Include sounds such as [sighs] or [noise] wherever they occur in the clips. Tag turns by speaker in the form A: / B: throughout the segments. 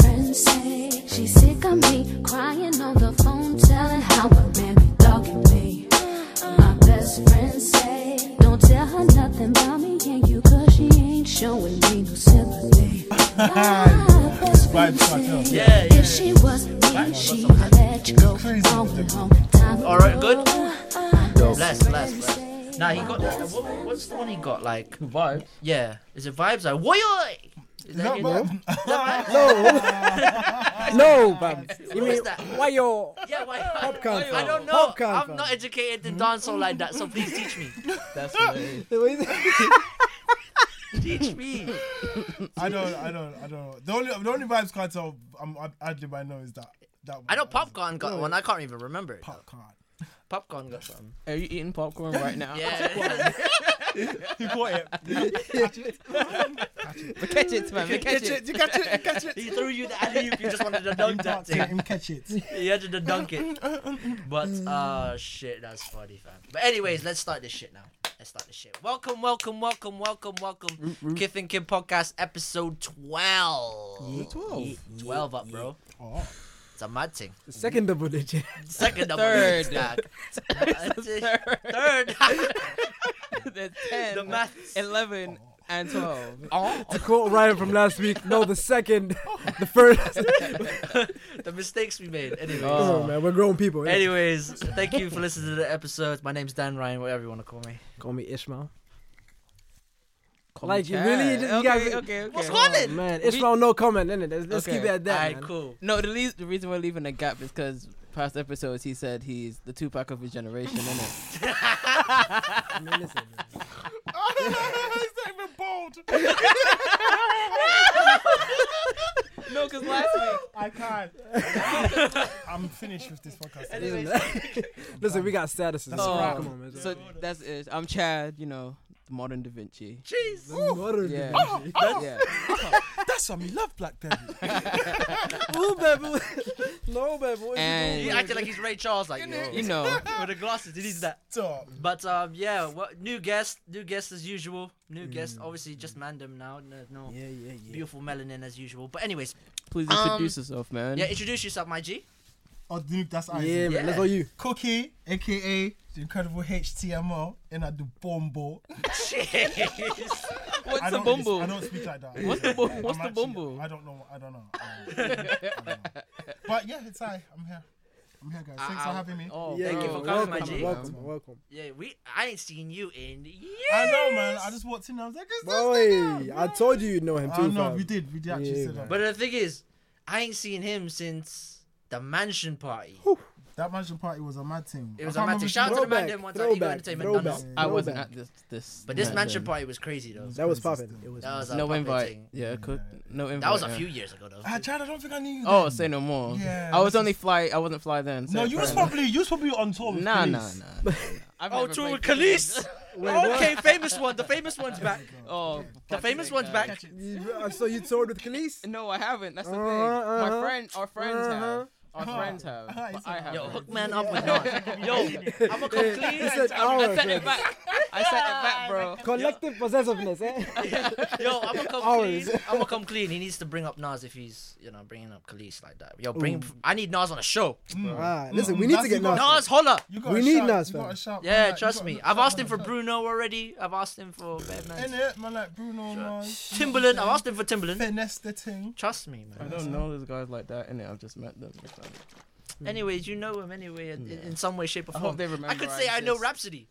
A: say she's sick of me, crying on the phone, telling how her man be dogging me. My best friend say, don't tell her nothing about me and you, cause she ain't showing me no sympathy. My best friend
B: Vibes cartel.
A: say,
C: Yeah, yeah.
A: if she was me, she would let you go.
B: Crazy.
A: Long, long time
C: All right,
A: ago.
C: good?
D: Dope.
C: Bless, bless, bless. Nah, he got that. What, what's the one he got? Like,
D: Vibes.
C: yeah. Is it vibes? Like, woi oi! Is that
B: Not
C: it?
B: [laughs] bad.
C: [laughs]
D: No,
E: Oh,
D: Babs. You
C: What
D: mean
C: is that?
D: why you're
C: Yeah, why?
E: Popcorn
C: I
E: farm.
C: don't know.
E: Popcorn
C: I'm
E: farm.
C: not educated in dancehall like that, so please teach
B: [laughs]
C: me.
D: That's [laughs] what it is.
E: The way that-
C: [laughs] Teach me.
B: I don't, I don't, I don't know. The only, the only vibes cartel I'm ad-lib I know is that. that
C: I know
B: one.
C: popcorn got
B: [laughs]
C: one. I can't even remember it. though.
B: Popcorn.
C: Popcorn got one.
D: [laughs] Are you eating popcorn right now? [laughs]
C: Yeah.
B: You caught it.
D: Catch it, man. Catch it.
B: You catch it. You catch it.
C: he threw you the alley oop. You just
E: [laughs]
C: wanted to dunk that
E: Can't let
C: thing.
E: him catch
C: [laughs]
E: it. Mm.
C: You had
E: [laughs]
C: to dunk it. But uh, shit, that's funny, fam. But anyways, let's start this shit now. Let's start this shit. Welcome, welcome, welcome, welcome, welcome. Kith and Kim podcast episode twelve.
D: Yeah, 12.
C: Yeah, Twelve up, bro.
B: Oh.
C: It's a mad thing.
E: Second double digit.
C: Second double
D: Third.
E: [laughs]
C: stack.
D: Third.
C: Third.
D: [laughs] There's 10,
C: the maths.
D: 11, and
C: [laughs]
D: 12.
C: Oh.
E: I caught Ryan from last week. No, the second, [laughs] the first.
C: [laughs] the
E: [laughs]
C: mistakes we made. Anyways.
E: Come
D: Oh.
E: on, man. We're grown people. innit?
C: Anyways, thank you for listening to the episode. My name's Dan Ryan, whatever you want to call me.
E: Call me Ishmael.
D: Come
E: Like, you
D: chat.
E: really just- you
D: okay,
E: guys-
D: okay, okay.
C: What's going on?
E: Man, Ishmael, no comment. Innit? Let's, let's
D: Okay.
E: keep it at that.
C: Alright,
E: man.
C: cool.
D: No, the, least, the reason we're leaving the gap is because past episodes he said he's the Tupac of his
C: [laughs]
D: generation, innit?
E: I mean, listen, man.
B: It's not even bold.
D: [laughs] no, because last week.
B: I can't.
D: [laughs]
B: I'm finished with this podcast.
E: [laughs] listen, we got statuses.
D: Oh,
E: Come on, man.
D: So that's it. I'm Chad, you know, the modern Da Vinci.
C: Jeez.
E: Modern
D: Yeah.
E: day.
D: yeah.
B: That's why we love Black Devil.
E: [laughs] Ooh, baby. no, baby. What
D: And-
C: He acted like he's Ray Charles, like
D: You
C: you know,
D: know,
C: [laughs] with the glasses. He needs that.
B: Stop.
C: But um, yeah, what, new guest, new guest as usual.
E: Mm.
C: New guest, obviously just mandem now. No, no
E: Yeah, yeah, yeah.
C: beautiful melanin as usual. But anyways,
D: please
C: Um,
D: introduce yourself, man.
C: yeah, introduce yourself, my G.
B: Oh, dude, that's Isaac.
E: Yeah, man. That's
C: Yeah.
E: all you.
B: Cookie, aka the incredible HTML, and I do bombo.
C: Jeez.
D: What's
B: I
D: the
B: don't really- I
D: bumble?
B: don't speak like that.
D: What's the bu-
B: I'm
D: what's the
B: actually-
D: bumble?
B: I don't know. I don't know. I don't know. I don't know. But yeah, it's I. I'm here. I'm here, guys. Thanks
C: Uh,
B: for having me. Um,
D: Oh,
C: Thank you
D: bro.
C: for coming, my
E: welcome,
C: G.
E: Welcome, welcome.
C: yeah, we. I ain't seen you in years.
B: I know, man. I just walked in. I was like, it's
E: Boy, I told you you'd know
C: Oh,
E: him too.
B: I know.
E: fam.
B: Oh, We did. We did actually
E: Yeah,
B: say that.
C: But the thing is, I ain't seen him since the mansion party.
B: that mansion party was a mad thing.
C: It
B: I
C: was
B: can't
C: a mad
B: remember
C: thing.
B: if
C: Shout out to the man
E: Throwback,
C: them one time. Ego
E: throwback,
C: Entertainment
E: throwback.
C: done us.
D: I wasn't
E: Throwback.
D: at this. this
C: But this
D: event
C: mansion
D: then.
C: party was crazy though.
E: That was
B: Crazy
E: popping.
B: stuff.
E: It was.
C: That was a
D: No
C: proper
D: invite.
C: thing.
D: Yeah, cook. No invite.
C: That was a
D: yeah.
C: few years ago though.
B: Ah, Chad, I don't think I knew you.
D: Oh,
B: then.
D: say no more.
B: Yeah,
D: I was
B: that's
D: only fly. I wasn't fly then.
B: No,
D: so
B: you was
D: apparently-
B: probably you was probably on tour with
D: Nah, nah,
B: police.
D: nah, nah. I've
C: Oh,
D: never
C: true,
D: played [laughs]
C: Khalees. Oh, okay, famous one. The famous
B: [laughs]
C: one's back.
D: Khalees. Oh,
C: The
D: fuck's
C: famous
D: sake,
C: one's
D: man.
C: back.
E: You- uh, so you toured with Khalees?
D: No, I haven't. That's the thing.
E: Uh-huh,
D: My
E: uh-huh.
D: friend, our friends
E: Uh-huh.
D: have. Our friends have.
B: Uh-huh,
D: But
B: it's
D: I
B: okay.
C: Yo,
D: haven't.
C: hook man
B: [laughs]
C: up with that. Yo,
E: [laughs] He said
C: I'm a complete.
D: I
E: ours.
D: sent it
E: man.
D: back. I sent
C: [laughs]
D: it back, bro.
E: Collective possessiveness, eh?
C: [laughs] Yo, I'm a come
E: Ours.
C: clean. I'm a come clean. He needs to bring up Nas if he's, you know, bringing up Khalees like that. Yo, bring. I need Nas on a show.
E: Ah,
B: Mm,
E: listen, we need to
B: That's
E: get
B: even-
E: Nas.
C: Nas, holla.
B: You got
E: We
B: a
E: need
B: shout,
E: Nas,
B: you got
E: fam.
B: a shout, man, like,
C: Yeah,
B: you
C: trust
B: got
C: me.
B: a
C: I've
B: shout,
C: asked him
B: man,
C: for
B: like,
C: Bruno already. I've asked him for Batman.
B: Innit? Man, like Bruno, man.
C: Timberland. I've asked him for Timberland.
B: Finesse the thing.
C: Trust me,
D: I
C: man.
D: don't know those guys like that, innit? I've just met them.
E: Hmm.
C: Anyways, you know him anyway in, in- in some way, shape,
D: I
C: or form.
D: hope they remember.
C: Oh. I could say I know
D: exist.
C: Rhapsody,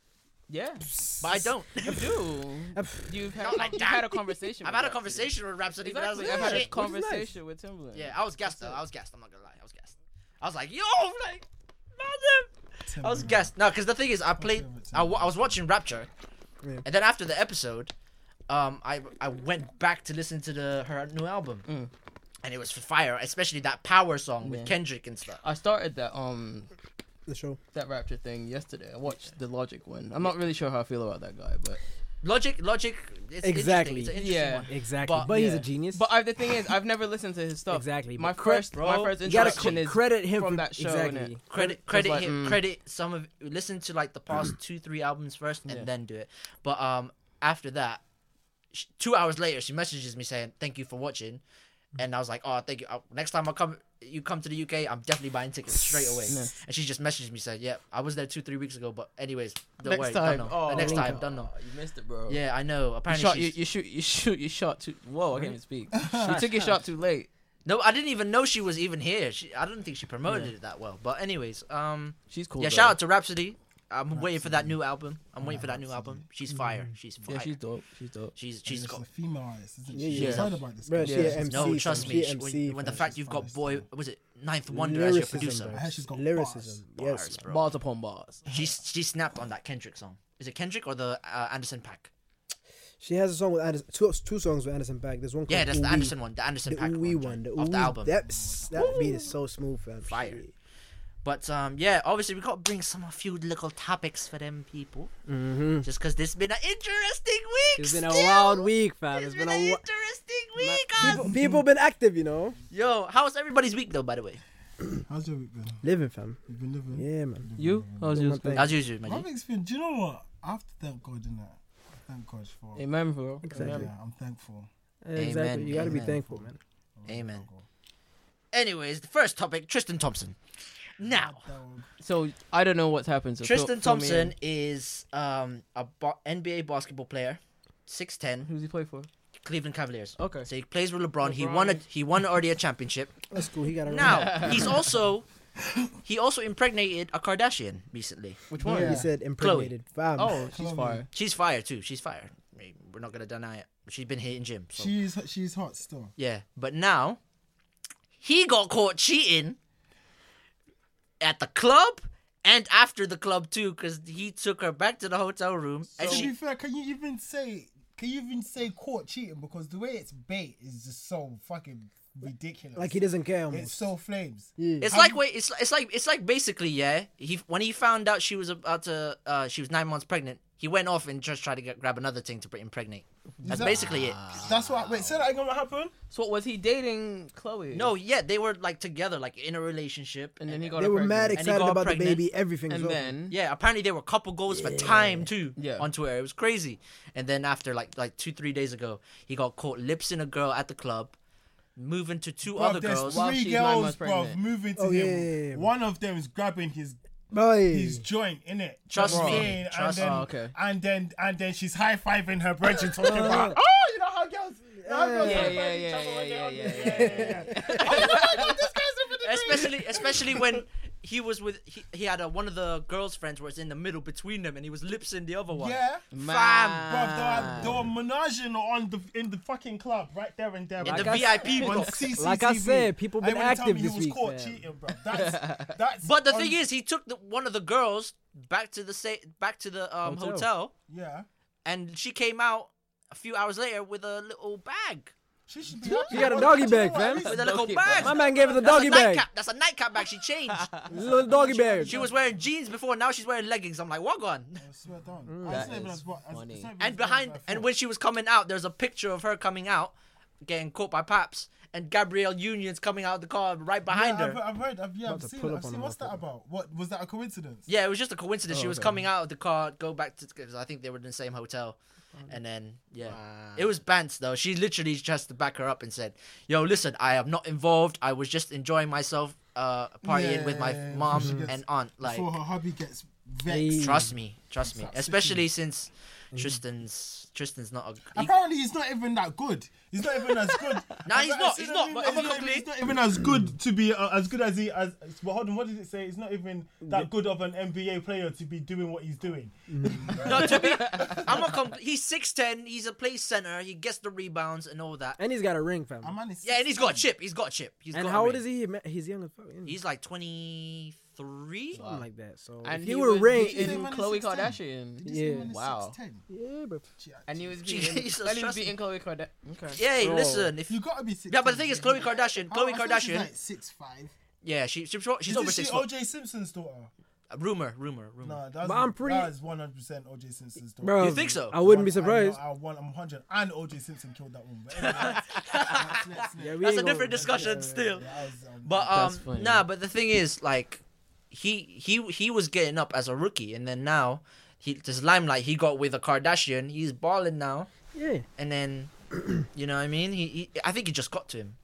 D: Yeah,
C: but I don't.
D: you
C: [laughs]
D: do. You've had,
C: Not like
D: you've
C: that.
D: had a conversation.
C: I've
D: with
C: had a
D: Rhapsody.
C: conversation with Rhapsody, but I was
D: Exactly.
C: like,
D: I've had a
C: shit.
D: conversation with Timberland.
C: Yeah, [laughs] I was gassed though. I was gassed. I'm not gonna lie. I was gassed. I was like, yo, [laughs] I'm like, madam. I was gassed. No, because the thing is, I played. I, wa- I was watching Rapture,
E: Yeah.
C: and then after the episode, um, I I went back to listen to the her new album, and it was for fire, especially that power song with
D: Yeah.
C: Kendrick and stuff.
D: I started that um
E: The show.
D: that Rapture thing yesterday. I watched the Logic one. I'm not really sure how I feel about that guy, but
C: Logic, logic. It's
E: Exactly.
C: Exactly. It's an interesting
D: Yeah.
C: one.
E: Exactly.
C: But-
E: But he's
D: yeah.
E: a genius.
D: But I, the thing is, I've never listened to his stuff.
E: Exactly,
D: My
E: but cre-
D: first, my
C: bro,
D: first
E: you gotta
D: introduction
E: cre-
D: is
E: credit him
D: from
E: for-
D: that show.
E: exactly.
D: innit?
C: Credit,
D: It's
C: credit,
D: like,
C: him,
D: mm.
C: credit some of. Listen to like the
D: [clears throat]
C: past two, three albums first, and
D: Yeah.
C: then do it. But um, after that, sh two hours later, she messages me saying, "Thank you for watching." And I was like, oh, thank you. Uh, Next time I come, you come to the UK, I'm definitely buying tickets straight away. And she just messaged me said, yeah, I was there two, three weeks ago, but anyways, don't
D: Next
C: worry,
D: time.
C: Don't know.
D: Oh,
C: next time,
D: God.
C: don't know.
D: You missed it, bro.
C: Yeah, I know.
D: You
C: Apparently,
D: shot. You,
C: she's-
D: you shoot. You shoot. You shot too. Whoa! I can't even [laughs] speak. You took your shot too late.
C: no, I didn't even know she was even here. She, I didn't think she promoted it that well. But anyways, um,
D: She's cool.
C: yeah,
D: though.
C: shout out to Rhapsody. I'm waiting for that new album. I'm waiting for that new album. She's
B: Mm-hmm.
C: fire. She's fire.
D: Yeah, she's dope. She's dope.
C: she's
B: She's
C: she's got
B: a female artist, isn't she?
F: Yeah,
B: She's
D: yeah.
B: heard about this.
F: Bro,
B: girl.
F: she
E: Yeah.
F: a MC.
C: no.
F: fam.
C: Trust
F: She
C: me.
F: a
C: she-
F: MC,
C: when, when the
F: fam.
C: fact
B: She's
C: you've
B: fire
C: got
B: as
C: boy,
F: fuck.
C: was it Ninth Wonder as your
F: Lyricism,
C: producer?
B: I heard she's got
F: Lyricism.
C: Bars,
F: Yes.
C: bro.
D: Bars upon bars.
C: She she snapped on that Kendrick song. Is it Kendrick or the uh, Anderson Pack?
F: She has a song with Anderson. Two, two songs with Anderson Pack. There's one called
C: Yeah, that's the
F: Ooh Wee.
C: Anderson one, the Anderson
F: The
C: Pack
F: Ooh Wee
C: one,
F: one. The
C: John,
F: Ooh
C: off the
F: Wee.
C: album.
F: That's, that beat is so smooth, fam.
C: Fire.
F: Shit.
C: But um, yeah, obviously we got to bring some a few little topics for them people, mm-hmm. just because this been an interesting week.
E: It's been a
C: still.
E: wild week, fam.
C: It's
E: It's been
C: an
E: a. wa-
C: interesting week. guys.
F: People, people been active, you know.
C: Yo, how's everybody's week though? By the way,
B: [clears throat] How's your week been?
F: Living, fam.
B: You've been living?
F: Yeah, man.
D: You? How's yours?
F: Don't
C: how's yours,
B: My
C: man?
B: week's been, do you know what? I have to thank God, innit? Thank God for.
D: Amen, bro.
F: Exactly.
B: Yeah, I'm thankful.
F: Exactly. You gotta be
C: amen.
F: thankful, man.
C: Amen. Anyways, the first topic: Tristan Thompson. Now,
D: So I don't know what's happened. So fill-
C: Tristan
D: fill me
C: Thompson
D: in.
C: is um a bo- NBA basketball player, six ten,
D: Who's he play for?
C: Cleveland Cavaliers.
D: Okay.
C: So he plays with LeBron. He won a he won already a championship.
F: That's cool. He got a [laughs]
C: Now he's also he also impregnated a Kardashian recently.
D: Which one?
F: He said impregnated, fam.
D: Oh, she's
B: Chloe.
D: fire.
C: She's fire too. She's fire. I mean, We're not gonna deny it. She's been hitting gym. So.
B: She's she's hot still.
C: yeah, but now he got caught cheating at the club and after the club too, because he took her back to the hotel room and
B: to be
C: she.
B: fair, can you even say can you even say caught cheating because the way it's bait is just so fucking ridiculous.
F: Like he doesn't care
B: it's
F: almost.
B: so flames.
C: It's like wait, it's it's like it's like basically yeah. He when he found out she was about to, uh, she was nine months pregnant. He went off and just tried to get, grab another thing to pre- impregnate. That's
B: that-
C: basically it.
B: That's what. Wait, say that again. What happened?
D: So was he dating Chloe?
C: No, yeah, they were like together, like in a relationship,
D: And then he got.
F: They
D: her
F: were
D: pregnant.
F: mad
C: he
F: excited
C: got
F: about the
C: pregnant,
F: baby. Everything's
D: And
F: over.
D: then
C: Yeah, apparently they were couple goals for time too
D: Yeah.
C: on Twitter. It was crazy. And then after like like two three days ago, he got caught lipsing a girl at the club, moving to two
B: Bruv,
C: other
B: there's
C: girls.
D: While
B: three
D: she's nine
B: girls,
D: months
B: bro,
C: [laughs]
D: pregnant.
B: moving to
F: Oh,
B: him.
F: yeah, yeah, yeah.
B: One of them is grabbing his
F: Boy.
B: his joint in it.
C: Trust me,
B: and
C: trust
B: then,
D: me. Oh, okay.
B: And then and then she's high fiving her
E: [laughs]
B: brethren talking about. Oh, you know how girls. how girls
D: Yeah,
B: high-five
D: yeah,
B: each
D: yeah,
B: other when
D: yeah,
B: they're on
D: yeah,
B: the-
D: yeah,
C: [laughs]
B: I was like, "Oh, this guy's living the dream."
C: Especially especially when he was with he, he had a, one of the girls' friends where it's in the middle between them and he was lipsing the other one.
B: Yeah.
D: Man.
B: Bro, they were, they were menaging on the in the fucking club right there and there.
C: In the
E: I said-
C: VIP
B: on
C: box.
B: CCTV.
E: Like I said, people
B: Ain't
E: been
B: wanna tell
E: active
B: me
E: this
B: he was
E: week,
B: caught
E: fam.
B: cheating,
E: [laughs]
B: bro. That's, that's
C: But the
B: on-
C: thing is, he took the, one of the girls back to the sa- back to the um,
E: Hotel.
C: hotel,
B: yeah,
C: and she came out a few hours later with a little bag.
B: she should be. happy.
E: He had a
B: Well,
E: doggy
B: do you know
E: bag,
B: what?
E: fam.
B: At least-
C: With a little
D: Doggy
C: bag.
D: bag.
E: My man gave her the doggy
C: That's a
E: bag.
C: nightcap. That's a nightcap bag.
B: [laughs]
C: She changed.
E: [laughs] Little doggy bag.
C: she was wearing jeans before. Now she's wearing leggings. I'm like, what on?
B: I swear down.
E: Mm,
D: That
B: That's not even
D: is
B: as bad- as-
D: funny.
B: it's not even as
C: And
B: bad as
C: behind,
B: I
C: and
B: thought.
C: when she was coming out, there's a picture of her coming out, getting caught by Paps, and Gabrielle Union's coming out of the car right behind
B: yeah,
C: her.
B: I've, I've read, I've, yeah, I've
E: to
B: seen,
E: pull
B: it,
E: up
B: I've
E: on
B: seen.
E: him,
B: What's
E: I
B: that about? What was that a coincidence?
C: Yeah, it was just a coincidence.
B: Oh,
C: she was coming out of the car, go back to because I think they were in the same hotel, and then yeah, it was Bance though. She literally just to back her up and said, "Yo, listen, I am not involved. I was just enjoying myself, uh, partying with my
B: Yeah,
C: mom
B: before she gets-
C: and aunt. Like,
B: Before her hubby gets vexed.
C: trust me, trust me.
B: Stop
C: Especially since
B: Mm.
C: Tristan's Tristan's not a. he-
B: Apparently, he's not even that good. He's not even as good.
C: [laughs] Nah, he's
B: I've
C: not,
B: seen
C: he's not,
B: him,
C: but
B: he's
C: I'm
B: not
C: not
B: even- He's not even as good to be uh, as good as he as. But hold on, what did it say? He's not even that good of an NBA player to be doing what he's doing.
C: Mm. no, to be, I'm not. Compl- he's six ten. He's a play center. He gets the rebounds and all that.
E: And he's got a ring, fam.
B: My man is
C: Yeah, and he's got a chip. He's got a chip. He's
E: And
C: got a
E: how old
C: ring.
E: is he? Man, He's young as fuck. isn't he?
C: He's like twenty three.
E: Something like that. So
D: And he
E: if he were
D: was
E: ring,
D: dating
E: if-
B: man is
D: Khloe
B: 16.
D: Kardashian.
B: This
E: Yeah.
B: man is
D: Wow.
B: 6'10".
E: yeah, bro.
D: And he was
C: [laughs] Jesus
D: beating. And he was
C: Christ.
D: beating Chloe Kardashian. Okay.
C: Yeah, hey,
E: Bro.
C: listen. If
B: You gotta be six. Oh,
C: yeah, but the thing is,
E: Oh,
C: Khloe Kardashian. Khloe Kardashian.
B: like six five.
C: yeah, she, she's she's
B: She's
C: over
B: is she
C: six foot.
B: OJ Simpson's daughter?
C: Rumor, rumor, rumor.
B: No, that's
E: But I'm pretty-
B: that is one hundred percent OJ Simpson's daughter.
E: Bro,
C: You think so?
E: I wouldn't be
B: One- I know,
E: surprised.
B: I, won, I'm hundred, and OJ Simpson killed that one. But anyway,
C: [laughs]
B: that's- that's- that's-
E: Yeah, we
C: That's
E: ain't
C: a different
E: gonna-
C: discussion still.
B: yeah, I was, um,
C: But
D: That's
C: um,
D: funny.
C: nah. But the thing is, like, he he he was getting up as a rookie, and then now he this limelight he got with a Kardashian. He's balling now,
E: Yeah.
C: [clears throat] and then you know what I mean. He, he I think he just got to him.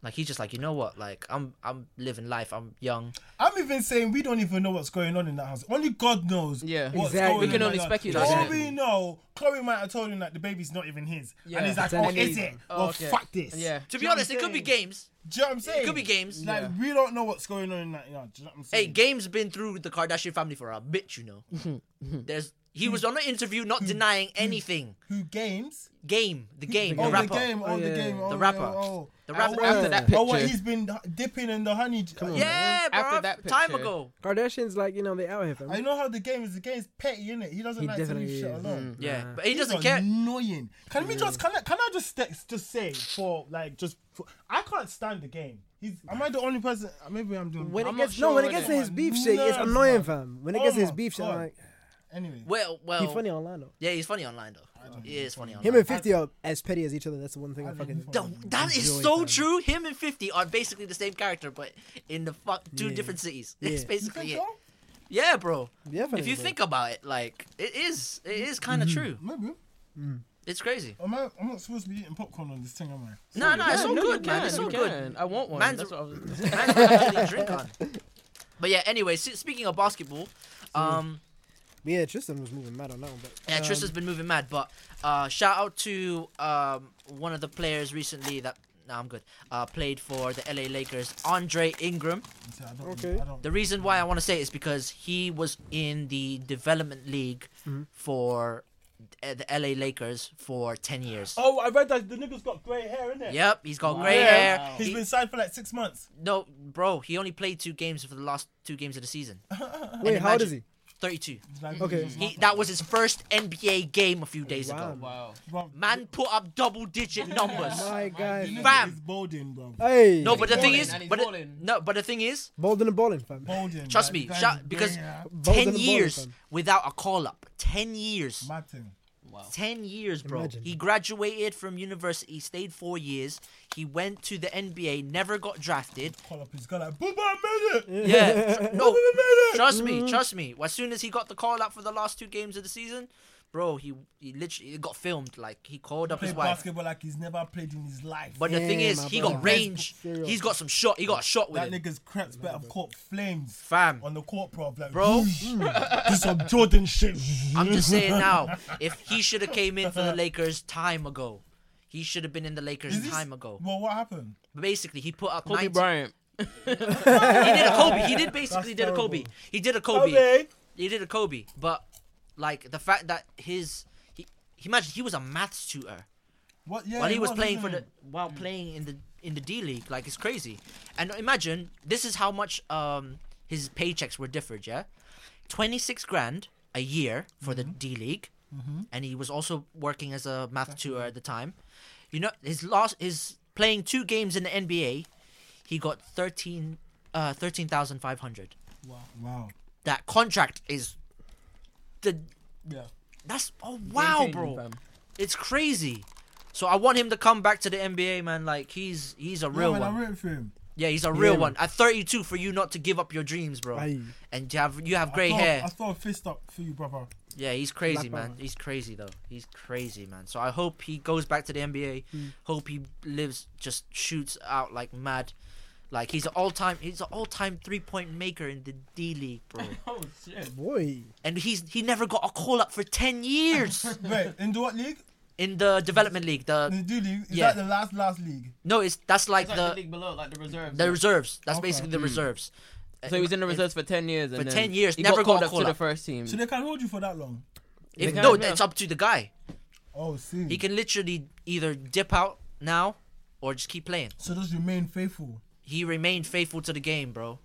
C: Like he's just like, you know what? Like I'm I'm living life. I'm young.
B: I'm even saying we don't even know what's going on in that house. Only God knows.
D: Yeah.
B: what's
E: Exactly.
B: going
E: We
B: on
E: can
B: in
D: only
B: that house.
D: speculate.
B: All
D: Exactly.
B: we know, Chloe might have told him that the baby's not even his,
D: Yeah.
B: and he's like,
E: Then
B: "Oh,
E: he-
B: is it?
D: Oh,
B: well,
D: okay.
B: fuck this."
D: Yeah.
C: To
B: Do
C: be
B: you know
C: honest,
B: what
C: it
B: I'm
C: could be
B: saying?
C: games.
B: Do you know what I'm saying?
C: It could be games.
B: Like
D: Yeah.
B: we don't know what's going on in that yard. Do you know what I'm saying?
C: Hey, Game's been through the Kardashian family for a bit, you know.
E: [laughs]
B: Hmm.
C: There's he was on an interview not denying anything.
B: Who games?
C: Game, the game,
B: oh,
C: the rapper.
B: the game. Oh,
E: yeah,
B: the game.
E: yeah.
B: Oh,
C: The rapper.
B: yeah, Oh,
C: The
B: Oh,
C: rapper.
B: what-
D: After that
B: Oh, what
D: picture.
B: he's been dipping in the honey. uh, Come
C: Yeah, bro.
D: After that
C: time
D: picture.
C: ago.
E: Kardashians, like you know, they out here. fam.
B: I know how the game is. The game's petty, innit? He doesn't
E: He
B: like to leave
E: definitely
B: shit
E: is. Mm.
B: alone.
C: Mm, Yeah,
E: Nah.
C: but he
B: He's
C: doesn't care.
B: Annoying. Can we just can I, can I just st- just say for like just for, I can't stand the game. He's am I the only person? Maybe I'm doing.
D: When it
B: I'm
D: gets-
B: not
E: no,
D: sure
E: when it
D: with
E: gets
D: it.
E: to his beef shit, it's
B: Nerves,
E: annoying,
B: man.
E: fam. When it
B: Oh
E: gets to his
B: my
E: beef shit,
B: God.
E: I'm like
B: Anyway,
C: Well, well.
E: he funny online though.
C: Yeah, he's funny online though. He is funny online.
E: Him and Fifty are as petty as each other. That's the one thing I,
B: I
E: fucking.
B: don't
C: The- that is
E: Enjoy
C: so
E: them.
C: true. Him and Fifty are basically the same character, but in the fuck two
E: Yeah.
C: different cities. [laughs]
E: Yeah. You
C: It's
B: You
C: basically
B: think
C: it.
B: so?
C: Yeah, bro.
E: Yeah,
C: If you think about it, like it is, it is kind of true.
B: Mm-hmm. Maybe.
D: Mm.
C: It's crazy.
B: Am I, I'm not supposed to be eating popcorn on this thing, am I?
C: No, no, it's all
D: you
C: good, man.
D: can,
C: It's
D: you
C: all good.
D: can. I want one.
C: Man's-
D: That's
C: [laughs]
D: what I was.
C: Man's got actually drink on. But yeah, anyway, s- speaking of basketball, um,
E: yeah, Tristan was moving mad on that one, but um,
C: yeah, Tristan's been moving mad. But uh, shout out to um one of the players recently that. No, I'm good. Uh, played for the LA Lakers, Andre Ingram.
B: So I don't,
E: Okay.
B: I don't,
C: The reason why I want to say it is because he was in the development league for uh, the LA Lakers for 10 years.
B: oh, I read that the nigga's got grey hair, innit?
C: Yep, he's got
D: Wow.
C: gray
D: Yeah.
C: hair.
B: He's
C: He-
B: been signed for like six months.
C: no, bro, he only played two games for the last two games of the
B: [laughs]
C: season.
E: wait, how old is he?
C: imagine- 32.
B: Like,
E: Okay.
B: he's
C: He,
B: not-
C: that was his first NBA game a few days
E: Wow.
C: ago.
D: Wow.
B: bro,
C: Man put up double digit numbers.
E: My
B: the nigga
E: guy.
C: Bam.
B: is Balding, bro.
E: Hey.
C: No, but the thing
D: balling,
C: is,
D: and he's
C: but the,
D: balling.
C: no, but the thing is,
E: Bolden and balling, fam.
B: Balding.
C: trust
B: like,
C: me,
B: the guy
C: shout,
B: with
C: because
B: grey hair.
E: Bolden
C: 10
E: and balling,
C: years
E: fam.
C: without a call up. 10 years.
B: Mad thing.
C: 10 years, bro.
E: Imagine.
C: He graduated from university, stayed four years. He went to the NBA, never got drafted.
B: Call up his guy like, Booba, I made it. [laughs]
E: [laughs]
C: [laughs] Yeah. no,
B: made it.
C: trust me, trust me. As soon as he got the call up for the last two games of the season, bro, he, he literally it got filmed. Like, he called up
B: Play
C: his wife.
B: basketball like he's never played in his life.
C: But the thing
E: Yeah,
C: is,
E: my
C: he
E: brother.
C: got range.
E: Serial.
C: He's got some shot. He got a shot with
B: that
C: it.
B: nigga's creps better have caught flames
C: Fam.
B: on the court, bro. Like,
C: Bro.
D: Mm.
B: do some Jordan shit.
C: I'm just
D: [laughs]
C: saying now,
B: [laughs]
C: if he should have came in for the Lakers time ago, he should have been in the Lakers
B: Is this-
C: time ago.
B: Well, what happened?
C: Basically, he put up
D: Kobe
C: 19
D: Bryant.
C: [laughs] he did a Kobe. He did basically
B: That's
C: did a Kobe.
B: terrible.
C: He did a Kobe. He did a Kobe. But like the fact that his he, he imagine he was a maths tutor
B: What? Yeah.
C: while he was
B: what
C: playing for the
B: happened?
C: while playing in the in the D League. Like it's crazy. And imagine this is how much um his paychecks were differed. Yeah, twenty six grand a year for the
B: Mm-hmm.
C: D League, and he was also working as a math tutor at the time. You know his last his playing two games in the NBA, he got thirteen uh thirteen thousand five hundred.
B: Wow.
C: That contract is the
B: Yeah.
C: that's oh wow,
D: Game
C: bro.
D: changing, fam.
C: It's crazy. So I want him to come back to the NBA, man. Like he's he's a real
B: yeah, man,
C: one.
B: I rooted for him.
C: yeah, he's a real
E: man.
C: one. At 32, for you not to give up your dreams, bro,
E: Aye.
C: and you have you have
B: I
C: gray
B: throw,
C: hair.
B: I throw a fist up for you, brother.
C: yeah, he's crazy,
E: Black
C: man.
E: brother.
C: He's crazy though. He's crazy, man. So I hope he goes back to the NBA.
E: Hmm.
C: Hope he lives, just shoots out like mad. Like he's an all-time, he's an all-time three-point maker in the D League,
B: [laughs]
C: bro.
D: Oh shit.
E: Boy.
C: and he's he never got a call-up for ten years
B: [laughs] Wait, in the what league?
C: in the development league.
B: In the
C: The
B: D league? Is
C: Yeah.
B: that the last last league?
C: no, it's that's like
G: It's like
C: the
G: the, league below, like the reserves.
C: The reserves. That's
B: Okay.
C: basically the reserves.
D: Hmm. So he was in the reserves for ten years. And
C: For
D: then
C: 10 years,
D: he
C: never
D: got called
C: got
D: up
C: called
D: to the
C: up.
D: first team.
B: So they can hold you for that long.
C: If,
D: They
C: no,
D: can't, yeah.
C: it's up to the guy.
B: Oh, see.
C: He can literally either dip out now or just keep playing.
B: so just remain faithful.
C: He remained faithful to the game, bro.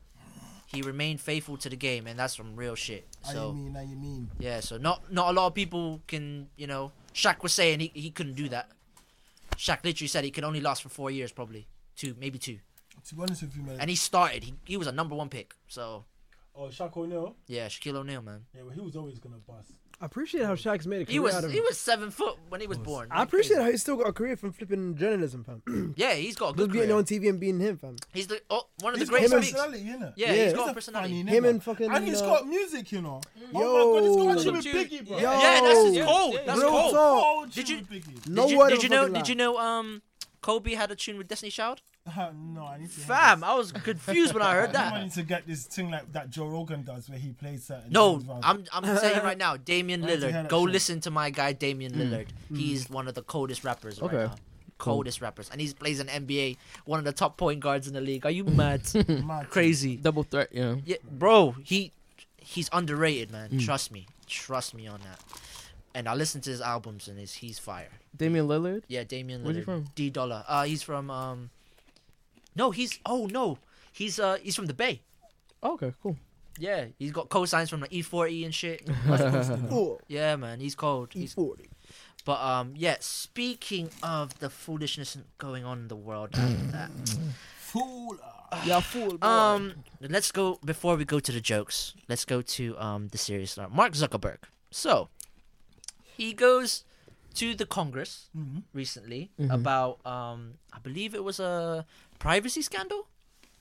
C: He remained faithful to the game, and that's some real shit.
B: I
C: So
B: mean, I mean.
C: yeah, so not not a lot of people can, you know. Shaq was saying he, he couldn't do that. Shaq literally said he could only last for four years, probably two, maybe two.
B: To be honest with you, man.
C: And he started. He, he was a number one pick. So
B: oh, Shaq O'Neal.
C: yeah, Shaquille O'Neal, man.
B: Yeah, well, he was always gonna bust.
E: I appreciate how Shaq's made a career
C: He was
E: out of
C: he
E: it.
C: was seven foot when he was born.
E: I appreciate how he's still got a career from flipping journalism, fam.
C: Yeah, [clears throat] he's got a
E: Just
C: good
E: being
C: career.
E: on TV and being him,
C: [clears throat]
E: fam.
C: He's the oh, one of
B: He's
C: the greatest
E: him and-
C: speaks.
B: personality, innit?
C: Yeah,
E: Yeah.
C: he's
E: He's
C: got
B: a
C: a personality.
B: funny
E: Him
B: nigga.
E: and fucking,
B: And he's
E: uh,
B: got music, you know.
E: Yo.
B: oh my god, he's got
E: Yo.
B: Jimmy Biggie, bro.
E: Yo.
C: Yeah, that's his
E: Yo.
C: cold. That's
E: Real
C: cold.
E: talk.
B: Oh,
C: Did
B: Jimmy
C: you-
B: Biggie.
E: No
C: did you,
E: word
C: did
E: of
C: you
E: a
C: know?
E: fucking lie.
C: Did you know? Um, Kobe had a tune with Destiny Child.
B: [laughs] no, I need to. have
C: Fam, I was confused when I heard
B: this. [laughs] I
C: that.
B: need to get this thing like that Joe Rogan does, where he plays certain.
C: No,
B: songs rather-
C: I'm I'm saying
B: [laughs]
C: right now, Damian
B: I need to hear
C: Lillard.
B: that
C: Go
B: shit.
C: listen to my guy Damian Lillard. He's one of the coldest rappers right
D: Okay.
C: now. Coldest rappers, and he's plays an NBA, one of the top point guards in the league. Are you [laughs] mad?
D: [laughs]
B: [laughs] Mad.
C: Crazy,
D: Double threat, yeah.
C: yeah, bro. He he's underrated, man.
D: Mm.
C: Trust me, trust me on that. And I listen to his albums, and he's he's fire.
D: Damian Lillard.
C: Yeah, Damian Lillard.
D: Where's he from?
C: D Dollar. Uh, he's from um. No, he's oh no, he's uh he's from the Bay.
D: Oh, okay, cool.
C: Yeah, he's got cosigns from the E40 and shit.
D: [laughs]
B: E
F: Oh,
C: yeah, man, he's cold. He's
F: E40.
C: but um yeah. Speaking of the foolishness going on in the world after that,
B: Fool.
D: Yeah, fool.
C: um, let's go before we go to the jokes. Let's go to um the serious stuff. Mark Zuckerberg. So he goes to the Congress
B: Mm-hmm.
C: recently
D: Mm-hmm.
C: about um I believe it was a privacy scandal.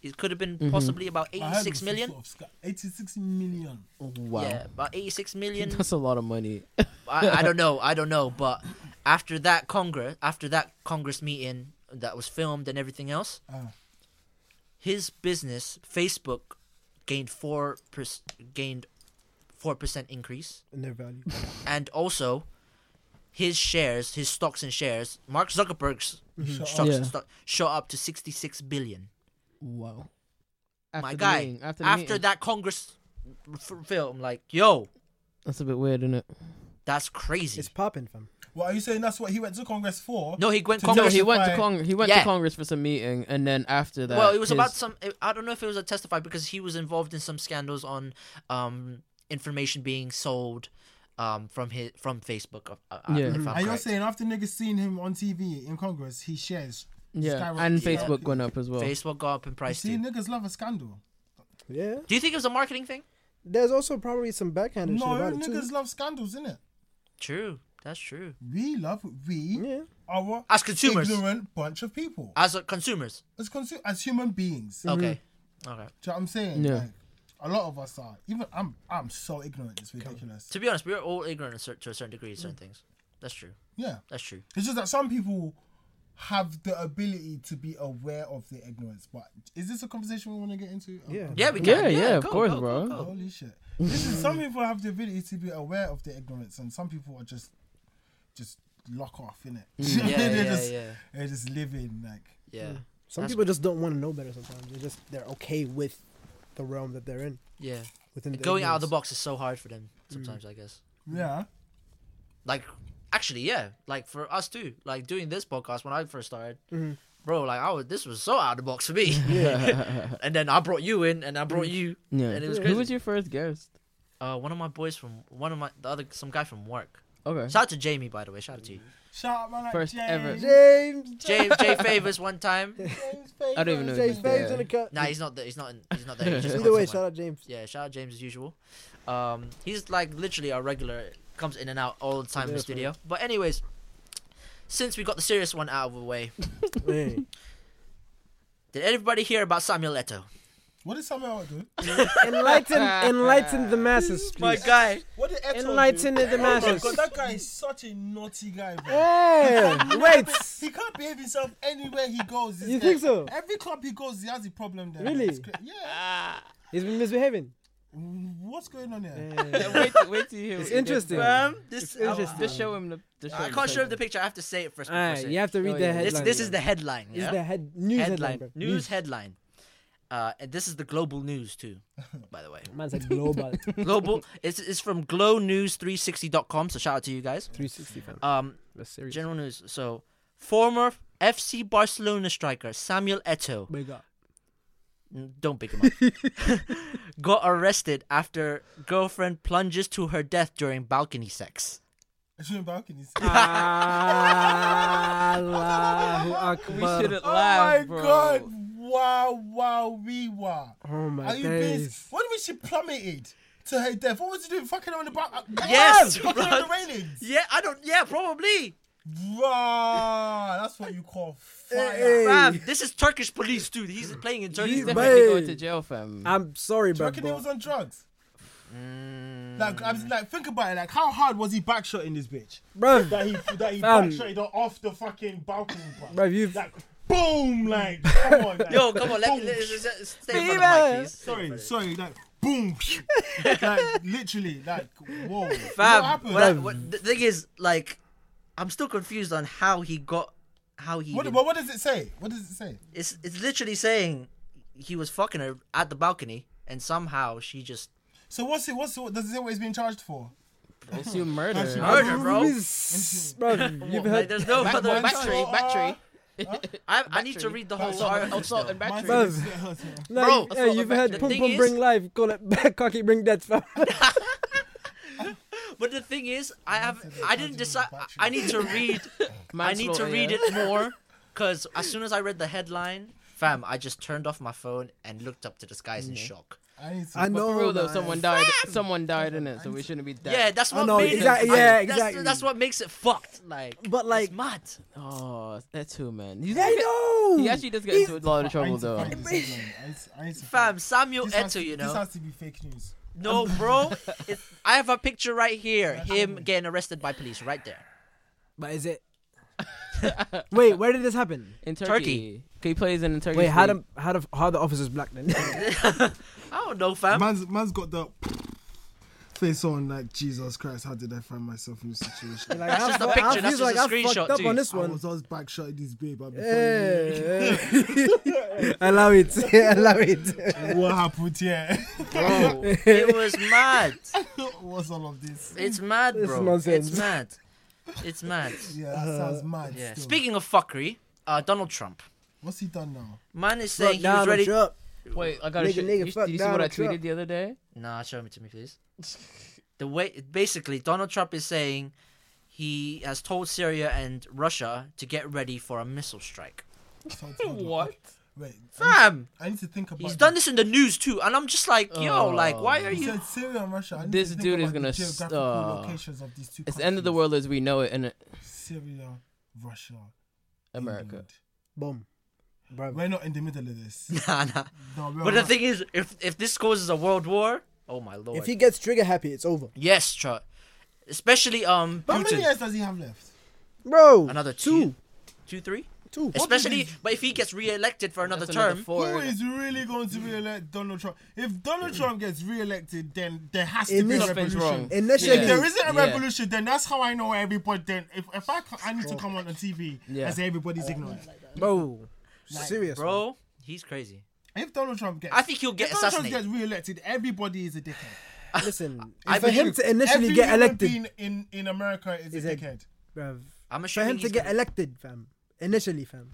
C: It could have been
D: Mm-hmm.
C: possibly about
B: I heard it
C: eighty-six
B: was
C: million.
B: some sort of sc- 86 million.
D: wow,
C: Yeah, about 86 million.
D: [laughs] that's a lot of money.
C: [laughs] I,
D: [laughs]
C: I don't know. I don't know. But after that Congress, after that Congress meeting that was filmed and everything else,
D: Oh.
B: Ah.
C: his business Facebook gained four per, gained four percent increase,
F: in their value.
C: and also his shares, his stocks and shares, Mark Zuckerberg's stocks
D: Yeah.
C: and stock, shot up to sixty six billion.
D: Wow. After
C: My
D: the
C: guy,
D: meeting,
C: after,
D: the meeting.
C: that Congress f- film, like yo,
D: that's a bit weird, isn't it?
C: that's crazy.
F: It's popping, fam.
B: What are you saying? That's what he went to Congress for?
C: no, he went
B: To
D: No,
C: Congress.
D: he went to
B: Testify.
D: Cong- he went
C: Yeah.
D: to Congress for some meeting, and then after that,
C: Well, it was about
D: his-
C: some. I don't know if it was a testify because he was involved in some scandals on um, information being sold um, from his from Facebook. Uh, uh,
D: Yeah.
C: if
D: Mhm.
C: I'm
B: Mm-hmm. And you're
C: correct.
B: saying after niggas seen him on TV in Congress, he shares.
D: yeah,
B: skyrocketed.
D: and Facebook going up as well.
C: Facebook got up in price
B: See,
C: too.
B: niggas love a scandal.
F: Yeah.
C: Do you think it was a marketing thing?
F: There's also probably some backhanded
B: No,
F: shit about it
B: niggas
F: too.
B: love scandals, innit?
C: True, that's true.
B: We love we
F: Yeah.
B: our
C: As consumers.
B: ignorant bunch of people
C: As a Uh, consumers,
B: as consu- as human beings. Do
C: okay, okay.
B: you know what I'm saying?
D: Mm-hmm. Yeah.
B: Like, a lot of us are. Even I'm. I'm so ignorant. It's ridiculous.
C: To be honest, we are all ignorant to cer- to a certain degree of certain things. That's true.
B: Yeah.
C: That's true.
B: It's just that some people have the ability to be aware of their ignorance. But is this a conversation we want to get into? Um,
F: Yeah.
C: Yeah, we can.
D: Yeah, yeah, of
C: go,
D: course,
C: go, go,
D: bro.
C: go.
B: Holy shit! This is, some people have the ability to be aware of their ignorance, and some people are just, just lock off in it.
C: Mm, Yeah,
B: [laughs] they're
C: yeah,
B: just,
C: yeah.
B: They're just living like.
C: Yeah,
E: Hmm.
F: Some
C: That's-
F: people just don't want to know better sometimes. They just they're okay with the realm that they're in.
C: yeah.
F: Within the Mm.
C: Going out of the
F: ignorance.
C: box is so hard for them sometimes. I guess.
B: Yeah.
C: like actually yeah like for us too like doing this podcast when i first started
F: Mm-hmm.
C: bro like i was this was so out of the box for me [laughs] and then i brought you in and i brought you
D: Yeah.
C: and it was
D: Who
C: crazy
D: was your first guest?
C: uh one of my boys from one of my the other some guy from work
D: Okay.
C: shout out to jamie by the way shout out to you
B: Shout out man like
D: First
B: James.
D: ever. [laughs]
F: James,
C: jay jay favors one time
B: James
D: I don't even know.
F: James, James
D: who's there.
F: in the cut.
C: nah he's not there he's not in, he's not there he's
F: [laughs]
C: just
F: Either
C: on
F: way,
C: somewhere.
F: shout out James.
C: yeah shout out james as usual um he's like literally a regular comes in and out all the time in the
F: Yes, man.
C: studio but anyways since we got the serious one out of
F: [laughs]
C: the way
F: Man.
C: did everybody hear about samuel leto
B: What did Samuel do?
E: [laughs] enlighten, enlighten the masses,
C: my
E: please.
C: guy
B: What did Eto
E: Enlighten
B: do?
E: the
B: Oh my
E: masses.
B: god, that guy is such a naughty guy, bro.
E: Hey, wait.
B: He can't behave himself anywhere he goes. It's
F: You think
B: like-
F: so?
B: Every club he goes, he has a problem there.
E: Really?
B: It's cra- yeah.
E: He's been
B: [laughs]
E: misbehaving.
B: What's going on here?
D: wait, wait till you hear. what
E: It's
D: he did.
E: interesting.
C: Um, this
E: It's interesting.
D: Just show him the. Just show him
C: I can't show
D: photo.
C: him the picture. I have to say it first. Before
E: Alright,
C: saying
E: you have to
D: Oh,
E: read
D: yeah.
E: the
C: it.
E: headline.
C: this, this is the headline.
E: This
C: yeah?
E: is the head news headline.
C: headline.
E: bro.
C: news, headline. Uh, and this is the global news too, by the way.
E: [laughs] Man's like global.
C: [laughs] Global. It's, it's from glownews360.com. So shout out to you guys.
E: 360 fam.
C: Um,
E: That's serious.
C: general news. So former FC Barcelona striker Samuel Eto.
E: Big up.
C: Mm, Don't pick him up.
D: [laughs]
C: got arrested after girlfriend plunges to her death during balcony sex.
E: Eh.
B: [laughs] Shouldn't balconies.
E: [laughs]
B: [laughs]
E: Allahu
D: We
E: Akbar.
D: shouldn't
B: Oh
D: laugh,
B: my
D: bro.
B: god! Wow, wow, we were.
E: Oh
B: Are
E: my
B: you being?
E: days.
B: What if she plummeted to her death? What was she doing? Fucking on the back?
C: Yes,
B: [laughs] fucking
C: bro.
B: on the railings.
C: Yeah, I don't. Yeah, probably.
B: Bruh, that's what you call fire.
E: Hey, hey.
C: Fam, this is Turkish police, dude. He's playing in Turkey.
D: He's
E: Mate.
D: definitely going to jail, fam.
E: I'm sorry,
B: Do you
E: bro.
B: reckon he was on drugs?
C: Mm.
B: Like, I was like, think about it. Like, how hard was he backshotting this bitch?
E: Bro,
B: That he that he
E: Fam.
B: backshotted her off the fucking balcony, bro.
E: Bruv, you've-
B: like, boom, like come
C: [laughs]
B: on, like,
C: Yo, come on, let me
B: boom.
C: let, let, let, stay in front of the mic, please. Stay in
B: Sorry,
C: front of it.
B: sorry, like boom, [laughs] like literally, like whoa.
C: Fam,
B: what happened?
C: what I- what- the thing is, like, I'm still confused on how he got, how he.
B: What,
C: even-
B: what, what does it say? What does it say?
C: it's it's literally saying he was fucking her at the balcony, and somehow she just
B: So what's it? What's it, does it say what he's being charged for?
D: I assume murder.
B: Actually,
C: murder, bro.
E: Please, bro, you've
C: Like,
E: heard.
C: there's no
D: Back-
C: other.
D: battery,
B: Uh,
D: battery,
C: [laughs] I, I need to read the whole
B: Assault-
C: article.
D: assault
C: still.
D: and battery.
B: My
E: Bro.
B: son is- Like,
E: Like,
C: Bro,
E: hey,
D: that's not
E: you've
D: a
E: heard
D: bad
E: pum
C: thing.
E: pum
C: Thing
E: bring
C: is-
E: life, call it [laughs] back, cocky bring death,
C: [laughs]
E: fam.
C: But the thing is, I have I didn't decide. I- I need
B: [laughs]
C: to read. I need to
D: Manslaughter,
C: read
D: yeah.
C: it
E: [laughs]
C: more because as soon as I read the headline, fam, I just turned off my phone and looked up to the skies in shock.
B: I need to.
F: I
D: But
F: know
D: for real though,
F: man.
D: someone died. Someone died in it, so we shouldn't be dead.
C: Yeah,
B: Oh,
C: that's
E: I
C: what
E: know,
C: made
E: exact-
C: it.
E: yeah,
C: I- that's-
E: exactly.
C: That's, what makes it fucked. Like,
E: But, like-
B: [laughs]
C: it's mad.
D: Oh, that's too man. He's-
E: I know.
D: He actually does get into a lot of trouble though.
B: I need to find this headline. I need to- I need to
C: Fam,
B: find-
C: Samuel
B: This has
C: Eto,
B: to-
C: you
B: This
C: know.
B: has to be fake news.
C: No,
E: [laughs]
C: bro. It's, I have a picture right here. Him getting arrested by police right there.
E: But is it?
C: [laughs]
E: Wait, where did this happen?
D: In Turkey.
C: Turkey.
D: He plays in Turkey.
E: Wait, how
D: League.
E: the how the how the officers black then?
C: [laughs] I don't know, fam.
B: Man's man's got the face on like Jesus Christ. How did I find myself in this situation?
E: Like,
C: That's
E: I
C: just a
E: fu- I
C: picture,
E: feel
C: that's just
E: like
C: a
E: I
C: screenshot,
E: fucked up
C: dude.
E: on this
B: I
E: one.
B: was always back shotting this babe. I'm
E: Eh,
B: [laughs]
E: eh. allow it, [laughs] allow it.
B: what happened here?
C: Bro, it was mad.
B: [laughs] What's all of this?
C: It's mad,
E: It's
C: bro.
E: nonsense. Uh,
C: It's mad. It's mad.
B: [laughs] Yeah, that sounds mad.
C: Yeah.
B: still.
C: Speaking of fuckery, uh, Donald Trump.
B: [laughs] What's he done now?
C: Man is
E: Bro,
C: saying he
E: nah,
C: was
E: but
C: ready.
E: Trump.
D: Wait, I gotta.
E: Nigga,
D: show-
E: nigga,
D: you,
E: fuck
D: did you see what I
E: Donald
D: tweeted
E: Trump.
D: the other day?
C: Nah, show it to me, please. The way, basically, Donald Trump is saying he has told Syria and Russia to get ready for a missile strike.
B: So it's not- Wait, I
C: Fam,
B: need- I need to think about.
C: he's done this in the news too, and I'm just like, yo, like, why are
B: He
C: you?
B: said Syria and Russia. I need
D: Oh. This
B: to think
D: dude is
B: about the
D: gonna
B: geographical
D: s- uh,
B: locations of these two.
D: It's the end of the
B: countries.
D: world as we know it in uh,
B: Syria, Russia,
D: America.
B: England.
E: Boom. Bro.
B: We're not in the middle of this.
C: [laughs] Nah, nah.
B: No, we're
C: But the
B: not.
C: thing is, if if this causes a world war, oh my lord.
F: If he gets trigger happy, it's over,
C: Yes, Trump. Especially um
B: How many
C: Putin.
B: years does he have left?
F: bro.
C: Another two,
F: two,
C: two, three.
F: two.
C: Especially, but if he gets re-elected for another
D: That's
C: term,
D: another four.
B: Who is really going to re-elect Donald Trump? If Donald Trump gets re-elected, then there has to be a
F: Initially-
D: Something's
B: revolution.
D: wrong.
F: Initially-
B: If there isn't a
D: Yeah.
B: revolution, then that's how I know everybody. Then if, if I c- I need to come on the TV
D: Yeah.
B: and say everybody's ignorant.
E: Bro.
F: Serious, man.
C: bro, he's crazy.
B: If Donald Trump gets,
C: I think he'll get
B: if Donald Trump
C: assassinated.
B: gets re-elected, everybody is a dickhead.
C: [laughs]
E: Listen,
C: I
E: for him
C: believe
E: to initially
B: Every
E: get
B: human
E: elected,
B: being in in America is,
E: Is
B: a
E: a-
B: dickhead.
E: bruv,
C: I'm
E: for
C: assuming
E: him
C: he's
E: to get
C: gonna-
E: elected, fam. Initially, fam.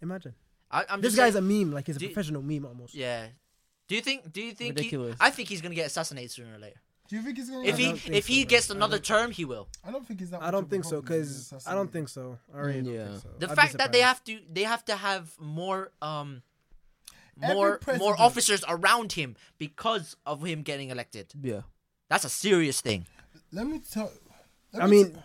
E: Imagine.
C: I, I'm
E: This
C: just
E: guy's a
C: saying-
E: meme. Like he's a
C: Do-
E: professional meme almost.
C: yeah. Do you think? Do you think? He,
D: Ridiculous.
C: I think he's gonna get assassinated sooner or later.
B: Do you think he's gonna?
C: If
B: I
C: he
B: don't,
E: think
C: if he
E: so,
C: gets another term, he will.
B: I don't think he's that.
E: I don't think so because I don't think so. I really
D: Yeah.
E: don't think so.
C: The
E: I'd be
C: fact that they
E: surprised.
C: have to they have to have more um
B: Every
C: more more
B: president-
C: officers around him because of him getting elected.
D: Yeah.
C: That's a serious thing.
B: Let me tell. let
E: I
B: me
E: mean,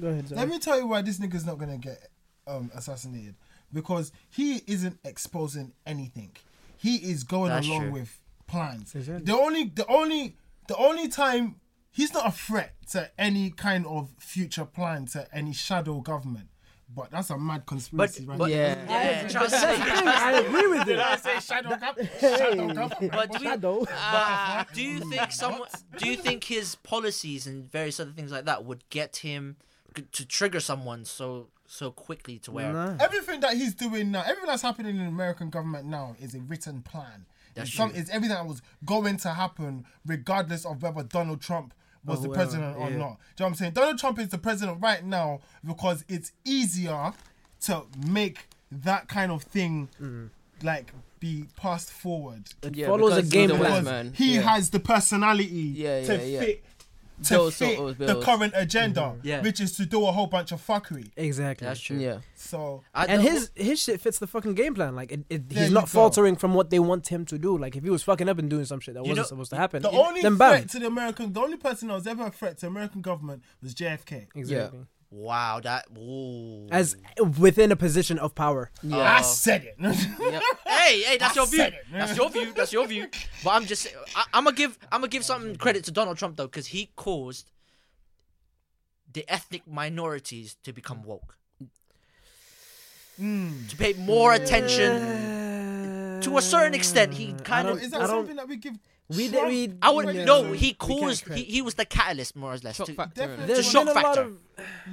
E: go ahead.
B: Let
E: Sorry.
B: me tell you why this nigga's not gonna get um, assassinated because he isn't exposing anything. He is going
C: That's
B: along
C: true.
B: with plans.
E: Exactly.
B: The only, the only, the only time he's not a threat to any kind of future plan to any shadow government. But that's a mad
C: But,
B: conspiracy, right?
C: but
D: Yeah.
C: yeah, trust me.
E: I agree [laughs] with
B: Did I
E: it.
B: say shadow, gov- shadow government?
C: But do you,
E: Shadow.
C: uh, do you think someone? Do you think his policies and various other things like that would get him g- to trigger someone so so quickly to where?
E: Nah.
B: Everything that he's doing now, everything that's happening in the American government now is a written plan.
C: That's
B: it's, some,
C: true.
B: it's everything that was going to happen, regardless of whether Donald Trump was the
E: whoever,
B: president or
E: Oh, yeah.
B: not. Do you know what I'm saying? Donald Trump is the president right now because it's easier to make that kind of thing like be passed forward.
D: yeah
E: Mm. follows a
D: because he's
E: game
D: the
E: plan.
D: wise
B: Because
D: man.
B: he
D: yeah.
B: has the personality
D: Yeah, yeah,
B: to
D: yeah.
B: fit to
D: Those sort
B: fit
D: of
B: the
D: bills.
B: current agenda,
C: Yeah.
B: which is to do a whole bunch of fuckery.
E: Mm-hmm. Exactly.
C: That's true.
D: Yeah.
B: So
C: I
E: and
C: don't-
E: his his shit fits the fucking game plan. Like it, it,
B: There
E: he's
B: you
E: not
B: go.
E: faltering from what they want him to do. Like if he was fucking up and doing some shit that
C: You
E: wasn't
C: know-
E: supposed to happen,
B: The only
E: then
B: threat
E: bam.
B: to the American, the only person that was ever a threat to American government was JFK.
E: Exactly.
C: wow, that ooh.
E: As within a position of power.
D: Yeah.
B: I said it.
C: hey, hey, that's
B: I
C: your view.
B: said it.
C: That's your view. That's your view. But I'm just, I, I'm gonna give, I'm gonna give some credit to Donald Trump though, because he caused the ethnic minorities to become woke. to pay more attention. To a certain extent, he kind
E: don't-
C: of
B: Is
E: I
B: that
E: don't-
B: something that we give?
E: We did-
B: Trump
E: we-
C: I would
B: credit
C: no.
B: to?
C: He
E: can't
C: caused. He,
E: credit.
C: he was the catalyst, more or less.
D: Shock
C: to,
D: factor. innit?
B: Definitely.
C: to
E: There's
C: shock
E: been a lot
C: factor.
E: of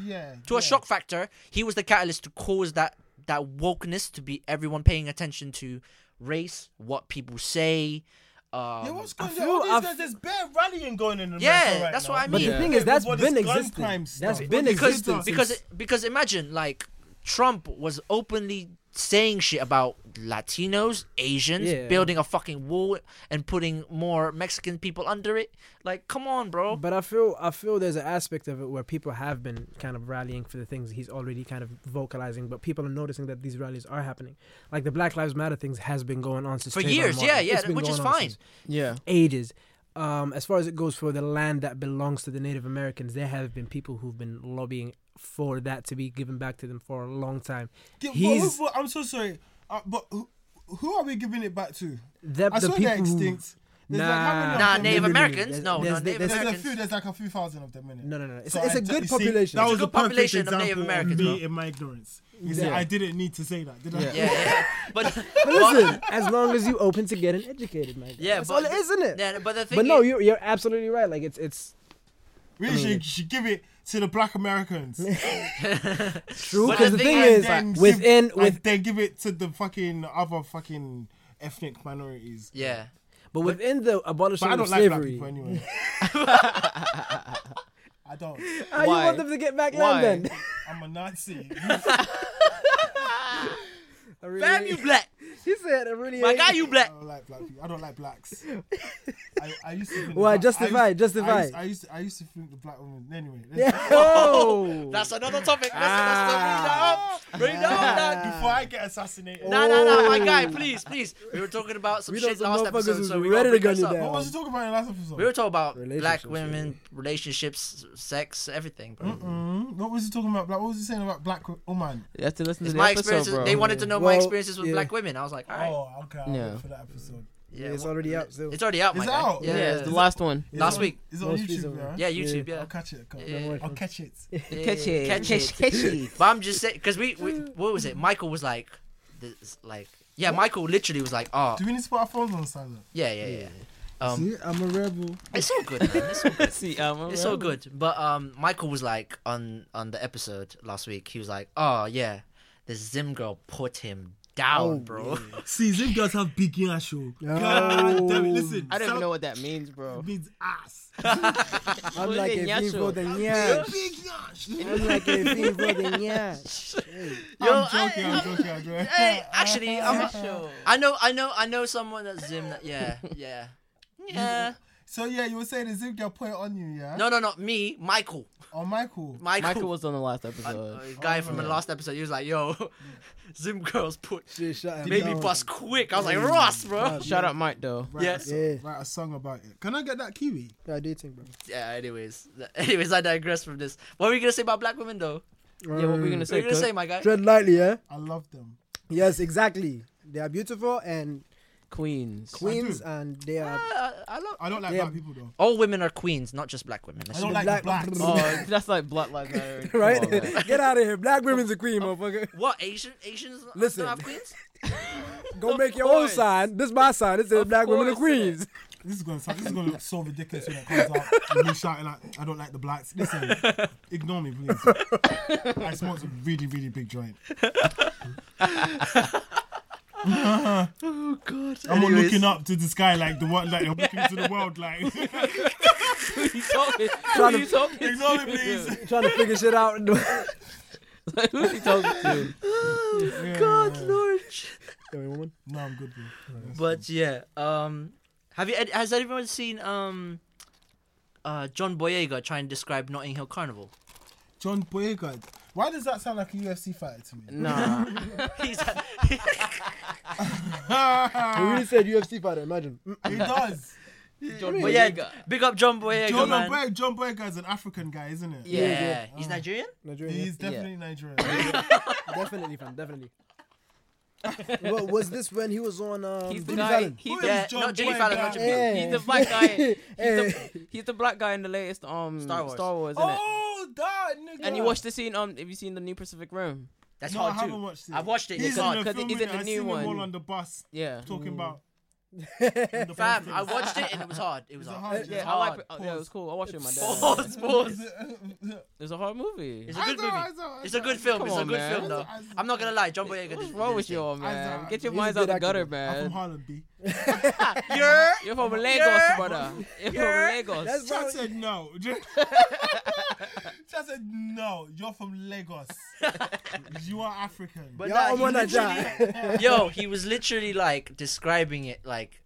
B: Yeah.
C: to
B: yeah.
C: a shock factor, he was the catalyst to cause that that wokeness to be everyone paying attention to race, what people say. Um,
B: Yeah, what's going
E: feel-
B: on? All these
E: I
B: guys,
E: f-
B: there's bare rallying going in America
C: Yeah,
B: right
C: that's
B: now.
C: what I
E: But
C: mean.
E: the thing is, that's
B: With all
E: been
B: this gun
E: existing.
B: crime
E: That's
B: stuff.
E: been
B: What is
C: because
B: it though?
E: existing.
C: because
E: since-
C: because imagine like Trump was openly saying shit about Latinos, Asians,
E: Yeah.
C: building a fucking wall and putting more Mexican people under it. Like, come on, bro.
E: But I feel I feel there's an aspect of it where people have been kind of rallying for the things he's already kind of vocalizing, but people are noticing that these rallies are happening. Like the Black Lives Matter things has been going on since
C: For
E: Trayvon
C: years,
E: Martin.
C: yeah, yeah,
E: It's been
C: which
E: going
C: is
E: on
C: fine.
E: since
D: Yeah.
E: Ages. Um, as far as it goes for the land that belongs to the Native Americans, there have been people who've been lobbying for that to be given back to them for a long time.
B: Give- but
E: He's
B: who- but I'm so sorry, uh, but who, who are we giving it back to?
E: the,
B: I
E: the
B: saw
E: people
B: they're
E: who-
B: extinct. There's like how many
E: Nah,
B: of
C: Nah,
B: them?
C: Native
E: no, no, no,
C: Americans.
E: there's-
C: No, no,
E: there's- there's
C: Native
B: There's a
C: Americans.
B: few. There's like a few thousand of them in it.
E: No, no, no. It's,
B: So
E: it's
B: I
E: a
B: t-
E: good
B: you see,
E: population.
B: that was
C: good
B: a perfect
C: population of
B: example
C: Native Americans,
B: Me
C: bro.
B: in my ignorance. You see,
E: Yeah.
B: I didn't need to say that, did I?
D: Yeah.
C: Yeah, yeah.
E: [laughs]
C: But
E: But listen,
C: [laughs]
E: as long as you open to getting educated, man.
C: Yeah,
E: that's
C: but-
E: all it is, isn't it?
C: yeah, but the thing
E: But no,
C: is,
E: you're, you're absolutely right. Like it's it's
B: We should, should give it to the black Americans.
E: [laughs] true
C: But
E: because the
C: the
E: thing
C: thing is
E: is
B: then
E: within
B: give,
E: with
B: and then give it to the fucking other fucking ethnic minorities.
C: yeah.
E: but within the
B: But
E: abolition
B: I
E: of
B: don't like black
E: slavery.
B: people anyway. I don't.
E: how Ah, you
D: Why?
E: want them to get back
D: Why?
E: land then?
B: I'm a Nazi.
E: [laughs] [laughs] I really-
C: Fam, you black.
E: [laughs] he said, "I really."
C: My
E: ain't-
C: guy, you
B: I
C: black.
B: don't like black people. I don't like
E: [laughs]
B: blacks. I, I used to. think the
E: Why?
B: black-
E: Justify,
B: I used- I
E: justify.
B: used, I used to. I used to think the black woman. Anyway. let's-
E: [laughs] Yo!
C: That's another topic. Let's,
E: Ah.
C: let's bring that up. Bring that up. dog.
B: Before I get assassinated.
C: No, no, no, my guy, please, please. We were talking about some
E: Oh. We know
C: shit
E: some
C: last
E: motherfuckers
C: episode,
E: who's
C: so we
E: ready
C: gotta
E: to
C: bring
E: gun you
C: this up.
E: down.
B: What was you talking about in the last episode?
C: We were talking about black
E: Relationships,
C: women, relationships, sex, everything, bro.
B: Mm, what was you talking about? Black? What was you saying about black oh, woman?
D: You have to listen to
C: It's
D: the
C: my
D: episode,
C: experiences.
D: bro.
C: They wanted to know my
E: Well,
C: experiences with
E: yeah.
C: black women. I was like, all right,
B: Oh, okay. I'll
D: Yeah.
B: wait for that episode.
C: yeah,
F: it's
C: well,
F: already out still.
C: It's already out, my
B: It's
C: guy.
B: out?
C: Yeah,
D: Yeah, it's
C: yeah,
D: the last one.
B: Is
C: Last
B: it on-
C: week.
B: Is it on
E: Most
B: YouTube?
E: recent
B: Yeah.
E: one.
C: yeah, YouTube, yeah.
B: I'll catch it. come on.
C: Yeah.
B: I'll catch it.
C: Yeah, yeah, yeah. Catch it. [laughs] But I'm just saying, because we, we, what was it? Michael was like, this, like, yeah, Michael literally was like, oh,
B: Do we need to put our phones on silent?
C: yeah, yeah, yeah. Um,
B: See, I'm a rebel.
C: it's all good, man. It's all
B: [laughs]
C: good.
D: See, um,
C: It's all good. But um, Michael was like on on the episode last week. He was like, "Oh yeah, the Zim girl put
B: Oh,
C: him down, bro." [laughs]
B: [laughs] See, Zim girls have big inner show.
E: God damn it,
B: listen.
D: I don't
B: [laughs]
D: even know what that means, bro.
B: means ass.
E: I'm
D: Well,
E: like
D: then,
E: a
D: yeah,
E: vivo
D: sure.
E: de nyash. I'm like a vivo
B: [laughs]
E: de nyash.
B: I'm joking, I'm joking, I'm joking.
C: [laughs] Hey,
B: [laughs]
C: actually, I'm, I know, I know, I know someone that's Zim. That yeah, yeah, yeah.
B: So yeah, you were saying the Zim girl put it on you, yeah?
C: No, no, not me. Michael.
B: Or Michael.
C: Michael.
D: Michael was on the last
C: uh,
D: episode.
C: guy
E: Oh,
C: from the last episode. He was like, "Yo, [laughs] Zim girls put
E: Shit, shut him
C: made me
E: down.
C: bust quick." I was like, "Ross, bro."
D: Shout out Mike though.
B: Write,
C: yeah.
B: a song,
F: Yeah.
B: write a song about it. Can I get that kiwi?
F: I do think, bro.
C: Yeah. Anyways, [laughs] anyways, I digress from this. What were you gonna say about black women, though?
D: Yeah, what we
E: Mm.
D: gonna
C: What were
D: say?
C: you gonna
D: Cook?
C: say, my guy?
F: Tread lightly, yeah.
B: I love them.
F: Yes, exactly. They are beautiful and
D: Queens.
F: queens, and they are
D: Ah.
C: I, Uh, I love
B: I don't like
F: Yeah.
B: black people though.
C: all women are queens, not just black women.
B: I
C: Let's-
B: don't
F: The
B: like
F: black-
B: blacks. [laughs]
D: Oh, [laughs] that's like Black Lives
E: [laughs]
D: Matter. Come
E: Right?
D: on, man.
E: Get out of here. Black women's a queen,
D: [laughs]
E: motherfucker.
C: What Asian Asians
E: [laughs] Listen.
C: don't have queens?
E: Go
D: Of
E: make your own
D: course.
E: sign. This my sign. It says
D: Of
E: black women are
D: course it [laughs]
E: queens.
D: is.
B: This is gonna sound, this is gonna look so ridiculous when it comes out. And me shouting like, I don't like the blacks. Listen, ignore me, please. I smoked a really, really big joint.
C: Oh God!
B: I'm not looking up to the sky like the world, like I'm looking to the world like. [laughs]
D: Who you
E: [laughs]
D: talking? Who
E: Trying to-
D: you talking to?
B: ignore me, please.
D: [laughs]
E: Trying to figure shit out. [laughs]
D: Who you talking [laughs] to?
C: [laughs] God, Lord.
B: No, I'm good. Bro.
C: But yeah, um, have you? Has anyone seen um, uh, John Boyega try and describe Notting Hill Carnival?
B: John Boyega. Why does that sound like a UFC fighter to me? [laughs]
D: Nah.
C: He's
F: We really said UFC fighter.
B: [laughs]
F: Imagine.
B: It does.
D: John
C: but yeah,
D: Boyega.
C: big up John Boyega,
B: John
C: man.
B: Boyega, John Boyega is an African guy, isn't it? Oh.
C: Yeah,
D: Yeah.
C: he's Nigerian.
F: Nigerian.
B: He's
F: yeah.
B: definitely Nigerian.
E: [laughs] definitely, fam. Definitely.
F: What was this when he was on? Um,
D: He's the
F: Jimmy
D: guy.
F: Fallon?
D: He's
B: Who
D: the,
C: yeah,
B: is John
C: not Jimmy
B: Boyega?
C: Fallon, not Jimmy Fallon.
F: Yeah.
D: he's the black
E: [laughs]
D: guy. He's
F: Hey. [laughs]
D: the, he's the black guy in the latest um
C: Star Wars.
D: Star Wars, isn't it?
B: oh, that nigga.
D: And you watched the scene. Um, have you seen the new Pacific Rim?
C: That's
B: no, I
C: hard
B: haven't
C: too.
B: watched it.
C: I've watched it.
B: He's
C: It's hard.
B: in
D: 'cause
B: the
D: it-
B: film.
D: he's in
B: innit?
D: the
B: I
D: new
B: seen him
D: one.
B: all on the bus
D: Yeah. [laughs]
B: talking about.
C: Fam, I
B: Ah.
C: watched it and it
B: [laughs]
C: was hard. It was
B: Is it
C: hard.
B: hard?
C: It was
D: Yeah, I like.
C: hard.
D: it. Oh, yeah, it was cool. I watched it with my dad.
C: Pause, pause.
D: [laughs] It was a hard movie.
C: It's a good movie. It's a good film.
D: Come
C: It's a
D: on,
C: good
D: man.
C: film, though.
B: Eyes- eyes-
C: I'm not gonna lie, John
B: [laughs]
C: Boyega. did-
D: What's
C: did
D: wrong
C: his
D: with
C: thing.
D: you, all, man?
B: Eyes-
D: Get your
F: he's a
D: minds
F: good
D: out the
F: actor,
D: gutter,
F: though.
B: I'm from
D: man.
B: Harlem, B.
C: You're
D: You're from
C: Yeah.
D: Lagos,
C: [laughs]
D: brother. You're
C: Yeah.
D: from Lagos.
F: That's
B: Chad
F: why.
B: said
C: [laughs]
B: no. Chad said no. You're from
C: [laughs]
B: Lagos. you are African.
C: But
F: Y'all
C: nah, he
F: wanna
C: literally- [laughs]
B: [laughs]
C: yo, he was literally like describing it like,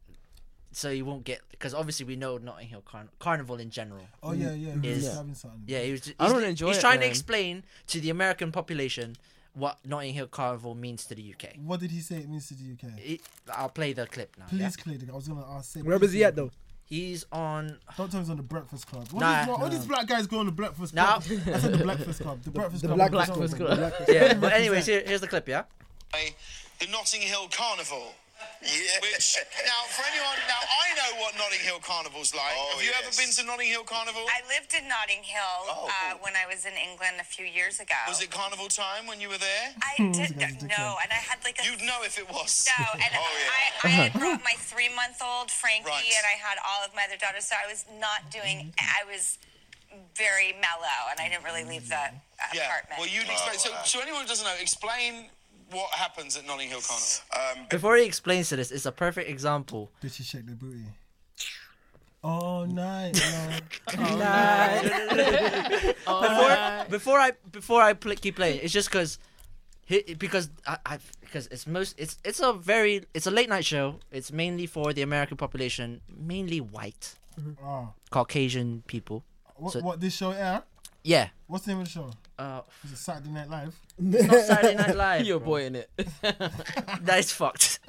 C: so you won't get because obviously we know Notting Hill Carn- Carnival in general.
B: oh yeah, yeah. he was
C: Is-
B: having something.
C: Yeah, he was. He's,
D: I don't enjoy
C: He's
D: it,
C: trying to
D: man.
C: explain to the American population what Notting Hill Carnival means to the UK.
B: What did he say it means to the UK?
C: It, I'll play the clip now. yeah?
B: Please clear the. I was gonna ask. Say,
F: Where
B: please
F: was he at
B: clear
F: though?
B: the-
C: He's on.
B: Don't tell me he's on the Breakfast Club. All,
C: Nah.
B: these, all these black guys go on the Breakfast
C: Nah.
B: Club. I
C: [laughs]
B: said the Breakfast Club. The Breakfast
F: The
B: Club.
F: Black
B: was
D: Black
B: on.
D: was good.
C: Yeah, but
B: [laughs]
C: anyways, here, here's the clip. Yeah.
G: by the Notting Hill Carnival. Yeah. Which now for anyone now I know what Notting Hill Carnival's like. Have you ever been to Notting Hill Carnival?
H: I lived in Notting Hill
G: Oh,
H: uh,
G: cool.
H: when I was in England a few years ago.
G: Was it carnival time when you were there?
H: I did no, and I had like a
G: You'd know if it was.
H: no, and
G: [laughs] Oh, yeah.
H: I, I had brought my three-month-old Frankie,
G: Right.
H: and I had all of my other daughters, so I was not doing. I was very mellow, and I didn't really leave the
G: Yeah.
H: apartment.
G: Well, you'd explain. So, so anyone who doesn't know, explain what happens at Notting Hill Carnival.
C: Before he explains to this, it's a
B: [laughs]
C: perfect example.
B: Did she shake their booty?
F: [laughs]
B: All night long.
C: [laughs]
B: [laughs] Oh,
C: [laughs] before, before I before I pl- keep playing, it's just because because I, I because it's most it's it's a very it's a late night show. It's mainly for the American population, mainly white
B: Ah.
C: Caucasian people.
B: What,
C: [laughs] So-
B: what this show air?
C: Yeah.
B: What's the name of the show?
C: Uh,
B: Is it Saturday Night Live?
C: it's not Saturday
B: [laughs]
C: Night Live.
D: You're a
C: bro.
D: boy in it.
C: That is fucked.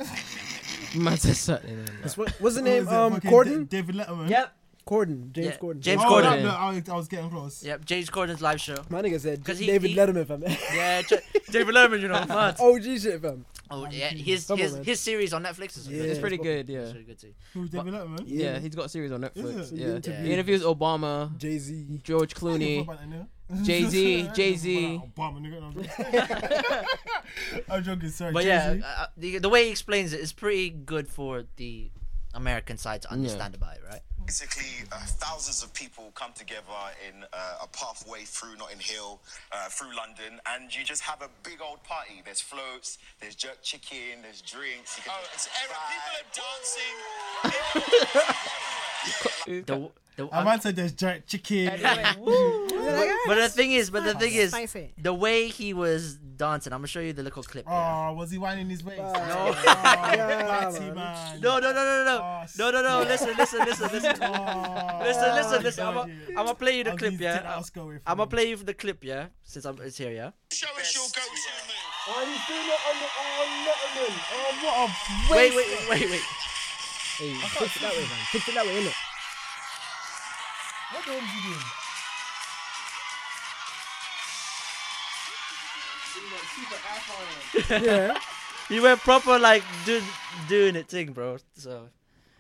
D: Man said something.
F: That's what- What's the
B: What
F: name?
B: is it?
F: Um,
B: Fucking
F: Corden.
B: Da- David Letterman.
C: yep.
F: Corden. James
C: Yeah,
F: Corden.
C: James
B: Oh,
C: Corden.
B: that- that- I, was- I was getting close.
C: Yep. James Corden's live show.
F: My nigga said
C: 'Cause he-
F: David
C: he-
F: Letterman, fam. [laughs]
C: Yeah. J- David Letterman, you know. mad.
F: OG shit, fam.
C: Oh yeah. His
F: Come on,
C: his,
F: man.
C: his series on Netflix is
F: Yeah.
D: It's
C: good.
D: pretty good, yeah.
C: It's really good too.
B: Who, David Letterman?
D: Yeah, he's got a series on
B: Is
D: Netflix.
B: it?
D: Yeah.
C: Yeah.
D: He interviews Obama,
F: Jay Z.
D: George
B: I don't know
D: Clooney.
B: about that name. [laughs]
D: Jay-Z,
C: [laughs]
B: I don't know
D: Jay-Z.
B: about Obama, nigga, no, I'm
C: [laughs]
B: joking. [laughs] [laughs] I'm joking, sorry.
C: But yeah,
B: Jay-Z.
C: uh, uh, the, the way he explains it is pretty good for the American side to understand about it, right?
I: basically uh, thousands of people come together in uh, a pathway through Notting Hill, uh, through London, and you just have a big old party. There's floats, there's jerk chicken, there's drinks. You can
G: Oh, it's era. People are dancing.
C: [laughs] The, the, um,
B: I might say there's giant chicken.
C: [laughs] but the thing is, but the thing is, the way he was dancing, I'm gonna show you the little clip. yeah.
B: [laughs] Oh, was he whining his waist?
C: [laughs]
F: No.
B: Oh, Batty man.
C: No, no, no, no, no,
B: Oh,
C: no, no, no. Listen, listen, listen, listen,
B: [laughs] Oh,
C: listen, listen, listen. I'm
B: God,
C: gonna
B: yeah.
C: I'm play you the
B: I'll
C: clip,
B: leave
C: yeah.
B: Ted Lasso away from
C: I'm gonna
B: me.
C: play you the clip, yeah. Since I'm it's here, yeah.
G: Show us your go-to move.
B: Oh, what a
C: Wait, wait, wait, wait, wait.
E: Hey, fix it that way, man. Fix it that way, innit?
B: What the hell is he doing?
C: [laughs] You went proper like do, doing it thing, bro. So,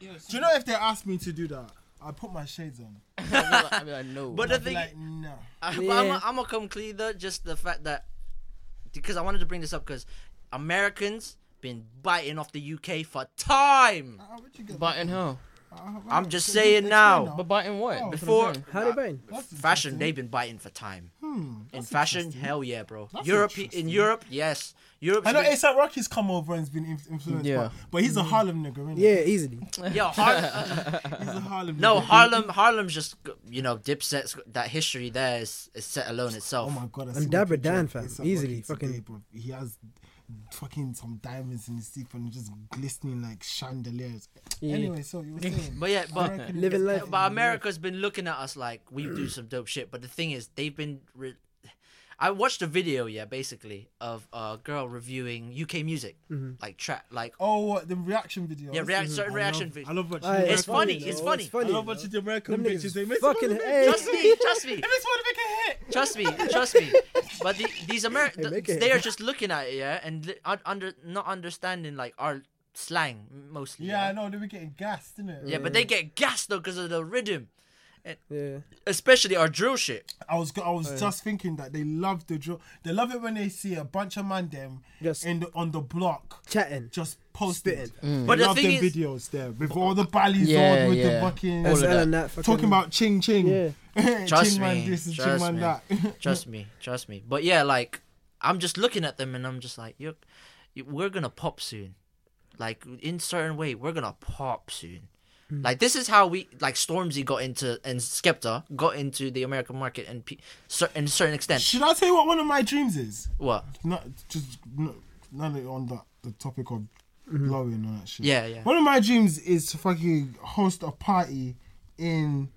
B: Do you know if
C: [laughs]
B: they asked me to do that, I put my shades on.
D: [laughs] I mean, I know.
C: but the
B: I'd be
C: thing,
B: like, no.
C: I, but I'm, I'm gonna come clean though, just the fact that because I wanted to bring this up because Americans been biting off the UK for time.
B: How would Ah, you Ah, get
D: But in hell.
C: I'm just
B: Explain
C: saying now.
D: But biting what? That's what I'm
C: Before
D: saying.
E: How they been?
B: That's
C: fashion,
B: interesting. Hmm,
C: they've been biting for time. in fashion, hell yeah, bro. Europe, in
B: interesting.
C: Europe, yes, Europe.
B: I know ASAP Rocky's come over and's been inf- influenced,
D: Yeah.
B: by, but he's a Harlem nigga, isn't
F: Yeah, easily.
C: [laughs] Yo,
B: [laughs]
C: Har-
B: He's a Harlem.
C: no,
B: nigga.
C: Harlem, Harlem's just you know, Dipset's that history there is, is set alone itself.
B: Oh my god, I
F: And
B: seen the
F: Dabra
B: picture
F: Dan,
B: of
F: fam.
B: A$AP
F: Easily,
B: Rocky
F: fucking-
B: today, bro. He has fucking some diamonds in his teeth and just glistening like chandeliers. Anyway, so you were saying.
C: [laughs] But yeah, but
B: American-
F: Living life.
C: but America's been looking at us like we do some dope shit. But the thing is, they've been. Re- I watched a video, yeah, basically of a girl reviewing UK music,
F: Mm-hmm.
C: like track, like
B: Oh, what, the reaction video.
C: yeah, react certain reaction
B: I
C: videos.
B: love what
F: Aye,
B: she
C: It's funny, it's
F: though,
C: funny.
F: It's
B: I
F: funny.
B: love watching the American
F: Them niggas
B: bitches. They make
F: fucking
B: fucking
F: hate.
C: Trust me, trust
B: [laughs]
C: me.
B: They just want to make a hit.
C: Trust me, trust me. But the, these Americans,
F: make it.
C: they are just looking at it, yeah, and li- un- under not understanding like our slang mostly.
B: Yeah, I know. They were getting gassed, innit?
C: Yeah, but they get gassed though because of the rhythm.
E: Yeah.
C: especially our drill shit.
B: I was go- I was just thinking that they love the drill. They love it when they see a bunch of man them
E: Just-
B: in the, on the block
E: Chatting.
B: just posting.
C: But
B: But
C: the
B: love
C: thing
B: them
C: is-
B: videos there with all the ballys
D: Yeah,
B: on with
D: yeah.
B: the fucking
E: That's
D: of
E: Ellen
D: that.
E: that fucking-
B: talking about ching ching.
E: Yeah.
B: [laughs]
C: Trust
B: ching
C: me,
B: man this and ching
C: trust
B: man
C: me,
B: that. [laughs]
C: trust me, trust me. But yeah, like I'm just looking at them and I'm just like, you, we're gonna pop soon. Like in certain way, we're gonna pop soon.
B: Mm.
C: Like this is how we like Stormzy got into and Skepta got into the American market and pe- cer- in a certain extent.
B: Should I tell you what one of my dreams is?
C: What?
B: Not just no, now that you're on that the topic of
J: Mm-hmm.
B: blowing and that shit.
C: Yeah, yeah.
B: One of my dreams is to fucking host a party in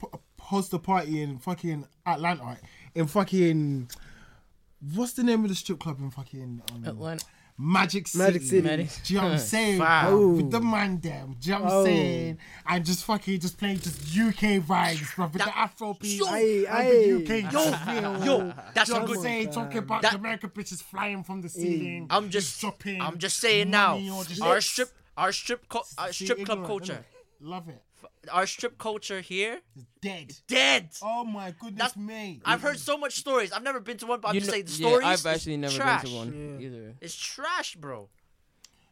B: p- host a party in fucking Atlanta, right? in fucking what's the name of the strip club in fucking um,
D: Atlanta.
B: Magic City?
E: Magic City.
D: Magic-
B: Do you know what I'm
C: [laughs]
B: saying?
C: Wow.
B: Bruv, With the man them, do you know what I'm
E: Oh.
B: saying? And just fucking just playing just UK vibes, bro, with the Afro beats
E: Aye,
B: and the
E: aye.
B: UK yo,
C: Yo, that's a
B: I'm
C: good.
B: saying talking about
C: That-
B: the American bitches flying from the ceiling.
C: I'm just,
B: dropping.
C: I'm just saying now.
B: money or just-
C: Our strip, our strip, co- our
B: See,
C: strip club
B: ignorant,
C: culture,
B: innit? Love it.
C: our strip culture here,
B: Dead.
C: dead.
B: Oh my goodness
C: That's-
B: me.
C: I've heard so much stories. I've never been to one, but I'm
D: You
C: just
D: know-
C: saying the stories.
D: Yeah, I've
C: is
D: actually never
C: trash.
D: been to one either.
C: It's trash, bro.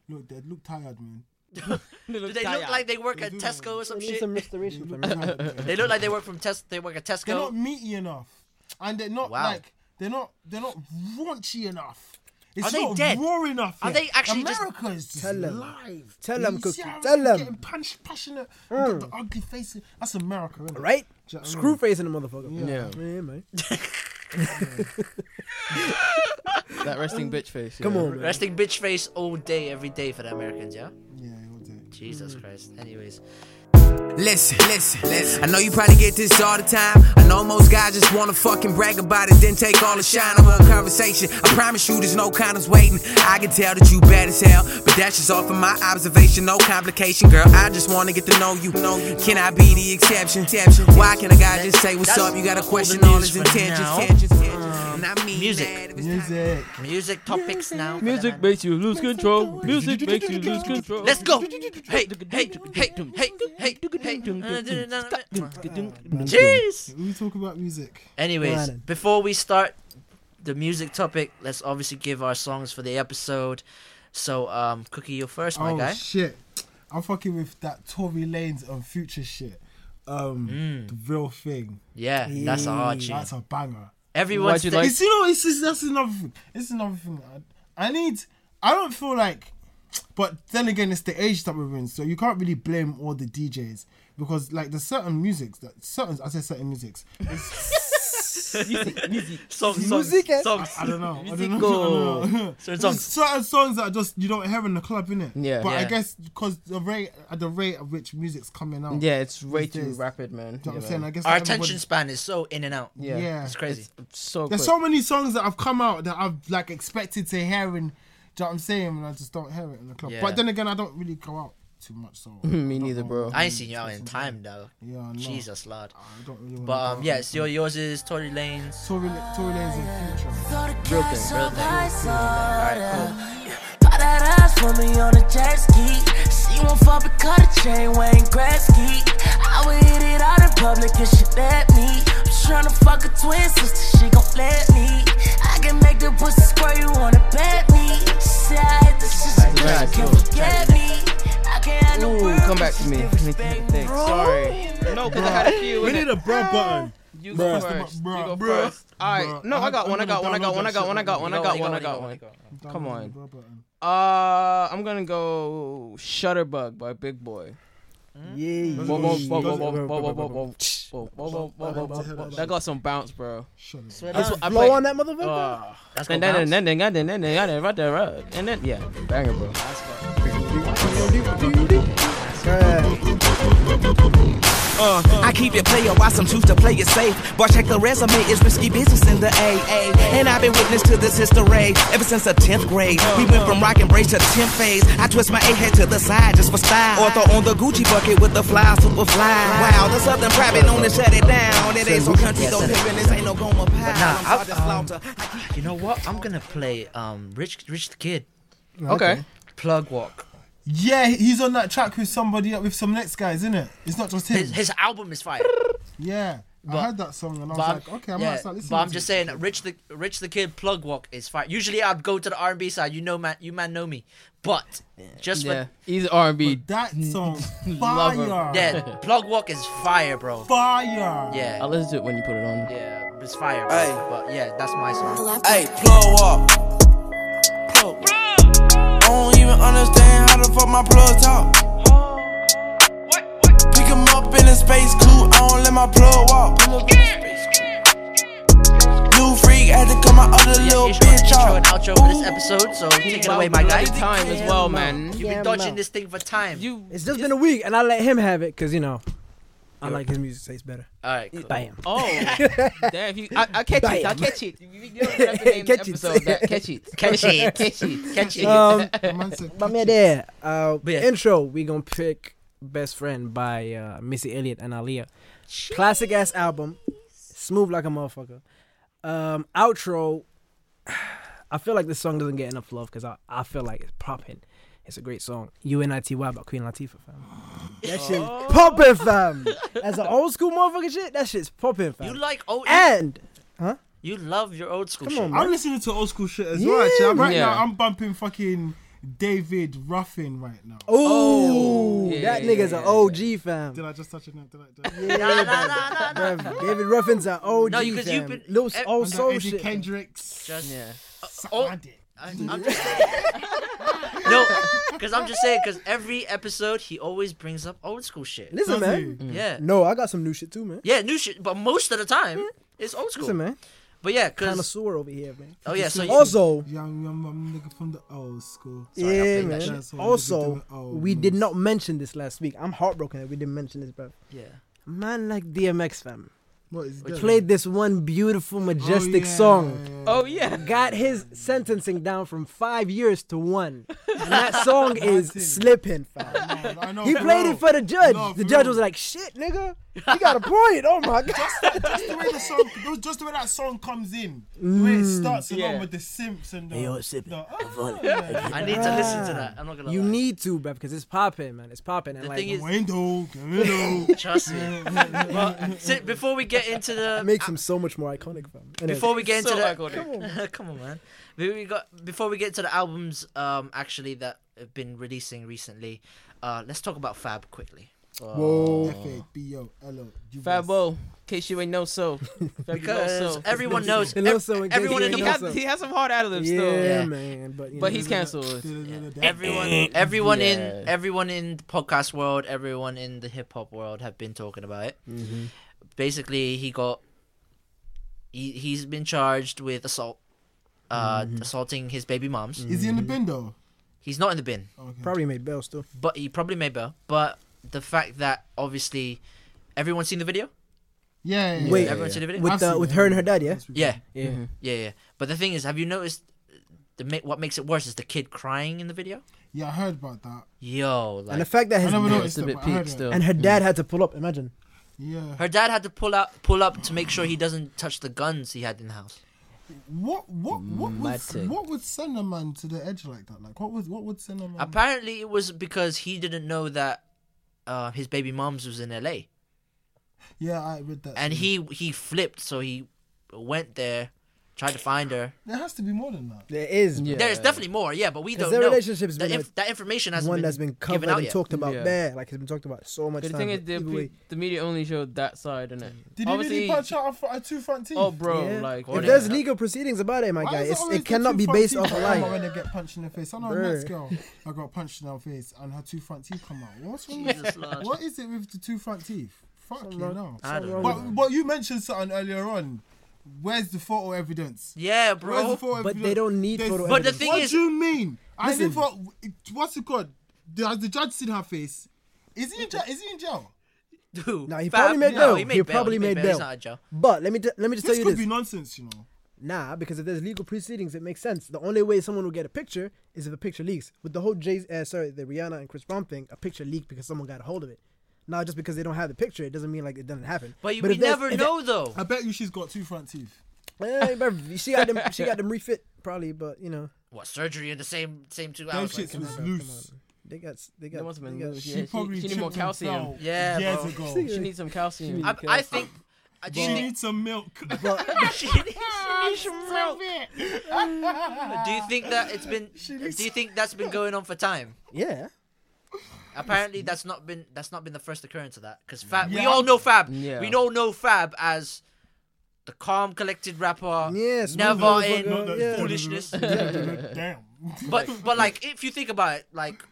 B: Look, they look tired, man.
D: They
C: Do they look like they work at Tesco or some
E: We need
C: shit?
E: some restoration
C: [laughs]
E: from
B: Tired,
E: it.
B: man.
C: They look like they work from Tesco. They work at
B: they're not
C: Tesco.
B: meaty enough, and they're not
C: Wow.
B: like they're not they're not raunchy enough. It's
C: Are they
B: not
C: dead?
B: raw enough.
C: Are
B: yet.
C: they actually just-
B: America is just
E: Tell 'em.
B: live.
E: Tell 'em,
B: You see
E: Cookie.
B: how
E: Tell
B: they're
E: 'em.
B: Getting punch, passionate. Look at the ugly faces. That's America, innit?
E: Right?
B: Do you know what I mean?
E: Screw face in the motherfucker.
D: Yeah.
E: Yeah, man.
D: [laughs]
B: [laughs]
D: that
B: Um,
D: resting bitch face.
E: Come
D: yeah.
E: on, man.
C: Resting bitch face all day, every day for the Americans, yeah.
B: Yeah, all day.
C: Jesus Christ. Anyways,
J: Listen, listen, listen. I know you probably get this all the time. I know most guys just wanna fucking brag about it, then take all the shine. I want conversation. I promise you there's no condoms waiting. I can tell that you bad as hell, but that's just off of my observation. No complication, girl. I just wanna get to know you. Know you. Can I be the exception? Exception. Why can a guy just say what's
C: That's-
J: up? You gotta
C: that's all the
J: question all
C: news
J: his
C: for
J: intentions.
C: now. Um,
J: intentions, intentions. And I mean
C: music.
J: that if it's time-
B: Music.
C: music topics now. for the
D: Music
C: man-
D: makes you lose control. Music makes you lose control.
C: Let's go. Hey, hey, hey, hey, hey, Uh, hey. Jeez.
B: We talk about music.
C: Anyways,
E: Aladdin.
C: before we start the music topic, let's obviously give our songs for the episode. So, um, Cookie, you're first, my
B: oh
C: guy.
B: shit! I'm fucking with that Tory Lanes and Future shit. Um, the real thing.
C: Mm. yeah, that's a hard tune.
B: That's a banger.
C: Everyone's
D: Why'd you
C: thi-
D: like-
B: It's you know, it's, it's that's another thing. It's another thing. I, I need. I don't feel like. But then again, it's the age that we're in, so you can't really blame all the DJs because like there's certain musics that certain I say certain musics.
C: [laughs] songs, songs,
E: eh?
C: songs.
B: I don't know. I don't know. I don't [laughs] know.
C: Certain songs.
B: There's certain songs that just you don't hear in the club, innit?
D: Yeah.
B: But I
C: Yeah.
B: guess because the rate at the rate at which music's coming out.
D: Yeah, it's way
B: These
D: too
B: days.
D: rapid, man.
B: Do you know what I'm saying? I guess
C: Our
B: not everybody-
C: attention span is so in and out.
D: Yeah.
B: Yeah.
C: It's crazy.
D: It's so
B: There's
D: quick.
B: so many songs that have come out that I've like expected to hear and do you know what I'm saying? And I just don't hear it in the club.
C: Yeah.
B: But then again, I don't really go out too much, so
D: [laughs] Me neither, bro.
C: I ain't seen you out in time, though.
B: yeah, I know.
C: Jesus, Lord.
B: I don't really. wanna
C: But
B: go
C: um,
B: out.
C: yeah, so yours is Tory Lanez.
B: Tory, Tory Lanez in future.
C: Real thing, real thing.
A: Pop that ass for me on a jet ski. She won't fuck because the chain Wayne Gretzky. I would hit it out in public if she let me. I'm tryna fuck a twin sister, she gon' let me. I can make the pussy squirt, you wanna bet me. She said I hit the shit, she
D: Nice,
A: just can't
D: cool.
A: forget me. I can't have no
D: Ooh,
A: world
D: come back
A: if
D: to
A: she
D: me.
A: didn't respect me.
D: Sorry. No, because I had a few.
B: We need a bro button.
D: You go
B: Bruh.
D: first.
B: Bruh.
D: You go
B: Bruh.
D: first. All right.
B: Bruh.
D: No, I got
B: I'm
D: one. I got one. I got
B: gonna
D: one. I got one. I got one. I got
C: You
D: one. I
C: you
D: got
C: you
D: one.
C: you
D: Come
B: Download the
D: on.
B: bro button.
D: Uh, I'm gonna go Shutterbug by Big Boy.
E: Yeah.
D: Whoa, whoa, whoa, whoa,
E: Does it-
D: whoa, whoa,
E: bro, bro,
D: whoa, whoa,
E: bro,
D: whoa. Whoa,
E: bro,
D: whoa, whoa, whoa, whoa, whoa, whoa. That got some bounce, bro.
B: Shut up.
C: Sweat
D: That's
C: on.
D: what I
E: Blow
D: play.
E: on that motherfucker.
D: Uh,
C: That's
D: and
C: gonna
D: then and then
C: bounce.
D: and then and then and then right there, right. and then yeah, banger, bro.
J: I keep it player, why some choose to play it safe. But check the resume, it's risky business in the AA. And I've been witness to this history ever since the 10th grade. We went from rock and brace to 10th phase. I twist my A head to the side just for style. Or throw on the Gucci bucket with the fly, super fly. Wow, the Southern private known to shut it down. It ain't so country, so pimpin', this ain't no goma pie.
C: nah,
J: I'm
C: I-
J: sorry to
C: um,
J: slaughter.
C: You know what? I'm gonna play um Rich Rich the Kid
D: Okay.
C: plug walk.
B: Yeah, he's on that track with somebody with some next guys, isn't it? It's not just him.
C: His, his album is fire.
B: yeah,
C: But-
B: I heard that song and I was
C: But I'm-
B: like, okay, I might
C: yeah,
B: start listening.
C: But I'm
B: to
C: just
B: it.
C: saying, that Rich the Rich the Kid plug walk is fire. Usually I'd go to the R&B side. You know, man, you man know me. But just
D: yeah,
C: for
D: he's R and B.
B: that song,
D: Lover.
B: fire,
C: yeah, plug walk is fire, bro.
B: fire.
C: Yeah,
D: I listen to it when you put it on.
C: yeah, it's fire. Bro.
J: Hey.
C: But yeah, that's my song.
J: Hey, blow up. Blow. I don't even understand how the fuck my plug talk. Pick him up in a space coupe. I don't let my plug walk. New freak had to cut my other little
C: Intro,
J: bitch
C: intro
J: off.
C: and outro for this episode. So take it away, my guy.
D: Time as well, man.
C: You've been dodging this thing for time.
D: You
E: It's just been a week, and I let him have it because you know, I like his music tastes better.
C: All right, cool.
E: Bam. [laughs]
D: oh damn! You, I, I catch it. I catch it. You, you know, that's the name of the
E: Catch it.
D: episode. That, catch
E: [laughs]
D: it.
C: Catch it.
D: Catch it.
C: Catch
D: [laughs]
C: it.
E: Um,
B: The man said,
E: but me there. Uh,
C: But yeah.
E: intro. We gonna pick "Best Friend" by uh, Missy Elliott and Aaliyah. Classic ass album, smooth like a motherfucker. Um, outro. I feel like this song doesn't get enough love because I, I feel like it's popping. It's a great song. UNITY by Queen Latifah, fam. That shit's
C: Oh.
E: popping,
C: [laughs]
E: fam. That's an old school motherfucking shit. That shit's popping, fam.
C: You like old?
E: and
C: You love your old school shit.
B: I'm listening to old school shit as
E: Yeah,
B: well. Actually, I'm- right
D: yeah.
B: now I'm bumping fucking David Ruffin right now.
E: oh,
D: yeah,
E: that
D: yeah,
E: nigga's
D: yeah,
E: an
D: yeah.
E: OG, fam.
B: Did I just touch it? Did I? Did I?
E: Yeah, bruv. David Ruffin's an OG.
C: No, you- 'cause you've been- e-
E: Lil
C: ev-
E: old
B: And that
E: soul
B: Eddie
E: shit.
B: Kendricks.
C: Just
D: Yeah.
B: suck
C: oh-
B: my dick.
C: I'm, I'm just [laughs] saying. no, because I'm just saying. Because every episode he always brings up old school shit.
E: Listen,
B: Does
E: man. Mm.
B: he?
C: Yeah,
E: No, I got some new shit too, man.
C: yeah, new shit. But most of the time it's old school.
E: Mm. Listen, man.
C: But yeah, because
E: Connoisseur over here, man.
C: oh yeah, so you,
E: Also,
B: Young, young, young nigga from the old school.
C: I
E: yeah,
C: played that
E: man.
B: shit.
E: Also,
B: Oh,
E: we did
B: man.
E: not mention this last week. I'm heartbroken that we didn't mention this, bro.
C: yeah,
E: Man, like DMX fam,
B: What is that?
E: played this one beautiful,
B: Oh,
E: majestic
B: yeah.
E: song.
D: Oh yeah.
E: Got his sentencing down from five years
D: [laughs]
E: to one, and that song is slipping, fam.
B: Man, I know,
E: He played
B: real.
E: it for the judge.
B: No,
E: the
B: for
E: judge
B: real.
E: was like, "Shit, nigga, you got a point." Oh my god.
B: [laughs] Just the way the song, it was just the way that song comes in, the way it starts along
D: yeah.
B: with the simps and the.
E: Hmm. Hey, yo, Sip,
B: the-
E: I
B: oh, [laughs]
E: want it.
B: yeah.
C: I need to listen to that. I'm not gonna.
E: You
C: lie.
E: need to, bruv, because it's popping, man. It's popping. And
C: The
E: like,
C: thing is-
B: Window, window.
C: trust me. [laughs] but si- before we get into the
E: it makes him so much more iconic, fam. Anyway,
C: before we get into
D: So
C: the
D: iconic.
C: [laughs] Come on, man. We, we got before we get to the albums, um, actually that have been releasing recently. Uh, let's talk about Fab quickly.
E: Oh.
C: Oh.
B: F A B O L O. U S.
D: Fabo. In case you ain't know
E: [laughs]
D: so.
C: Because
D: Because [laughs]
C: everyone knows,
E: And also
C: ev-
E: in case
C: everyone
E: you ain't
C: in the
D: he
E: know
C: world,
D: has
E: so.
D: he has some hard ad libs
E: yeah,
D: though.
C: Yeah.
E: man. But, you
D: But
E: know,
D: he's cancelled.
E: [laughs]
C: everyone, everyone
D: Yeah.
C: in everyone in the podcast world, everyone in the hip hop world have been talking about it.
E: Mm-hmm.
C: Basically, he got he he's been charged with assault, uh,
E: Mm-hmm.
C: assaulting his baby moms.
B: Is he in the bin though? Oh.
C: He's not in the bin.
B: Okay.
E: probably made bells still.
C: but he probably may bail. But the fact that obviously everyone's seen the video.
B: Yeah. yeah, yeah.
E: Wait,
C: everyone's seen the video.
E: With
B: I've
E: the-
B: seen
E: with
B: it.
E: her and her dad, yeah? Mm-hmm.
B: That's
C: yeah,
E: Yeah.
C: yeah, yeah. But the thing is, have you noticed the ma- what makes it worse is the kid crying in the video?
B: Yeah, I heard about that.
C: Yo,
E: And the
C: like
E: fact that
B: I
E: his
B: never
D: It's
B: noticed
D: a
B: it,
D: bit
B: but I heard
D: peak
B: it. Mm.
D: still.
E: and her dad had to pull up. Imagine.
B: Yeah.
C: her dad had to pull out pull up to make sure he doesn't touch the guns he had in the house.
B: What what what
D: Mad
B: would
D: thing.
B: what would send a man to the edge like that? Like what would what would send a man?
C: Apparently, it was because he didn't know that uh, his baby mom's was in L.A.
B: yeah, I read that.
C: and
B: too.
C: he he flipped, so he went there, tried to find her.
B: there has to be more than that.
E: There is
D: Yeah.
C: There's definitely more, yeah, but we
E: 'Cause
C: don't
E: their
C: know.
E: relationship's
C: that,
E: been
C: inf-
E: like
C: that information hasn't
E: one
C: been
E: that's been
C: given
E: covered
C: out
E: and
C: yet.
E: talked about
D: Yeah.
E: bad. Like, it's been talked about so much
D: But the
E: time.
D: thing is,
E: but
D: the,
E: either
D: pe-
E: way,
D: the media only showed that side, innit?
B: Did he really punch out a, fr- a two front teeth?
D: Oh, bro,
E: yeah.
D: like
E: if
C: what
E: there's
C: is-
E: legal proceedings about it, my
B: Why
E: guy,
B: is
E: it's,
B: always the
E: it cannot
B: two
E: be
B: front
E: based
B: teeth
E: off a
B: that come out
E: lie.
B: When I get punched in the face, I know
E: Bruh.
B: a next girl. I got punched in her face and her two front teeth come out. What's wrong?
C: Jesus, Lord.
B: With, what is it with the two front teeth? Fuck you know.
C: I don't know.
B: But but you mentioned something earlier on. Where's the photo evidence?
C: Yeah,
B: Where's the
C: bro.
B: photo
E: But
B: evidence?
E: they don't need
B: There's-
E: photo
C: But the
E: evidence.
C: thing
B: what
C: is-
B: do you mean? I
E: Listen.
B: never. What's it called? The- Has the judge seen her face? Is he in jail? Is he in jail?
C: Dude,
E: Nah, he
C: Fab-
E: probably made
C: no,
E: bail.
C: He, made bail.
E: probably
C: he
E: made bail.
C: He's not in jail.
E: But let me t- let me just
B: This
E: tell
B: could
E: you this.
B: be nonsense, you know.
E: Nah, because if there's legal proceedings, it makes sense. The only way someone will get a picture is if a picture leaks. With the whole Jay, uh, sorry, the Rihanna and Chris Brown thing, a picture leaked because someone got a hold of it. Now, just because they don't have the picture, it doesn't mean like it doesn't happen.
C: But you
E: if
C: we
E: there's-
C: never
E: if
C: know though.
B: I bet you she's got two front teeth.
E: it- eh, bruv, she got them. She got them refit probably, but you know,
C: What surgery in the same same two
B: Them
C: hours? Like,
B: shits was
E: on,
B: loose.
F: They got. They
D: They
F: got.
D: want some
F: they got
D: lose, yeah. She- she need more calcium.
C: Yeah,
D: Years
C: bro.
D: ago. She needs some calcium.
C: I, I think. I do
B: She
C: think,
B: needs
F: [laughs]
B: some milk.
C: she needs, she needs some milk. Do you think that it's
F: [laughs]
C: been? Do you think that's been going on for time?
F: Yeah.
C: Apparently, that's not been that's not been the first occurrence of that. Because Fab, we
F: Yeah.
C: all know Fab.
F: Yeah.
C: We all know Fab as the calm, collected rapper.
F: Yes,
C: never
F: motherfucker,
C: in
F: uh, [laughs] yeah.
C: foolishness.
F: Yeah. Damn.
C: But but like if you think about it, like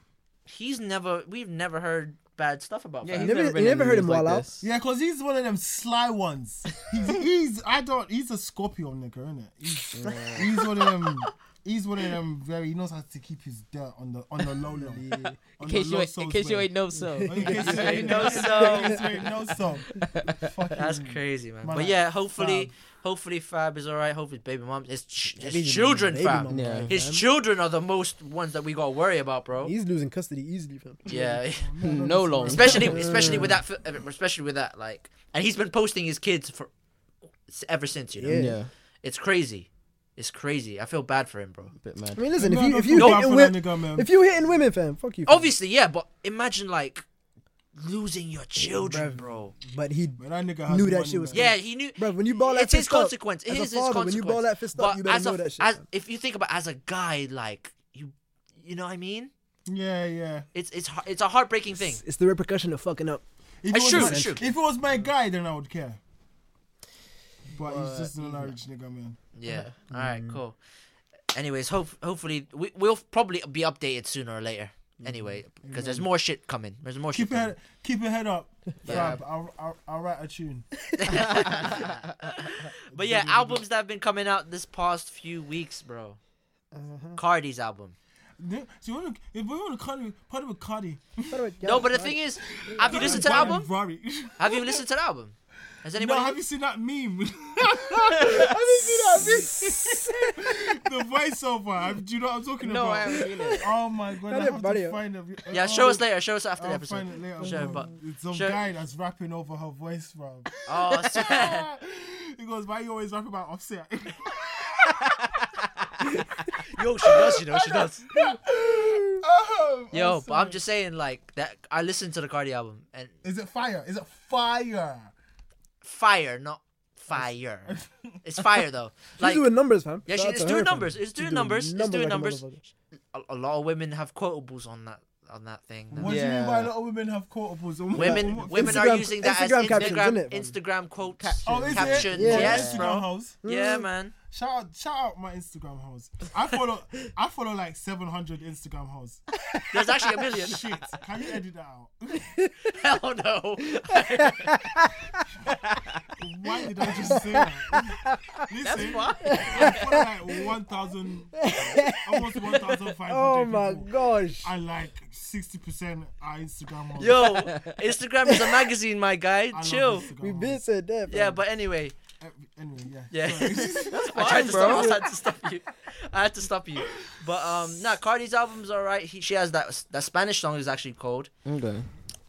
C: he's never we've never heard bad stuff about. Fab.
F: you never, you never heard him while out.
B: Yeah, because he's one of them sly ones.
C: [laughs]
B: He's, he's I don't he's a Scorpio nigga, isn't it? He's, he's one of them he's one of them very he knows how to keep his dirt on the on the low
C: [laughs]
B: low. on
D: In
B: the
D: case you
B: low
D: ain't- in
B: soul's
D: case you
B: way.
D: ain't know so.
B: In case you ain't
C: No
B: know
C: so.
B: so. In case you ain't know
C: [laughs]
B: so.
C: That's
B: Fucking-
C: crazy, man.
B: Man,
C: But
B: like,
C: yeah, hopefully,
B: Fab.
C: hopefully Fab is alright. Hopefully, his baby mom, his, ch- his
F: Baby mama,
C: children,
F: baby
C: Fab.
F: mama, Yeah.
C: His
F: fam.
C: children are the most ones that we gotta worry about, bro.
F: He's losing custody easily, fam.
C: [laughs]
F: [laughs]
C: yeah,
D: No loan.
C: Especially, especially with that, fi- uh, especially with that, like, and he's been posting his kids for ever since, you know.
F: Yeah. Yeah.
C: It's crazy. It's crazy. I feel bad for him, bro.
D: bit mad.
F: I mean, listen. If
B: Man,
F: you
B: I
F: if
B: feel
F: you
B: bad
F: hitting
B: for that
F: women,
B: nigga, man.
F: if you hitting women, fam, fuck you. fam.
C: Obviously, yeah, but imagine like losing your children, bro.
F: But he
B: has
F: knew that
B: money,
F: shit was.
B: man.
C: Yeah, he knew.
F: Bro, when you ball that
C: it's his
F: fist up,
C: consequence. It
F: as a
C: is his
F: father,
C: consequence.
F: When you ball that fist
C: but
F: up, you better
C: as
F: know
C: a,
F: that shit.
C: As,
F: fam.
C: if you think about as a guy, like you, you know what I mean.
B: Yeah, yeah.
C: It's it's har- it's a heartbreaking thing.
E: It's the repercussion of fucking up.
B: If it
C: It's
B: was
C: true,
B: my-
C: it's true.
B: If it was my guy, then I would care. But he's just an average nigga, man.
C: Yeah. All right.
F: Mm.
C: Cool. Anyways, hope hopefully we we'll probably be updated sooner or later.
F: Mm-hmm.
C: Anyway, because there's more shit coming. There's more
B: Keep
C: shit.
B: your head, keep your head up.
C: Yeah.
B: Fab. I'll, I'll, I'll write a tune.
C: [laughs]
B: [laughs]
C: But yeah, albums that have been coming out this past few weeks, bro.
B: Uh-huh.
C: Cardi's album.
B: Yeah, So you want to, if we want to Cardi, party with Cardi.
C: no, but the thing is, have you listened to the
B: Party
C: album?
B: with Rari.
C: Have you listened to the album? Has anybody?
B: No, have you seen that meme? [laughs] have you seen that meme? the voiceover. have- Do you know what I'm talking
D: No,
B: about?
D: I haven't seen it.
B: Oh my god! I
F: Not
B: have
F: everybody.
B: to find it.
C: yeah, show us later. Show us after
B: I'll
C: the
B: find it later.
C: episode. Sure,
B: on.
C: but
B: it's some
C: sure.
B: guy that's rapping over her voice, bro.
C: [laughs] oh,
E: [laughs]
C: so-
B: he goes, [laughs] "Why you always rap about
C: [laughs]
B: Offset?"
C: yo, Oh, she does. She does. She does.
B: [laughs] Oh,
C: Yo,
B: I'm
C: but I'm
B: sorry.
C: just saying, like that. I listened to the Cardi album and
B: Is it fire? Is it fire?
C: fire, not fire. it's fire though.
F: She's
C: Like
F: doing numbers, fam.
C: yeah,
F: Shout
C: she,
F: out
C: it's
F: to
C: doing
F: her, fam.
C: numbers. It's
F: She's
C: doing numbers. It's doing
F: like a
C: numbers.
F: motherfucker.
C: A, a lot of women have quotables on that on that thing. now.
B: What do you
D: Yeah.
B: mean by little women have quotables? Oh my
C: Women,
B: God.
C: women are
F: Instagram-
C: using that as
F: Instagram
C: Instagram,
F: captions, innit, man?
C: Instagram quotes,
B: Oh, is
C: captions.
B: it? Yeah.
C: Yes,
B: Instagram
C: bro.
B: hoes.
C: Yeah, man.
B: Shout out, shout out my Instagram hoes. I follow, I follow like seven hundred Instagram hoes.
C: [laughs] There's actually a million.
B: Shit, can you edit that out?
C: [laughs] Hell no.
B: Why did I just say
C: [laughs]
B: that? Listen, That's why. I follow like one thousand, almost one thousand five hundred.
F: Oh my
B: people.
F: gosh.
B: And like sixty percent are Instagram hoes. [laughs]
C: Yo, Instagram is a magazine, my guy.
B: I love
C: Chill.
B: Instagram
F: We
B: hoes.
F: been said that.
C: Yeah,
F: fam.
C: but anyway,
B: Eh, Anyway, yeah.
C: yeah. [laughs]
B: Sorry.
C: I tried to stop. I had
B: [laughs]
C: to stop you. [laughs] I had to stop you. But um, nah, Cardi's album's alright. He, she has that that Spanish song is actually called
D: Okay.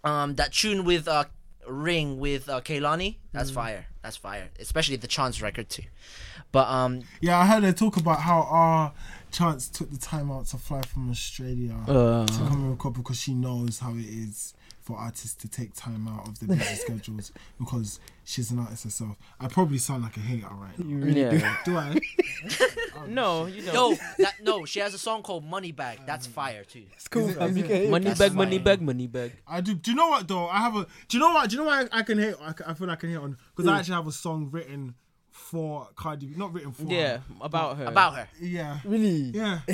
C: um that tune with uh Ring with uh, Kaylani.
B: Mm.
C: That's fire. That's fire. Especially the Chance record too. But
B: [laughs]
C: um,
B: Yeah, I heard her talk about how our Chance took the time out to fly from Australia
D: Uh.
B: to come and record because she knows how it is for artists to take time out of their [laughs] busy schedules because she's an artist herself. I probably sound like a hater right now.
D: Yeah.
B: Do [laughs] I? Oh,
D: no, you don't.
C: no, that, no, she has a song called Money Bag. That's
B: Oh.
C: fire too.
F: it's cool,
B: Is it-
F: fam.
B: is
F: You
B: it-
F: can hate
D: Money
C: That's
D: bag, money
C: fine.
D: bag, money bag.
B: I do. Do you know what though? I have a. Do you know what? Do you know what I, I can hate? I, can- I feel like I can hate on because I actually have a song written for Cardi B, not written for. her.
D: Yeah, about her.
C: About her.
B: Yeah.
F: really. [laughs]
B: Yeah. so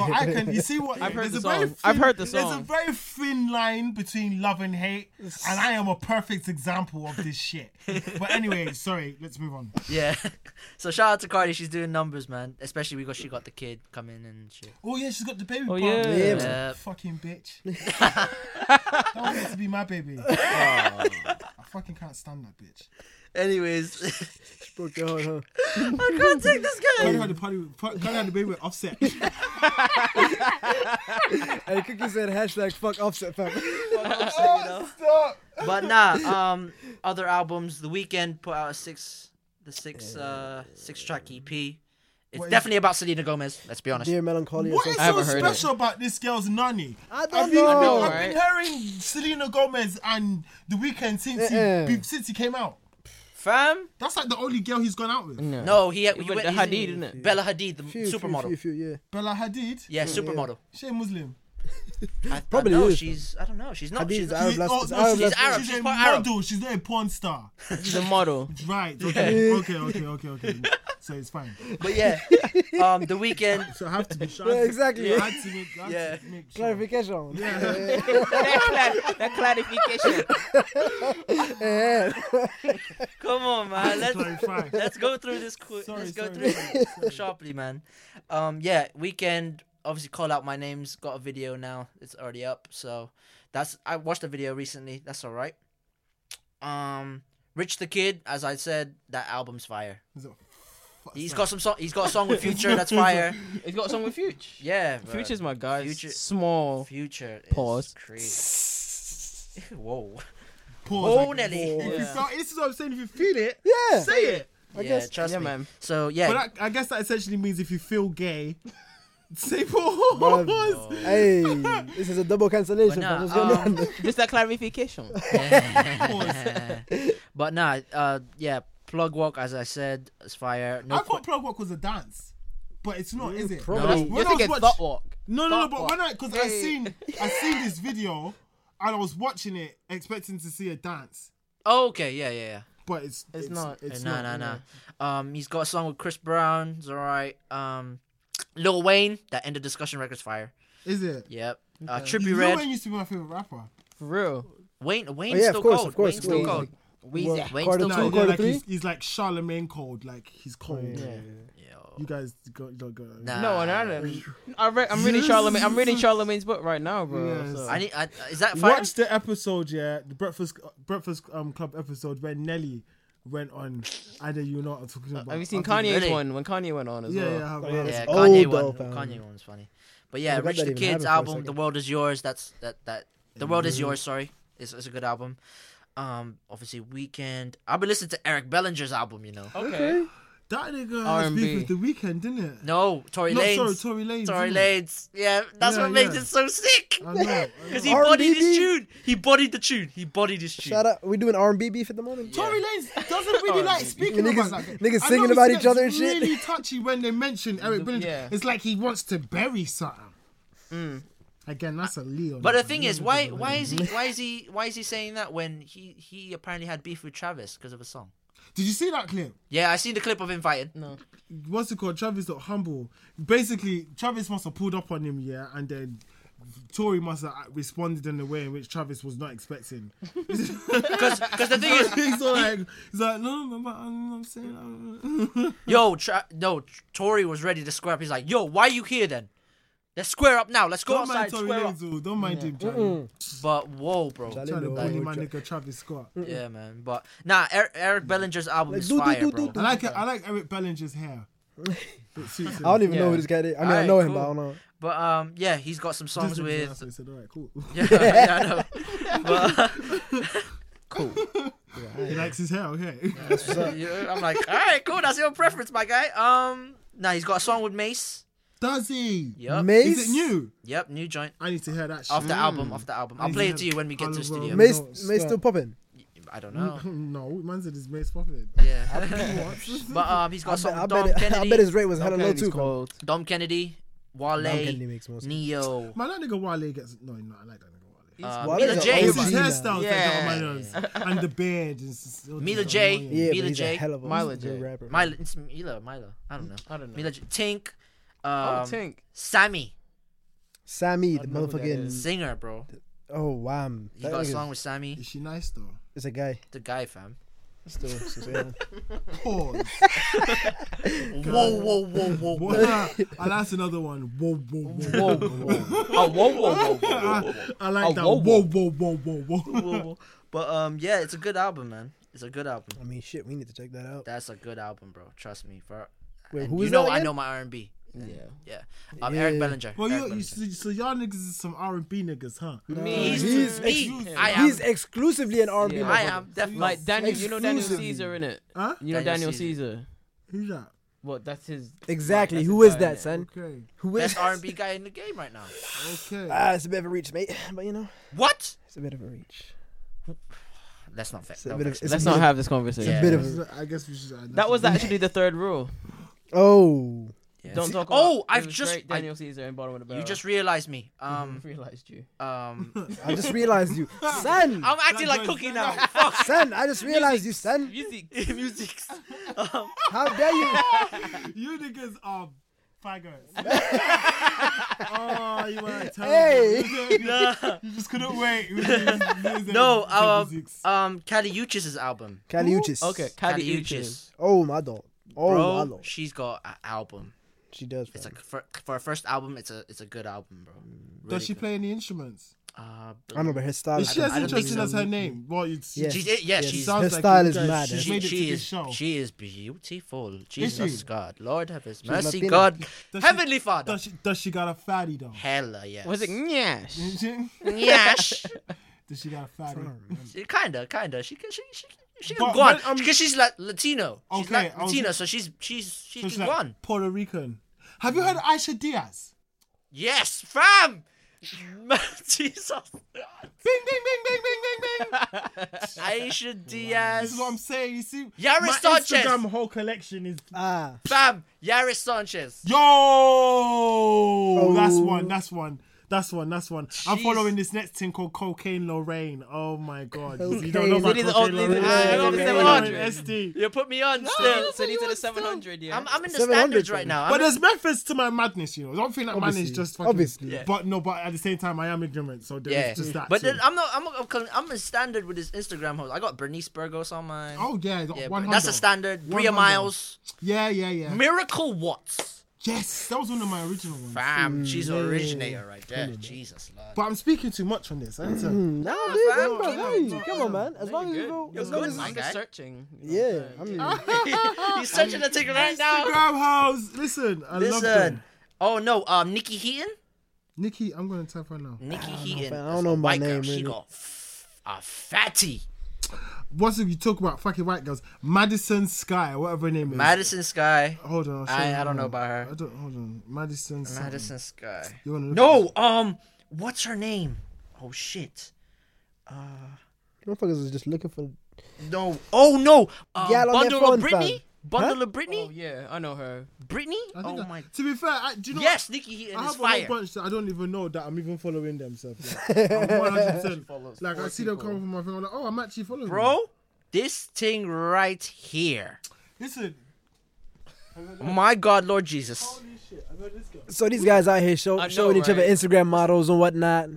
B: I can. You see what?
D: I've heard
B: there's
D: the
B: a very
D: song. I've heard the
B: There's a
D: song.
B: very thin line between love and hate, and I am a perfect example of this shit.
D: [laughs]
B: but anyway, sorry. Let's move on.
C: Yeah. [laughs] so shout out to Cardi. She's doing numbers, man. Especially because she got the kid coming and shit.
B: Oh yeah, she's got the baby.
D: Oh,
B: bump.
D: yeah.
F: Yeah,
C: man.
B: Fucking bitch.
F: [laughs]
B: that was meant to be my baby.
F: Ah.
B: I fucking can't stand that bitch. [laughs]
C: Anyways,
F: Broke your heart, huh?
C: I can't take this guy.
B: Cardi had the party. with- Cardi had the baby
F: [laughs]
B: with Offset.
F: Hey, Cookie said hashtag fuck offset, fam.
B: Oh,
F: [laughs]
C: But nah, um, uh, other albums. The weekend put out a six, the six, uh, six track EP, It's
B: What is-
C: definitely about Selena Gomez. Let's be honest.
F: Dear Melancholy. or
B: What is
F: something.
B: so special about this girl's nanny?
F: I don't
B: have been,
F: know,
B: I've been hearing Selena Gomez and The Weeknd since
F: Eh, eh.
B: he be- since he came out.
D: Fam,
B: That's like the only girl he's gone out with.
C: No, he, he
D: went
C: went
D: to
C: he's in-
D: Hadid, isn't it?
C: Bella Hadid, the
F: Few, few,
C: supermodel.
F: few, few,
C: [laughs]
F: yeah.
B: Bella Hadid.
C: Yeah, supermodel.
B: She a Muslim.
C: I,
F: Probably
C: I know
F: is.
C: she's. I don't know. She's not.
F: Hadid
C: She's
F: is Arab
B: She-
F: last-
B: oh,
F: it's
B: no,
F: Arab
B: she's,
F: last-
C: Arab,
B: she's
C: she's
B: a
C: part Arab.
B: model. She's not a porn star.
D: she's a model.
B: Right. Okay. okay. Okay. Okay. Okay. So it's fine.
C: But yeah, um, the weekend.
B: So I have to be sure.
F: Yeah, exactly.
B: [laughs] Yeah, I had to make, I had
C: Yeah.
B: to make sure.
F: Clarification.
B: [laughs]
C: [laughs]
D: that, cla- that clarification.
F: [laughs]
C: Come on, man. Let's
B: Clarify.
C: let's go through this quick.
B: Sorry,
C: Let's go
B: sorry,
C: through it [laughs] sharply, man. Um, yeah, weekend. Obviously, call out my names. Got a video now. It's already up. So that's I watched the video recently. That's all right. Um, Rich the Kid, as I said, that album's fire.
B: Is it- fuck,
C: He's
B: sorry.
C: got some song. He's got a
B: [laughs]
C: song with Future. that's fire.
D: It's got something with Future.
C: Yeah, bro.
D: Future's my guy.
C: Future-
D: Small.
C: Future. Is
D: Pause.
C: Crazy. [laughs] Whoa.
B: Pause,
C: Oh,
B: like,
C: Nelly.
B: if you
D: Yeah.
B: feel- This is what I'm saying. If you feel it,
F: Yeah.
B: say it.
C: yeah,
F: guess-
C: trust
D: yeah,
C: me.
D: man.
C: So yeah,
B: But that, I guess that essentially means if you feel gay, [laughs] say pause. [laughs]
F: Hey, this is a double cancellation.
C: But nah,
F: fam. What's going
C: um,
F: on?
D: Just that
C: [laughs]
D: clarification.
C: but nah, uh, yeah, plug walk as I said, is fire. No,
B: I thought plug walk was a dance, but it's not, is it?
C: no, that's-
B: When
D: Just
B: I
D: to
B: was
D: get
B: watch-
D: thought walk.
B: No, no, no.
D: Thought
B: But
D: walk.
B: when I because
D: [laughs]
B: I seen I seen this video and I was watching it expecting to see a dance,
C: oh, okay, yeah, yeah, yeah.
B: but it's
D: It's not.
B: It's
C: nah,
B: not.
C: nah, nah. Um, he's got a song with Chris Brown. It's alright. Um, Lil Wayne. That end of discussion records fire.
B: Is it?
C: Yep. Uh,
B: You
C: Trippy
B: know
C: Red.
B: when used to be my favorite rapper.
D: For real.
C: Wayne. Wayne's
F: Oh, yeah, of
C: still
F: course,
C: cold.
F: of course,
C: Wayne's
F: of
C: still
F: course.
C: cold.
D: Weezy.
C: Wayne's
F: Carter
C: still
F: Two,
B: No,
C: cold.
F: Carter
B: like he's,
F: three? Oh,
B: he's like Charlemagne cold, like he's cold.
C: Yo,
B: You guys go, don't go.
C: nah.
D: No, and I don't. I re- I'm reading Charlemagne. I'm reading Charlemagne's book right now, bro.
B: Yes.
D: so-
C: I need. I, is that fire?
B: Watch the episode, yeah, the breakfast breakfast um club episode where Nelly went on. Either you know what I'm talking about.
D: Have you seen
B: I'll give
D: Kanye's
B: you-
C: Really?
D: one when Kanye went on as
B: Yeah,
D: well?
B: yeah, I have, I have.
C: Yeah,
F: It's
C: Kanye
F: old
C: one.
F: though, fam.
C: Kanye one's funny, but yeah,
F: forgot
C: Rich
F: that
C: the
F: even happened
C: Kid's
F: for a
C: album,
F: second.
C: "The World Is Yours." That's that that "The World Is Yours." Sorry, it's, it's a good album. Um, obviously, Weekend. I've been listening to Eric Bellinger's album. You know,
D: Okay.
B: That nigga has beef
D: R&B.
B: with the weekend, didn't it?
C: no Tory
B: No,
C: Lanez.
B: sorry, Tory Lanez.
C: Tory
B: didn't it?
C: Lanez. Yeah, that's
B: Yeah,
C: what makes
B: yeah.
C: it so sick.
B: I know,
C: [laughs]
B: I know.
C: Because he bodied his
F: RBD?
C: tune. He bodied the tune. He bodied his tune.
F: Shout out. We doing R&B beef at the moment.
B: Tory Lanez doesn't
C: Oh,
B: really like speaking
F: Niggas-
B: about that.
F: niggas
B: I know
F: singing
B: he
F: about each
B: gets
F: other and shit.
B: really touchy when they mention
C: Mm,
B: Eric Bellinger.
D: yeah.
B: It's like he wants to bury something. Again, that's a Leon.
C: Mm. But the thing is, why why is he why is he why is he saying that when he he apparently had beef with Travis because of a song?
B: Did you see that clip?
C: Yeah, I seen the clip of him fighting.
B: [laughs] what's it called? Travis got humble. Basically, Travis must have pulled up on him, yeah, and then Tory must have responded in a way in which Travis was not expecting. [laughs]
C: Because the thing is,
B: he's all like, he's like, no, no, no, I'm I'm saying, I'm-
C: Yo, tra- no, T- Tory was ready to square up. He's like, yo, why you here then? Let's square up now. Let's go
B: don't mind
C: outside.
B: Tory
C: square up.
B: Lanez, oh, don't mind him, Charlie.
C: But whoa, bro.
F: Charlie-
B: Trying to bully
F: Lord,
B: my
F: Tra-
B: nigga Travis Scott.
C: Yeah, man. But nah, Eric, Eric Bellinger's album is
F: do, do,
C: fire,
F: do,
C: bro.
F: do,
B: I like it. I like Eric Bellinger's hair. It
F: [laughs]
B: suits him.
F: I don't even know
D: Yeah.
F: who this guy is. I mean, I
C: Alright,
F: know him,
C: cool.
F: but I don't know.
C: But um, yeah, he's got some songs
B: Disney's
C: with.
B: ass, so he said, all right, cool.
C: Yeah, [laughs] yeah, I
B: [laughs]
C: know.
B: he likes his hair, okay.
C: [laughs] Yeah, I'm like, all right, cool. That's your preference, my guy. Um, nah, he's got a song with Mace.
B: Does he?
C: Yep.
F: Mace.
B: Is it new?
C: Yep, new joint.
B: I need to hear that shit.
C: Off the album, off the album. I'll
B: Is
C: play
B: it
C: it to
B: [laughs]
C: you when we get to the
B: Color World?
C: studio.
F: Mace,
B: No,
F: Mace still
B: stop.
F: popping.
C: I don't know.
B: [laughs] no, man said his Mace Prophet.
C: [laughs] Yeah. but um, he's got a song
F: I
C: with
F: bet,
C: Dom
F: it- [laughs] I
C: Kennedy.
F: bet his rate was hella
D: Dom
F: low
D: Kennedy's
F: too. fam.
D: cold.
C: Dom Kennedy, Wale,
F: Dom Kennedy makes more sense.
C: Neo.
B: Man, that nigga Wale gets no, no, I like that nigga Wale.
C: Uh,
F: Wale's
C: Mila
F: an
C: J,
B: It's
F: OG.
B: his
F: Yeah.
B: hairstyle that got on my
C: Yeah.
B: nose and the beard. It's just, oh,
C: Mila
B: just [laughs]
C: J.
B: annoying.
F: Yeah,
C: Mila
F: but he's
C: J.
F: a hell of a
D: Mila
F: he's a
D: J.
F: good rapper.
C: Mila, it's Mila, Mila. I don't know.
D: I don't know.
C: Mila J. Tink. Um,
D: oh, Tink.
C: Sammy,
F: Sammy, the
D: don't know who that
F: motherfucking.
D: is.
C: singer, bro.
F: Oh, wham.
C: He
F: That
C: got a
F: nigga's-
C: song with Sammy,
B: Is she nice though?
F: It's a guy.
C: the guy, fam.
F: [laughs] Still, so- so, yeah.
B: Pause.
C: Whoa, whoa, whoa, whoa.
B: What? [laughs] I like another one. Whoa, whoa, whoa.
D: Whoa, whoa. oh, whoa, whoa, whoa, whoa.
B: [laughs] I, I like
D: Oh,
B: that.
D: whoa,
B: Whoa,
D: whoa.
B: whoa, whoa, whoa, whoa.
C: whoa, whoa. [laughs] But um, yeah, it's a good album, man. It's a good album.
F: I mean, shit, we need to check that out.
C: That's a good album, bro. Trust me. For
F: Wait,
C: and
F: who
C: you
F: is
C: know,
F: that
C: I
F: again?
C: know my R and B.
D: Yeah.
C: Yeah, um, Eric
F: Yeah.
C: Bellinger.
B: Well,
C: Eric
B: you, you
C: Bellinger.
B: so, so y'all niggas is some R and B niggas, huh?
D: Me.
C: He's-
F: He's
C: me.
D: ex-
C: I am.
F: He's exclusively an R&B.
D: Yeah.
C: I
F: motherfucker.
C: am definitely.
D: Like Daniel, you know Daniel
F: Exclusively.
D: Caesar in it.
B: Huh?
D: You know
C: Daniel
D: Daniel
C: Caesar.
D: Caesar.
B: Who's that?
D: Well, that's his.
E: Exactly.
D: that's his
E: Who is
D: guy,
E: that,
D: innit?
E: son?
B: Okay.
E: Who is
C: Best R and B guy in the game right now.
B: Okay.
F: Ah, it's a bit of a reach, mate. But you know,
C: What?
F: it's a bit of a reach.
C: That's not fair.
F: a bit of- it's a
D: Let's
F: bit
D: not
F: of-
D: have this
F: It's
D: conversation.
F: a bit
B: This
F: of.
B: is- uh,
F: A,
B: I guess we should.
D: That was actually the third rule.
F: oh,
D: Don't
C: See-
D: talk.
C: oh,
D: about
C: I've
D: it was
C: just-
D: great
C: I-
D: Daniel Caesar in bottom of the barrel.
C: You just
D: [laughs]
C: realized me. Um,
D: realized you. [laughs]
B: [laughs]
C: um,
F: I just realized
C: [laughs]
F: you, son.
C: I'm acting like Cookie [laughs] now. Fuck.
F: son, I just realized you, son.
D: Music.
C: [laughs] Music. Um,
F: How dare
C: [laughs]
F: you?
B: [laughs] You niggas are faggots.
F: [laughs]
B: oh, you were terrible.
F: Hey.
B: you just
C: [laughs]
B: couldn't wait.
D: [laughs]
B: You just- you just-
C: no, um,
B: Musics.
C: um, Kali Uchis' album.
F: Caliuchis.
D: Okay,
C: Kali
D: Kali Uchis.
C: Uchis.
F: Oh my dog. Oh my
C: Bro,
F: lord.
C: she's got an album.
F: She does.
C: It's
F: fam.
C: like for, for her first album, it's a it's a good album, bro. Really
B: Does she
C: good.
B: play any instruments?
C: Uh,
F: I remember her style.
B: Is she
F: I
B: as
F: don't- I don't think
B: interesting
F: so.
B: as her name? Well, it's,
F: Yeah.
C: she's yeah,
F: Yes.
C: she's
F: Her
B: sounds like
F: style
B: you
F: is
B: guys-
F: mad. eh?
B: she
C: she,
B: made it
C: she
B: to this
C: is
B: show.
C: she is beautiful. Jesus God, Lord have His
F: Latina.
C: mercy, God,
B: Does she-
C: Heavenly Father.
B: Does she, does she got a fatty though?
C: Hella yes.
D: Was it
B: [laughs]
D: Nyash?
C: Yes.
B: does she got a fatty?
C: She- Mm-hmm. Kinda, kinda. She can, she she she can
B: But-
C: go on
B: but, um,
C: because she's like Latino. She's
B: Okay,
C: like
B: I was-
C: Latina, so she's she's
B: So
C: she can
B: she's
C: go on.
B: like Puerto Rican. Have you heard of Aisha Diaz?
C: Yes, fam. [laughs] Jesus.
B: Bing, bing, bing, bing, bing, bing, bing.
C: [laughs] Aisha
B: this
C: Diaz.
B: is what I'm saying. You see,
C: Yaris
B: my
C: Sanchez.
B: Instagram whole collection is
F: Ah,
C: Fam. Yaris Sanchez.
B: Yo,
F: Oh.
B: that's one, that's one, that's one, that's one. I'm
C: Jeez.
B: following this next thing called Cocaine Lorraine. Oh my god, you don't
F: Cocaine.
B: know about
D: These are all-
B: Cocaine
D: these are
B: Lorraine.
C: all- these are all
B: Cocaine
C: 700.
B: Lorraine SD.
C: You put me on still.
D: So, so these are the 700, yeah.
C: I'm, I'm in the
F: 700
C: standards
F: fam.
C: right now.
B: But
C: I'm,
B: there's methods to my madness, you know. I don't think that man is
F: Obviously.
B: just fucking.
F: Obviously. Yeah.
B: But no, but at the same time, I am ignorant, so there's
C: [laughs] yeah,
B: just that.
C: but
B: too.
C: then I'm not. I'm not, I'm con- I'm a standard with this Instagram host. I got Bernice Burgos on mine.
B: oh yeah,
C: yeah,
B: one
C: that's a
B: hundred.
C: standard.
B: One
C: Bria
B: hundo.
C: Miles,
B: Yeah, yeah, yeah.
C: Miracle Watts.
B: yes, that was one of my original ones.
C: Fam,
F: Mm,
C: she's an originator right there. Jesus, Lord.
B: But I'm speaking too much on this. I need to.
F: nah,
C: [clears throat] Nah,
F: dude,
C: fam,
F: come
C: keep
F: on,
C: it,
F: hey, come on, man. As long as you go, as long
C: good,
F: as
C: man.
D: I'm
F: it's-
D: just
C: guy.
D: searching. you know,
F: yeah,
D: so-
F: I mean,
B: [laughs]
C: [laughs] He's such an ticket right now.
B: Instagram house. Listen, I love them.
C: Listen. Oh no, um, Nikki Heaton.
B: Nikki, I'm gonna type right now.
C: Nikki Heaton.
F: fam. I
C: is
F: don't
C: a
F: know Ah, my
C: white girl.
F: name,
C: She
F: really.
C: got Ah, f- a fatty.
B: What's if you talk about fucking white girls? Madison Sky, or whatever her name is.
C: Madison Sky.
B: Hold on. I'll show
C: I-
B: you
C: I don't
B: now.
C: know about her.
B: I don't. Hold on. Madison. something.
C: Madison Sky.
B: You wanna look at
C: No,
B: this?
C: um, what's her name? Oh shit. Uh,
F: motherfuckers is just looking for.
C: No. Oh no. Um,
F: Yeah, on their
C: bundle of
F: phone,
C: Britney.
F: fam.
C: Bundle of
D: Oh,
C: Britney.
D: yeah, I know her.
C: Britney.
B: I think
C: Oh
B: I-
C: my.
B: To be fair, I, do you know?
C: Yes, Nikki Heaton
B: I
C: is
B: have a
C: fire.
B: whole bunch that I don't even know that I'm even following
D: [laughs]
B: them. So like, I'm 100.
D: follows
B: Like I
D: four
B: see them
D: people.
B: coming from my phone. I'm like, oh, I'm actually following. them.
C: Bro, this thing right here.
B: listen.
C: My God, Lord Jesus.
E: So these guys out here show,
D: I know,
E: showing each other
D: right?
E: Instagram models and whatnot.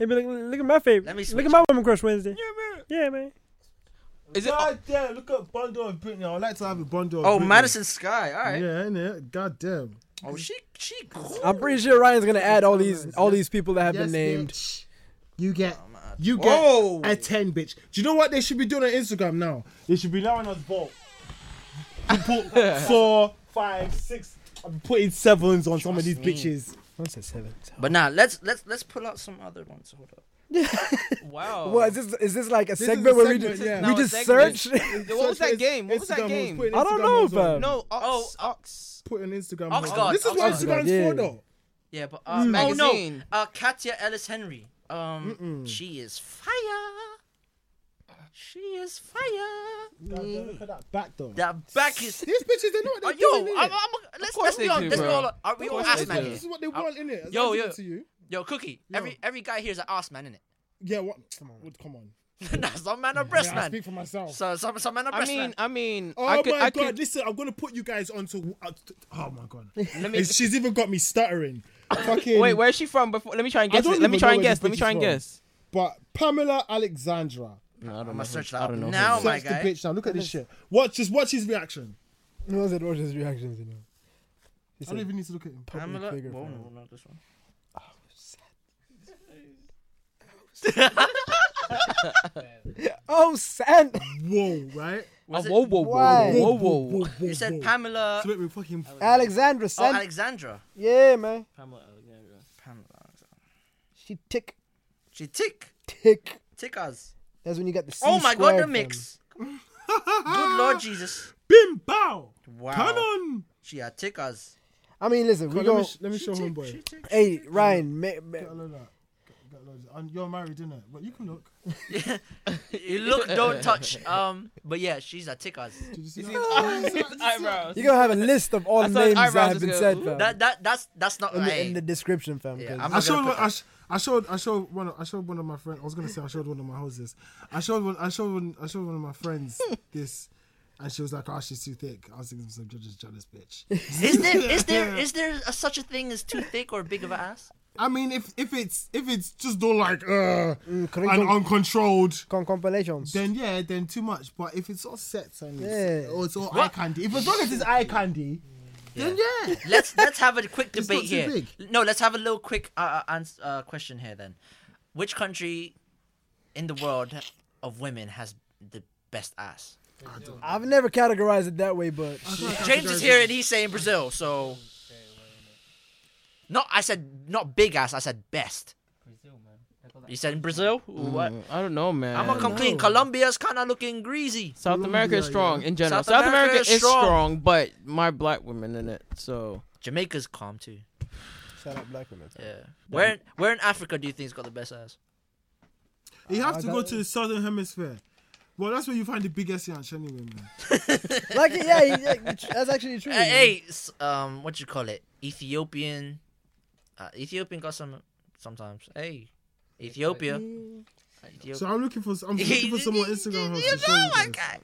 E: They be like, look at my favorite.
C: Mm. Let me
E: look
C: switch.
E: at my woman crush Wednesday. Yeah, man.
D: Is it?
B: God damn! Look at bundle of Britney. I'd like to have a bundle. Of
C: Oh,
B: Britney.
C: Madison Sky. All right.
B: Yeah, innit? God damn.
C: Oh, she she cool.
E: I'm pretty sure Ryan's gonna add all these all these people that have
B: Yes,
E: been named.
B: bitch. You get you get
C: Oh, Whoa.
B: a ten, bitch. Do you know what they should be doing on Instagram now? They should be allowing us vote. You put
C: [laughs]
B: four, five, six. I'm putting sevens on some of these bitches.
F: What's a seven?
C: But now nah, let's let's let's pull out some other ones. Hold up. [laughs]
D: Wow.
E: Well, is this is this like a
B: is a
E: segment where we
B: segment,
E: just,
B: yeah.
E: we
D: Now a
E: just
D: segment.
E: search?
D: Yo, what was
B: Search
D: that
B: for
D: game? What was
B: Instagram
D: that
B: hoes,
D: game?
B: putting
E: I don't
B: Instagram
E: know,
B: hoes on.
E: fam.
D: No, Ox.
C: Oh,
D: Ox.
B: Putting Instagram.
C: Oxgard,
B: hoes on. This is what
C: Oxgard.
B: Instagram's
E: Yeah.
B: for, though. Mm.
C: Yeah, but uh, oh no,
D: Magazine.
C: uh, Katya Ellis Henry. Um, she is fire. She is fire. Mm.
B: God damn, Look at that back, though.
C: That back is.
B: These bitches, they know what
C: Uh,
B: they're
C: yo,
B: doing.
C: I'm, I'm,
B: innit?
C: let's,
D: course
C: let's be
D: they
C: on.
D: do,
C: Let's be
D: bro.
C: on. Are we
B: Of
C: all
B: course
C: ass
B: they
C: man?
B: do.
D: here.
B: This is
C: here? Uh,
B: what they want, innit?
D: Yo,
B: I'll give
D: yo.
B: it to you.
C: Yo, Cookie. Every every guy here is an ass man, innit?
B: Yeah, what? Come
C: [laughs]
B: on. Come on.
C: nah, some man are breast
B: I
C: man.
B: speak for myself.
C: So some some man are
D: I
C: breast
D: mean,
C: man.
D: I mean,
B: Oh
D: I could,
B: my
D: I
B: god!
D: could.
B: Listen, I'm gonna put you guys onto. Uh, t- oh my god!
D: [laughs] Let me.
B: It's, she's even got me stuttering.
D: [coughs]
B: Fucking.
D: Wait, where's she from? Before, let me try and
B: I
D: guess.
B: don't
D: it. Let
B: even
D: me try
B: know
D: and
B: where
D: guess.
B: this
D: Let me
B: bitch
D: try
B: is
D: and
B: from.
D: guess.
B: But Pamela Alexandra.
D: No, I don't
C: I'm
D: know.
C: gonna search that
D: I
C: up
D: don't know.
C: now,
D: who-
C: my
B: Search the
C: guy.
B: bitch now. Look at this shit. Watch just watch his reaction.
F: No one's at Roger's reactions, you know. He
B: I don't
F: said,
B: even need to look at him.
C: Pamela.
F: figure
C: Whoa,
F: for
C: no, not this one.
E: [laughs]
F: Oh, San.
B: Whoa, right?
D: Oh,
C: Was it-
D: Whoa, whoa, whoa,
F: Why?
D: whoa, whoa.
C: You said Pamela.
B: So make me fucking.
F: Alexandra,
C: Oh,
F: San.
C: Alexandra.
F: yeah, man.
C: Pamela. Alexandra.
F: She tick,
C: She tick
F: tick.
C: tick us.
F: That's when you got the C
C: oh my
F: squared,
C: God, the
F: fam.
C: mix. Good Lord Jesus.
B: Bim bow.
C: Wow.
B: Canon.
C: She had tickers.
F: I mean, listen, we
B: Let
F: go.
B: me, sh- let me show homeboy.
F: hey, Ryan, ma- ma-
B: Get a load of that. Get- get a load of- And you're married, isn't it? But you can look.
C: [laughs] You look, don't [laughs]
F: [laughs]
C: touch. Um, but yeah, she's a tickers.
B: [laughs]
D: Eyebrows.
F: you're
C: [laughs]
F: gonna have a list of all
D: I
F: the
D: saw
F: names
D: his
F: that have
D: eyebrows just
F: been
D: go,
F: said, fam.
C: That that that's that's not
F: in, the, in
C: right.
F: the description, fam.
C: Yeah,
F: 'cause-
C: I'm
B: I
C: not
B: showed
C: gonna
B: one,
C: put
B: I, sh- I showed I showed one of, I showed one of my friends. I was gonna say I showed one of my houses. I showed one I showed one I showed one of my friends this, and she was like, "Oh, she's too thick." I was thinking, "Some judges jealous bitch."
C: Is there is there is there a, such a thing as too thick or big of an ass?
B: I mean, if if it's if it's just all like uh
F: curriculum-
B: and uncontrolled,
F: Mm, Con compilations.
B: then yeah, then too much. But if it's all set and it's,
F: Yeah.
B: or it's all eye candy, if as long as it's eye candy, then yeah.
C: Let's let's have a quick
B: It's
C: debate
B: not too
C: here.
B: big.
C: No, let's have a little quick uh, uh, ans- uh question here then. Which country in the world of women has the best ass?
F: I've never categorized it that way, but
C: James is here and he's saying Brazil, so not I said not big ass, I said best. You said in Brazil?
B: Mm.
C: Ooh, What?
D: I don't know, man.
C: I'm gonna come clean. Colombia's kind of looking greasy.
D: South America is strong in general.
C: South
D: South,
C: America
D: America,
C: is
D: is
C: strong.
D: strong. but my black women in it. So
C: Jamaica's calm too.
F: shout out black women.
C: Yeah. Where in- where in Africa do you think's got the best ass?
B: You have to go to the southern hemisphere. Well, that's where you find the E biggest yanch anyway, man.
F: Like, yeah, yeah, yeah,
C: [laughs]
F: that's actually true.
C: Uh, hey, s- um, what you call it? Ethiopian. Uh, Ethiopian got some sometimes. Hey, Ethiopia. Ethiopia.
B: So I'm looking for
C: [laughs]
B: I'm looking for someone Instagram host. to show you
C: oh my
B: guys.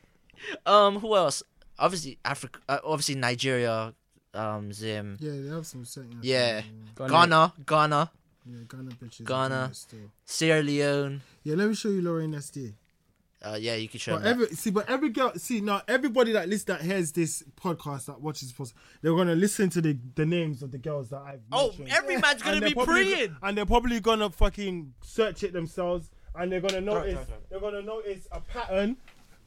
C: god. Um, who else? Obviously Africa. Uh, obviously Nigeria. Um, Zim.
B: Yeah, they have some setting.
C: Yeah. Ghana. Ghana.
B: Yeah, Ghana bitches. are
C: Ghana.
B: doing it still.
C: Sierra Leone.
B: Yeah, let me show you Lorraine SD.
C: Uh, yeah, you can show
B: But
C: me.
B: every see, but every girl see now everybody that lists that hears this podcast that watches this podcast, they're gonna listen to the, the names of the girls that I've
C: Oh,
B: mentioned.
C: every man's gonna
B: And they're
C: be
B: probably go-
C: preying.
B: and they're probably gonna fucking search it themselves, and they're gonna notice they're gonna notice a pattern.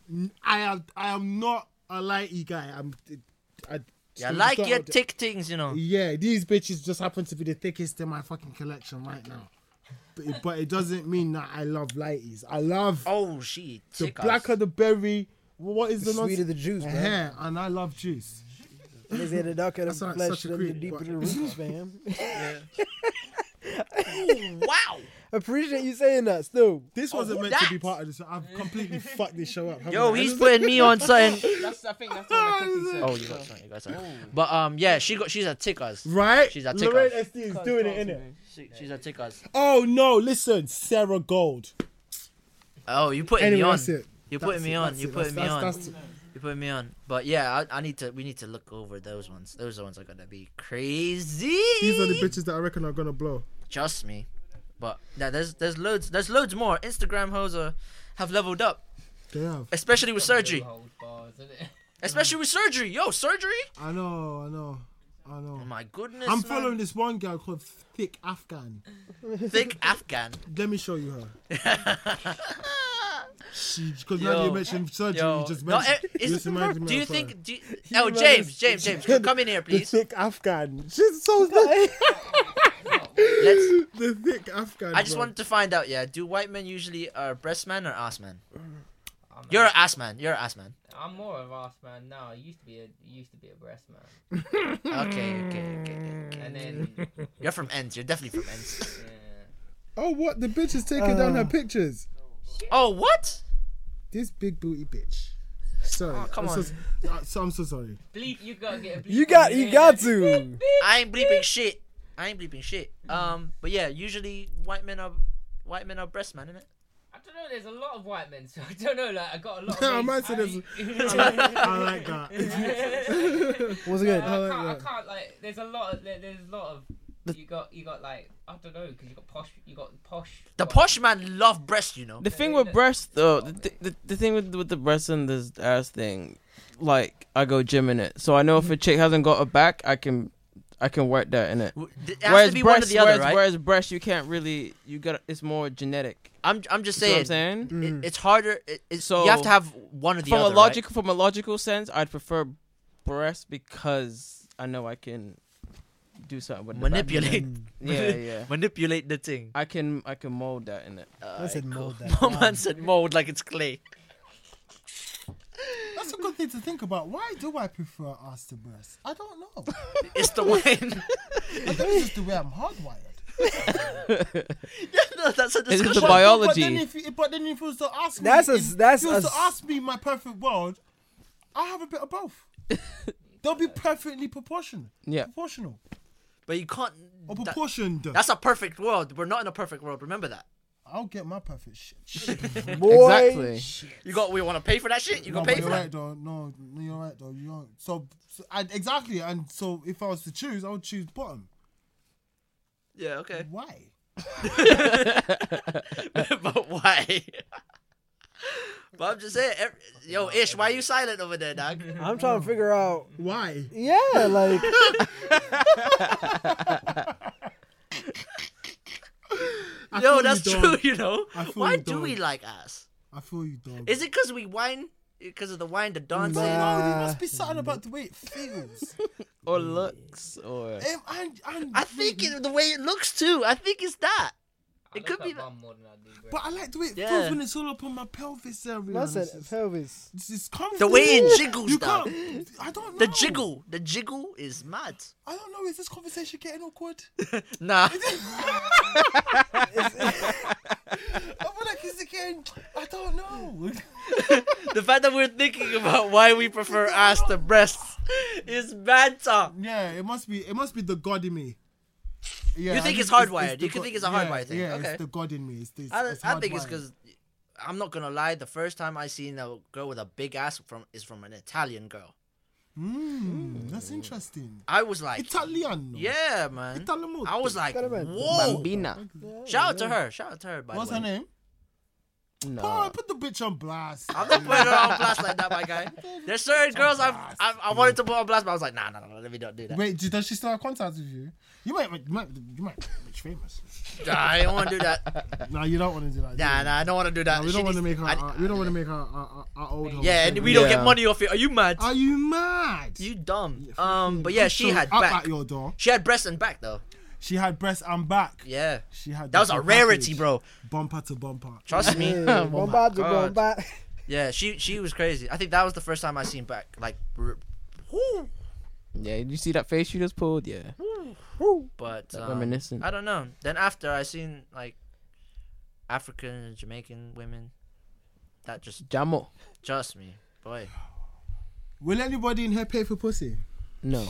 B: N- I am I am not a lighty guy. I'm I,
C: Yeah, like
B: Start
C: your
B: with the-
C: tick things, you know.
B: Yeah, these bitches just happen to be the thickest in my fucking collection right now. But it, but it doesn't mean that I love lighties. I love
C: Oh, she
B: the
C: tick
B: blacker the berry. What is the,
F: The sweeter
B: nonsense?
F: the juice, bro.
B: Yeah, and I love juice.
F: Is it the darker the
B: That's not
F: flesh,
B: such a
F: then the
B: creep,
F: deeper
B: but-
F: the roots, [laughs]
B: [laughs]
F: fam? [laughs]
C: Wow. Oh,
F: Appreciate you saying that, still.
B: This wasn't meant to be
C: that?
B: part of this. I've completely fucked this show up. haven't
C: Yo,
B: I?
C: he's putting me
B: [laughs]
C: on something.
D: that's I think that's the one cookie said.
C: Oh, you got something. You got something. But um, yeah, she got. She's a tickers.
B: right.
C: She's a ticker.
B: Lorraine SD is doing it, innit?
C: She, she's a tickers.
B: Oh no! Listen, Sarah Gold.
C: Oh, you putting
B: Anyway,
C: me on.
B: that's it.
C: You're putting
B: That's
C: me
B: it,
C: on.
B: that's
C: You're
B: it,
C: putting me
B: that's-
C: on.
B: that's- that's-
C: You're putting me on. But yeah, I, I need to. We need to look over those ones. Those are ones are gonna be crazy.
B: These are the bitches that I reckon are gonna blow.
C: Trust me. But yeah, there's there's loads there's loads more. Instagram hoes are, have leveled up,
B: They have.
C: especially with surgery. [laughs] Especially with surgery. Yo, surgery.
B: I know. I know. I know.
C: Oh my goodness.
B: I'm
C: man.
B: following this one girl called Thick Afghan.
C: [laughs]
B: [laughs]
C: Thick Afghan.
B: Let me show you her.
C: [laughs]
B: She, because now you
C: Yo.
B: mentioned surgery,
C: Yo,
B: you just
C: no,
B: mentioned.
C: eh, is-
B: you just reminded me
C: do you
B: of her.
C: think? Do you, oh, James, James, James, come in here,
B: the
C: please.
B: thick Afghan? She's [laughs] so thick.
C: Let's.
B: the thick Afghan.
C: I just
B: bro.
C: wanted to find out. Yeah, do white men usually are breast men or ass men? You're an ass man. You're an ass man.
K: I'm more of an ass man now. I used to be a used to be a breast man,
C: [laughs] Okay, okay, okay. okay.
K: and then
C: You're from ends. You're definitely from ends.
K: [laughs] yeah.
B: Oh, what the bitch is taking down her pictures.
C: Oh, what?
B: This big booty bitch. Sorry.
C: Oh, come
B: I'm
C: on.
B: So, uh, so- I'm so sorry.
K: bleep. You gotta get a bleep.
F: You
K: on
F: got,
K: your
F: you
K: name.
F: got to.
C: I ain't bleeping shit. I ain't bleeping shit. Um, but yeah, usually white men are white men are breast men, innit?
K: I don't know. There's a lot of white men, so I don't know. Like I got a
L: [laughs]
C: [laughs]
K: lot. Of
B: Yeah, I
K: mates.
B: might say
K: I-
B: there's-
K: [laughs]
B: I like that.
F: Was it good?
K: I
B: like
K: can't, I
B: that.
K: can't like. There's a lot of there, there's a lot of you got you got like I don't know because you got posh you got posh.
C: The
K: got-
C: posh man love breast, you know.
D: The thing with breasts, though, the, th- the, the thing with, with the breasts and this ass thing, like I go gym in it, so I know
C: Mm-hmm.
D: if a chick hasn't got a back, I can, I can work that in it.
C: W- th- It has to be one or the other,
D: whereas,
C: right?
D: whereas breasts, you can't really, you got it's more genetic.
C: I'm I'm just
D: You see what I'm
C: saying.
D: saying?
B: Mm-hmm.
C: it- it's harder. It, it's,
D: So,
C: you have to have one or the
D: from
C: other.
D: a
C: right?
D: logic, from a logical sense, I'd prefer breasts because I know I can do something with the back.
C: manipulate,
F: Mm.
D: [laughs] Yeah, yeah.
C: manipulate the thing.
D: I can I can mold that in it.
F: I said mold
C: [laughs] My man
F: that.
C: said mold like it's clay.
B: That's that's a good thing to think about. Why do I prefer ass to breast? I don't know.
C: It's the way.
B: I think it's just the way I'm hardwired.
C: [laughs] yeah, no, that's a
D: It's the
C: discussion.
D: biology.
B: But then if you, but then if you was to ask
E: That's
B: me,
E: a-
B: if
E: that's
B: you was
E: a
B: to ask me my perfect world, I have a bit of both. They'll be perfectly proportional.
D: Yeah. [laughs]
B: Proportional.
C: But you can't.
B: Or
C: that-
B: proportioned.
C: that's a perfect world. We're not in a perfect world. Remember that.
B: I'll get my perfect
C: [laughs]
B: shit.
D: Exactly.
C: You got. We want to pay for that shit. You
B: no,
C: gonna
B: but
C: pay
B: you're
C: for
B: right
C: that?
B: though. No, no, you're right though. You don't. So, so and exactly, and so if I was to choose, I would choose bottom.
C: Yeah. Okay.
B: Why?
C: [laughs] but why? but I'm just saying, ev yo, Ish, why are you silent over there, dog?
E: I'm trying to figure out.
B: Why?
E: Yeah,
B: [laughs]
E: like
B: I
C: yo,
B: feel
C: that's
B: you,
C: true.
B: dog.
C: You know,
B: I feel
C: why
B: you,
C: do we
B: dog.
C: like ass?
B: I feel you, dog.
C: Is it because we whine? Because of the wine, the
B: No,
C: dancing?
B: no, there
E: Nah.
B: must be something about the way it feels.
D: Or looks or
B: um, and, and
C: I think it, the way it looks too. I think it's that. It could be. that.
K: Bum more than I do, bro.
B: But I like the way it
C: Yeah.
B: feels when it's all up on my pelvis area.
F: That's
B: and
F: it.
B: it's just-
F: Pelvis.
B: It's, it's comfortable.
C: The way it jiggles,
B: You
C: dog.
B: can't. I don't know.
C: The jiggle, the jiggle
B: [laughs]
C: is mad.
B: I don't know. Is this conversation getting
C: [laughs]
B: awkward? [laughs]
C: Nah,
B: I feel like it's getting. I don't
C: [laughs]
B: know.
C: [laughs] the fact that we're thinking about why we prefer ass to breasts is mad talk.
B: Yeah, it must be. It must be the god in me. [laughs] Yeah,
C: You think
B: I
C: it's hardwired.
B: the
C: You can
B: God-
C: think it's a
B: yeah,
C: hardwired thing.
B: Yeah,
C: Okay.
B: it's the god in me. It's, it's,
C: I,
B: it's
C: I think it's
B: hardwired.
C: because I'm not gonna lie. The first time I seen a girl with a big ass from is from an Italian girl.
B: Mm, that's interesting.
C: I was like,
B: Italian.
C: yeah, man.
B: Italian mode.
C: I was like,
F: Italian.
C: whoa.
D: Bambina.
C: Shout out to her. Shout out to her. By
B: What's
C: the way.
B: her name?
D: No.
B: Oh, put the bitch on blast.
C: I'm not putting her on blast like that, my guy. There's certain girls I've, I've I wanted to put on blast, but I was like, nah, nah, nah, let me not do that.
B: Wait, do- does she still have contact with you? You might, you might, you might, bitch famous.
C: Nah, I don't want to do that.
B: no, you don't want to do that. do
C: Nah,
B: you?
C: nah, I don't want to do
B: No,
C: that.
B: we
C: She
B: don't want to
C: needs-
B: make her.
C: I-
B: our, we don't want to make her our, our, our old.
C: yeah,
B: homophobic.
C: and we don't
D: Yeah.
C: get money off it. Are you mad?
B: Are you mad?
C: You dumb. Um, but yeah, she
B: Showed
C: had
B: up
C: back.
B: at your door.
C: She had breasts and back though.
B: She had breasts and back.
C: Yeah.
B: She had.
C: That was
B: the
C: a
B: full
C: rarity,
B: package.
C: bro.
B: Bumper to bumper.
C: [laughs] Trust me.
D: [laughs]
C: [laughs]
D: Oh
C: Oh
F: Yeah, bombard to
C: God.
F: bombard.
C: Yeah, she she was crazy. I think that was the first time I seen back. Like, r- whoo.
D: Yeah, you see that face you just pulled? Yeah.
C: but
D: That
C: um,
D: reminiscent.
C: I don't know. Then after I seen like African and Jamaican women, that just
D: Jamo.
C: just me, boy.
B: Will anybody in here pay for pussy?
D: No.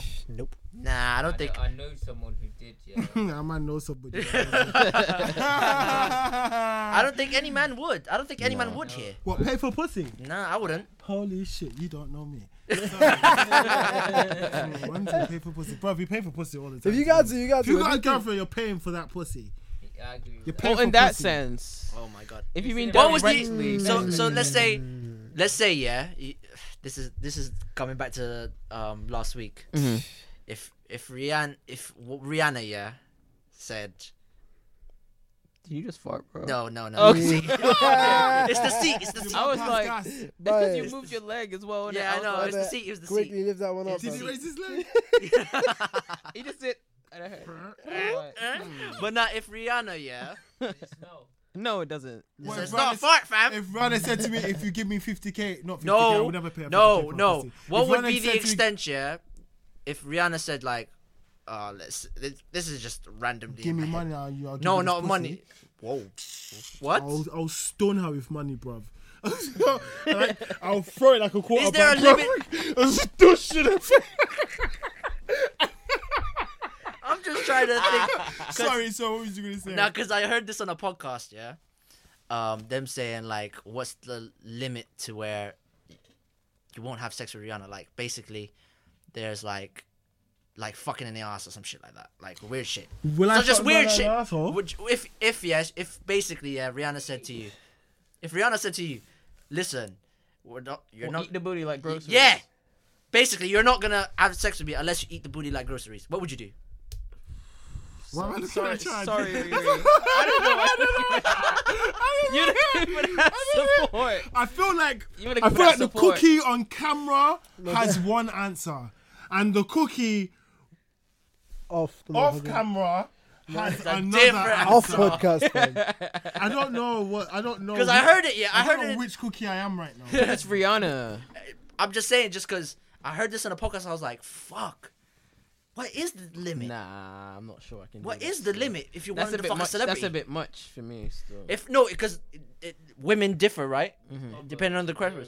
C: Nah, I don't
K: I,
C: think.
K: know, I know someone who did,
B: [laughs]
K: yeah.
B: I might know
C: [laughs]
K: [laughs]
B: somebody. [laughs]
C: I don't think any man would. I don't think any man would here.
B: what pay for pussy?
C: Nah, I wouldn't.
B: Holy shit, you don't know
C: [laughs]
B: me. One to pay for pussy, bro. You pay for pussy all the time.
F: If you got to, you Oh, got
B: if
F: to.
B: you got a girlfriend, you're paying for that pussy.
K: I agree with
B: You're
K: that.
B: paying
D: Well,
B: for
D: in that
B: pussy.
D: sense,
C: Oh my god.
D: if you mean
C: What was
D: directly,
C: the so so? Let's say, let's say yeah. y- This is this is coming back to um last week.
D: Mhm.
C: If if Rihanna if w- Rihanna yeah said
D: Did you just fart, bro?
C: no Oh, no no
D: Okay. [laughs]
C: See? [laughs] it's the seat it's the
D: I
C: seat
D: was like,
B: Gas.
D: because you
F: Right.
D: moved your leg as well.
C: yeah I
D: was
C: know
D: like-
C: it's the seat it was the
F: Quickly
C: seat
F: lift that one up.
B: Did he
F: man.
B: raise his leg?
D: He just did. and I heard-
C: Eh? but not if Rihanna yeah
K: It's no.
D: No, it doesn't.
B: Well,
C: says
B: if
C: not a
B: Rihanna-
C: fart fam
B: If Rana said to me, "If you give me 50k, not 50k, I
C: no
B: would never pay." 50K
C: no
B: for a
C: no
B: pussy."
C: what
B: If
C: would
B: Rihanna
C: be the
B: said to me,
C: extent yeah if Rihanna said like uh let's this, this is just randomly
B: Give
C: in
B: me
C: my head.
B: money. I'll, I'll give
C: No,
B: you this
C: not
B: pussy.
C: money. Whoa. What?
B: I'll, I'll stone her with money, bruv. [laughs] like, I'll throw it like a quarter.
C: Is there a
B: back, bruv. [laughs] I'll Smash it in her face.
C: I'm just trying to think.
B: Sorry, so what was you gonna say?
C: now, because I heard this on a
B: [laughs]
C: podcast, yeah? Um, them saying, like, what's the limit to where you won't have sex with Rihanna? Like, basically, there's like, like fucking in the ass or some shit like that. Like, weird shit.
B: Will
C: so
B: I
C: just
B: fuck
C: weird
B: Rihanna
C: shit.
B: in the asshole?
C: Would you- if if yes, if basically yeah, Rihanna said to you, if Rihanna said to you, listen, we're not, you're
D: Well,
C: not,
D: eat the booty like groceries.
C: yeah. Basically, you're not gonna have sex with me unless you eat the booty like groceries. What would you do?
B: Why am I looking
D: Sorry,
B: at Chad?
D: sorry. Riri. I don't
B: [laughs]
D: know. [laughs] you don't even have support.
B: I feel like
D: You would've
B: I
D: given
B: feel
D: that
B: like the
D: support.
B: cookie on camera has one answer, and the cookie
F: Off. the
B: off
F: motherfucker.
B: camera has another
C: different
B: answer.
F: Off podcast. man.
C: [laughs]
B: I don't know what I don't know
C: Because I
B: which-
C: heard it. Yeah, I
B: I, don't
C: heard
B: know
C: it.
B: which cookie I am right now.
D: It's Rihanna.
C: I'm just saying, just because I heard this in a podcast, I was like, fuck. What is the limit?
D: Nah, I'm not sure I can.
C: What
D: do
C: is
D: that
C: the limit if you
D: That's
C: wanted
D: a
C: to
D: bit
C: fuck a
D: much-
C: celebrity?
D: That's a bit much for me. Still.
C: If no, because women differ, right?
B: Mm-hmm.
C: Depending on the question.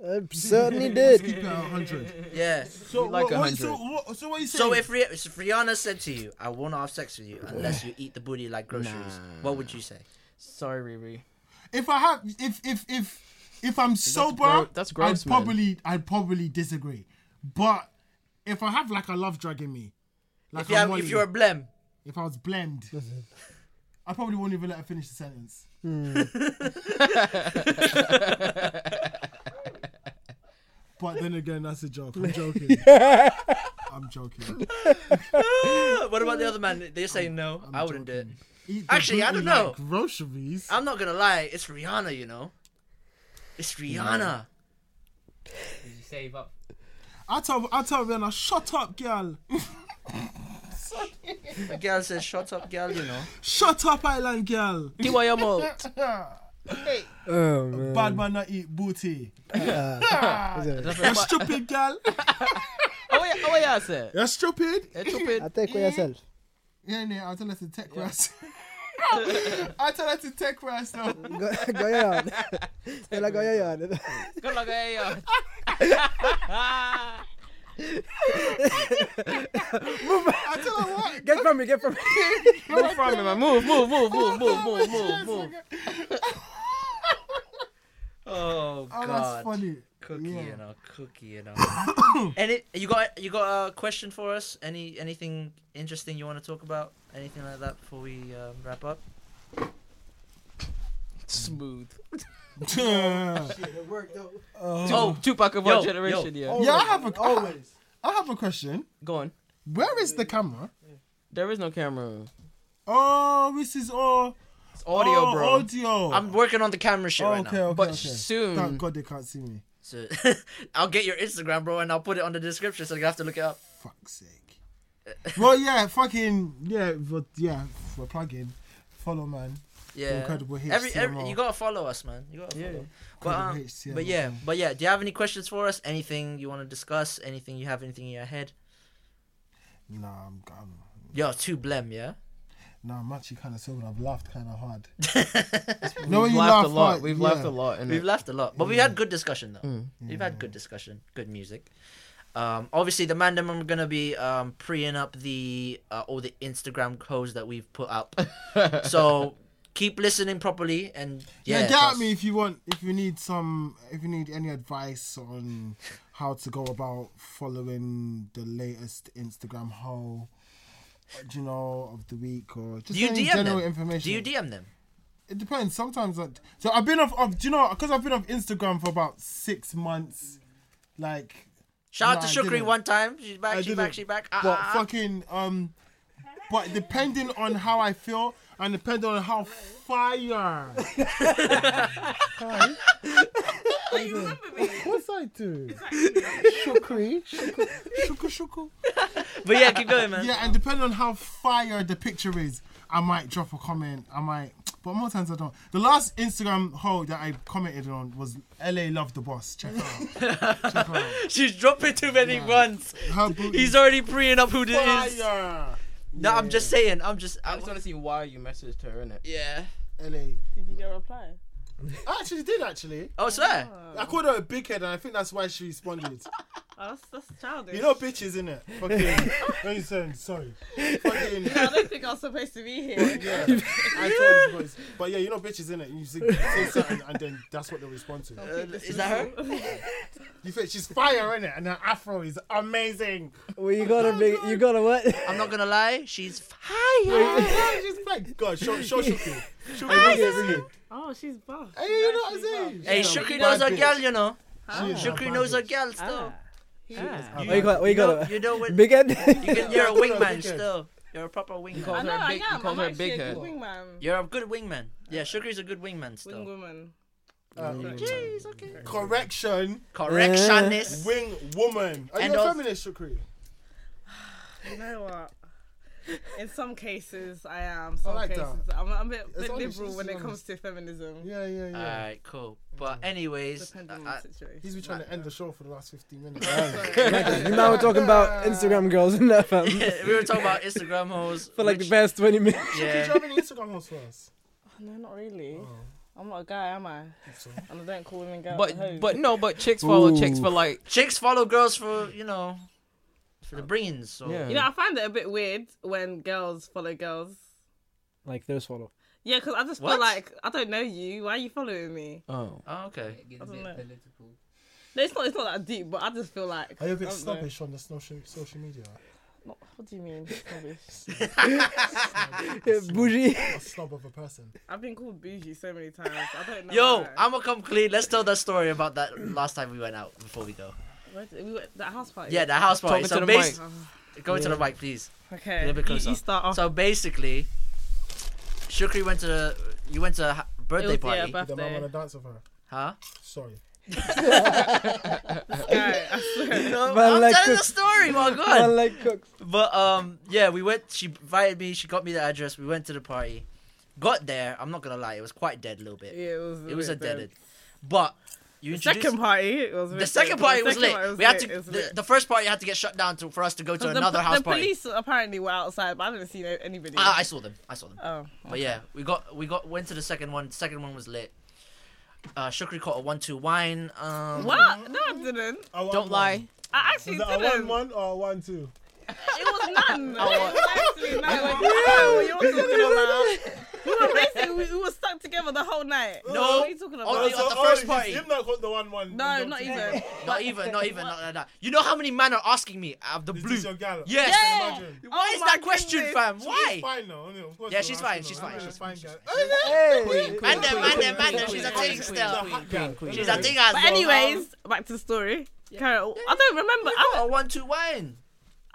F: It certainly did.
B: Keep it at 100.
C: Yeah.
B: So
C: Like
B: what, what, so,
C: 100.
B: what, so what are you saying?
C: So if, Rih- so if Rihanna said to you, "I will not have sex with you unless you eat the booty like groceries," what would you say?
D: Sorry, Riri.
B: If I have, if if if if I'm sober,
D: gro- that's gross,
B: I'd
D: man.
B: probably I'd probably disagree. But if I have like a love drug in me, like
C: If you have- if you're a blem,
B: if I was blemmed, I probably wouldn't even let her finish the sentence.
D: Hmm.
B: but then again, that's a joke.
D: [laughs]
B: I'm joking. I'm joking.
C: [laughs] [laughs] what about the other man? They're saying no. I wouldn't do it.
B: Eat the
C: Actually, I
B: booty
C: don't know.
D: [laughs]
B: like groceries.
C: I'm not gonna lie. It's Rihanna, you know. It's
B: [laughs]
C: Rihanna.
K: You save up.
B: I tell I tell Rihanna, shut up, girl. [laughs]
C: The girl says, "Shut up, girl," you know.
B: Shut up, Island girl.
F: [laughs]
K: [laughs]
F: Oh man.
B: Bad man not eat booty.
D: [laughs]
F: Ah.
B: You're stupid, girl.
D: Oh yeah, oh yeah, I said.
B: You're stupid.
D: You're stupid.
F: I take for
D: [laughs]
F: yourself.
B: Yeah, yeah. I tell her to take [laughs] rest. I tell her to take rest. though.
F: Go,
D: [laughs]
F: go your [laughs] yard. Tell her go your yard.
D: Good luck, hey, uh, yo. [laughs]
B: I tell her what.
F: Get from me. Get from me.
D: Move from me, man. Move, move, move, move, move, move, move, move.
C: Oh
B: Oh,
C: God.
B: that's funny.
C: Cookie,
B: Yeah.
C: you know.
E: [laughs]
C: Cookie, you know. [coughs] Any, you got you got a question for us? Any anything interesting you want to talk about? Anything like that before we um, wrap up?
D: Smooth.
B: Yeah.
F: It worked though.
D: Oh, Tupac of
C: yo,
D: our generation, yeah.
B: Yeah, I have a I,
F: Always.
B: I have a question.
D: Go on.
B: Where is the camera?
D: There is no camera.
B: Oh, this is all
D: It's audio,
B: oh,
D: bro.
B: Audio.
C: I'm working on the camera shit
B: Oh,
C: right
B: okay,
C: now.
B: okay,
D: But
B: okay.
D: soon-
B: Thank God they can't see me.
C: So [laughs] I'll get your Instagram, bro, and I'll put it on the description so you have to look it up.
B: fuck's sake. well, yeah, fucking yeah, but yeah, we're plugging. Follow man.
C: Yeah.
B: Incredible
C: every,
B: HTML.
C: every you gotta follow us, man. You gotta follow. But,
B: Incredible
C: um,
B: HTML.
C: but yeah, but yeah. Do you have any questions for us? Anything you want to discuss? Anything you have? Anything in your head?
B: Nah, I'm, I'm
C: Yo, too blem, yeah.
B: nah, I'm actually kind of sober. I've laughed kind of
C: [laughs]
B: hard. no, when
D: We've
B: you
D: laughed
B: laugh
D: a lot.
B: hard,
D: We've
B: yeah. Mm.
D: laughed a lot. innit? Mm.
C: We've laughed a lot, but we had good discussion though. We've had good discussion, good music. Um, obviously, the man them are gonna be um, preeing up the uh, all the Instagram codes that we've put
D: [laughs]
C: up. so keep listening properly, and
B: Yeah,
C: yeah,
B: get at
C: that's-
B: me if you want. If you need some, if you need any advice on how to go about following the latest Instagram haul, uh, do you know of the week or just
C: Do you
B: any
C: DM
B: general
C: them?
B: information?
C: Do you DM them?
B: It depends. Sometimes, like, so I've been off. Of, do you know? Because I've been off Instagram for about six months. Like,
C: Shout out
B: No,
C: to
B: I
C: Shukri
B: didn't.
C: one time. She's back.
B: I
C: she's back.
B: didn't.
C: She's back. Ah,
B: but
C: ah, ah.
B: fucking um, but depending on how I feel and depending on how fire. Hi. How you doing? What's I do? Shukri, shuku, shuku, shuku.
C: But yeah, keep going, man.
B: Yeah, and depending on how fire the picture is, I might drop a comment. I might, but more times I don't. The last Instagram hole that I commented on was "LA love the boss." Check it out. Check it out.
C: [laughs] She's dropping too many ones.
B: Her booty
C: He's already preeing up who this is.
B: fire.
C: [laughs] No, I'm just saying. I'm just.
D: I
C: I,
D: just want to see why you messaged her, innit?
C: yeah.
B: LA.
L: Did you get a reply?
B: I actually did actually.
C: Oh, swear.
B: I called her a big head, and I think that's why she responded.
L: Oh, that's, that's childish.
B: You know, bitches, innit? Fucking. What you saying? Sorry. Fucking.
L: I don't think I was supposed to be here.
B: [laughs] Yeah, I told you guys. But yeah, you know, bitches, innit? You say, say something, and then that's what they respond to.
C: Is that her?
B: You think she's fire in it, and her afro is amazing.
F: Well, you gotta be. You gotta what?
B: [laughs]
C: I'm not gonna lie. She's fire.
B: she's like, God, show, show Shuki. Shuki, bring it, bring it.
L: Oh, she's buff.
B: Hey, you know what I'm saying?
C: Hey,
B: She's a
C: Shukri
B: bad
C: knows her
B: bitch.
C: girl, you know.
B: She is a
C: Shukri
B: bad
C: knows her
B: bitch.
C: girl still.
L: Ah.
F: What you got? What you
C: You know,
F: got?
C: you know what?
F: Big head.
C: You
B: [laughs]
C: can, you're
B: Yeah,
C: a
B: I told her
C: wingman
B: big head.
C: still. You're a proper
L: I
C: wingman.
L: know,
D: her
L: I
D: big- you
L: am.
D: called
L: I'm
D: her
L: actually
D: big
L: a
D: head.
L: good wingman.
C: You're a good wingman. Yeah, Shukri's a good wingman
L: Wing
C: still.
L: woman.
B: Uh,
C: Jeez, okay.
B: Correction,
C: Correctionist.
B: wing woman. Are
C: And
B: you a
C: also-
B: feminist, Shukri?
L: You know what? in some cases, I am. Some
B: like that.
L: cases, I'm, I'm a bit,
B: It's
L: bit
B: honest,
L: liberal
B: it's
L: when it
B: honest.
L: comes to feminism.
B: Yeah, yeah, yeah.
C: Alright, cool. But anyways,
L: Depending
C: I-
L: on the situation.
B: He's been trying to end the show for the last 15 minutes. [laughs]
E: you now we're talking about Instagram girls in that fam.
C: we were talking about Instagram hoes
E: for like
C: which-
E: the past twenty minutes.
B: Did you have any Instagram hosts for us? Oh.
L: Oh, no, not really. I'm not a guy, am I? And I don't call women girls.
D: But but no, but chicks follow chicks for
C: Ooh.
D: like
C: chicks follow girls for you know for the brains. So.
D: Yeah.
L: you know, I find it a bit weird when girls follow girls.
E: Like those follow.
L: Yeah, because I just
E: What?
L: feel like I don't know you. Why are you following me?
E: Oh.
C: Oh, okay.
L: I don't know. No, it's not. It's not that deep, but I just feel like.
B: Are you a bit
L: I don't know.
B: snobbish on the social, social
C: [laughs]
B: media?
L: No, What do you mean?
B: [laughs] Snobbish.
E: Bougie.
B: A snob of a person.
L: I've been called bougie so many times. I don't know.
C: Yo,
L: why.
C: I'm gonna come clean. Let's tell that story about that last time we went out before we go.
L: Where did- we were at that house party.
C: Yeah, the house party. so basi- Go into
L: Yeah.
C: the mic, please.
L: Okay,
C: A little bit
L: you- you
D: [laughs]
C: closer.
L: start
C: So basically, Shukri went to you went to a ha- birthday
L: It was, yeah,
C: party.
L: birthday.
B: Did my mum wanna dance with her?
C: Huh?
B: Sorry.
C: no,
B: Man
C: I'm
B: like
C: telling
B: cooks.
C: the story. My God.
B: Man like
C: But um, yeah, we went. She invited me. She got me the address. We went to the party. Got there. I'm not gonna lie. It was quite dead a little bit.
L: Yeah, it was a
C: It was
L: bit
C: a deaded.
L: dead.
C: But you
L: The second
C: introduced-
L: party, it was a
C: the
L: bit
C: second
L: dead.
C: party
L: The
C: was
L: second
C: lit.
L: party was
C: we had
L: lit,
C: to
L: it was
C: the,
L: lit.
C: the first party had to get shut down to, for us to go to
L: 'Cause the
C: another
L: po-
C: house
L: the
C: party.
L: police apparently were outside, but I didn't see no, anybody.
C: Ah, I saw them. I saw them.
L: Oh,
C: But yeah, we got we got went to the second one. Second one was lit. Uh, Shukri caught a one-two wine. Um,
L: What?
B: oh,
L: No, I didn't.
C: Don't lie.
L: I actually
B: Was it a
L: didn't.
B: one-one or a one-two?
L: It was
C: [laughs]
L: none.
B: Oh,
L: It was actually none. Like,
B: Yeah.
L: what you're talking about? We were basically we, we were stuck together the whole night.
B: No.
L: what are you talking about?
C: Only at Oh, the first party.
B: Oh, Him that got the one-one.
L: No, not
B: [laughs]
L: even.
C: Not even, not even, not like that. You know how many men are asking me out of the blue? Yes.
B: Yeah. Imagine.
L: Oh
C: Why is that question, fam? Why?
B: She's fine now. isn't it? Of course
C: Yeah,
B: she
C: she's
B: was
C: fine.
B: asking
C: She's
B: her.
C: fine.
B: I'm
C: She's
B: a fine.
C: fine.
B: Hey,
C: Man them, man them, man them. She's a thing still. She's a thing as
L: But
C: well.
L: anyways, back to the story. Carol, I don't remember. I
C: got a one-two wine.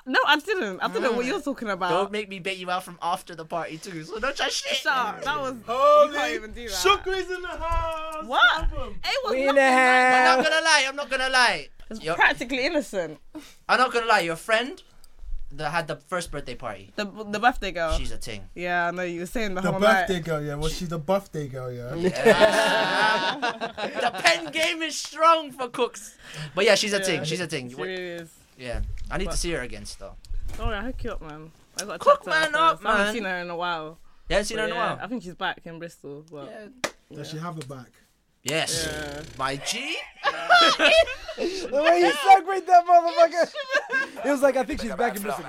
L: No, I didn't. I don't know what you're talking about.
C: Don't make me bait you out from after the party too. So don't try shit.
L: Shut up. That was. you can't even do that.
B: Shukri's in the house.
L: What? It was
B: We
L: nothing like
B: in the
C: I'm
L: that.
C: not gonna lie. I'm not gonna lie.
L: It's
C: You're-
L: practically innocent.
C: I'm not gonna lie. Your friend that had the first birthday party.
L: The the birthday girl.
C: She's
L: [laughs]
C: a ting.
L: Yeah, I know you were saying the,
B: The
L: whole
B: birthday
L: night.
B: girl, yeah. Was she the birthday girl, yeah?
C: the pen game is strong for cooks. But yeah, she's a
L: Yeah,
C: ting. She's a ting.
L: she
C: What-
L: really is.
C: Yeah, I need to
L: But-
C: see her again still.
L: Alright, hook you up, man. I got
C: Cook
L: chat to her
C: man up,
L: first. I
C: man.
L: haven't seen her in a while.
C: You haven't seen
L: But
C: her in a
L: yeah,
C: while?
L: I think she's back in Bristol. But
B: Does she have the back?
C: Yes, my G.
E: the way you segue that motherfucker. It was like I think she's back in Bristol.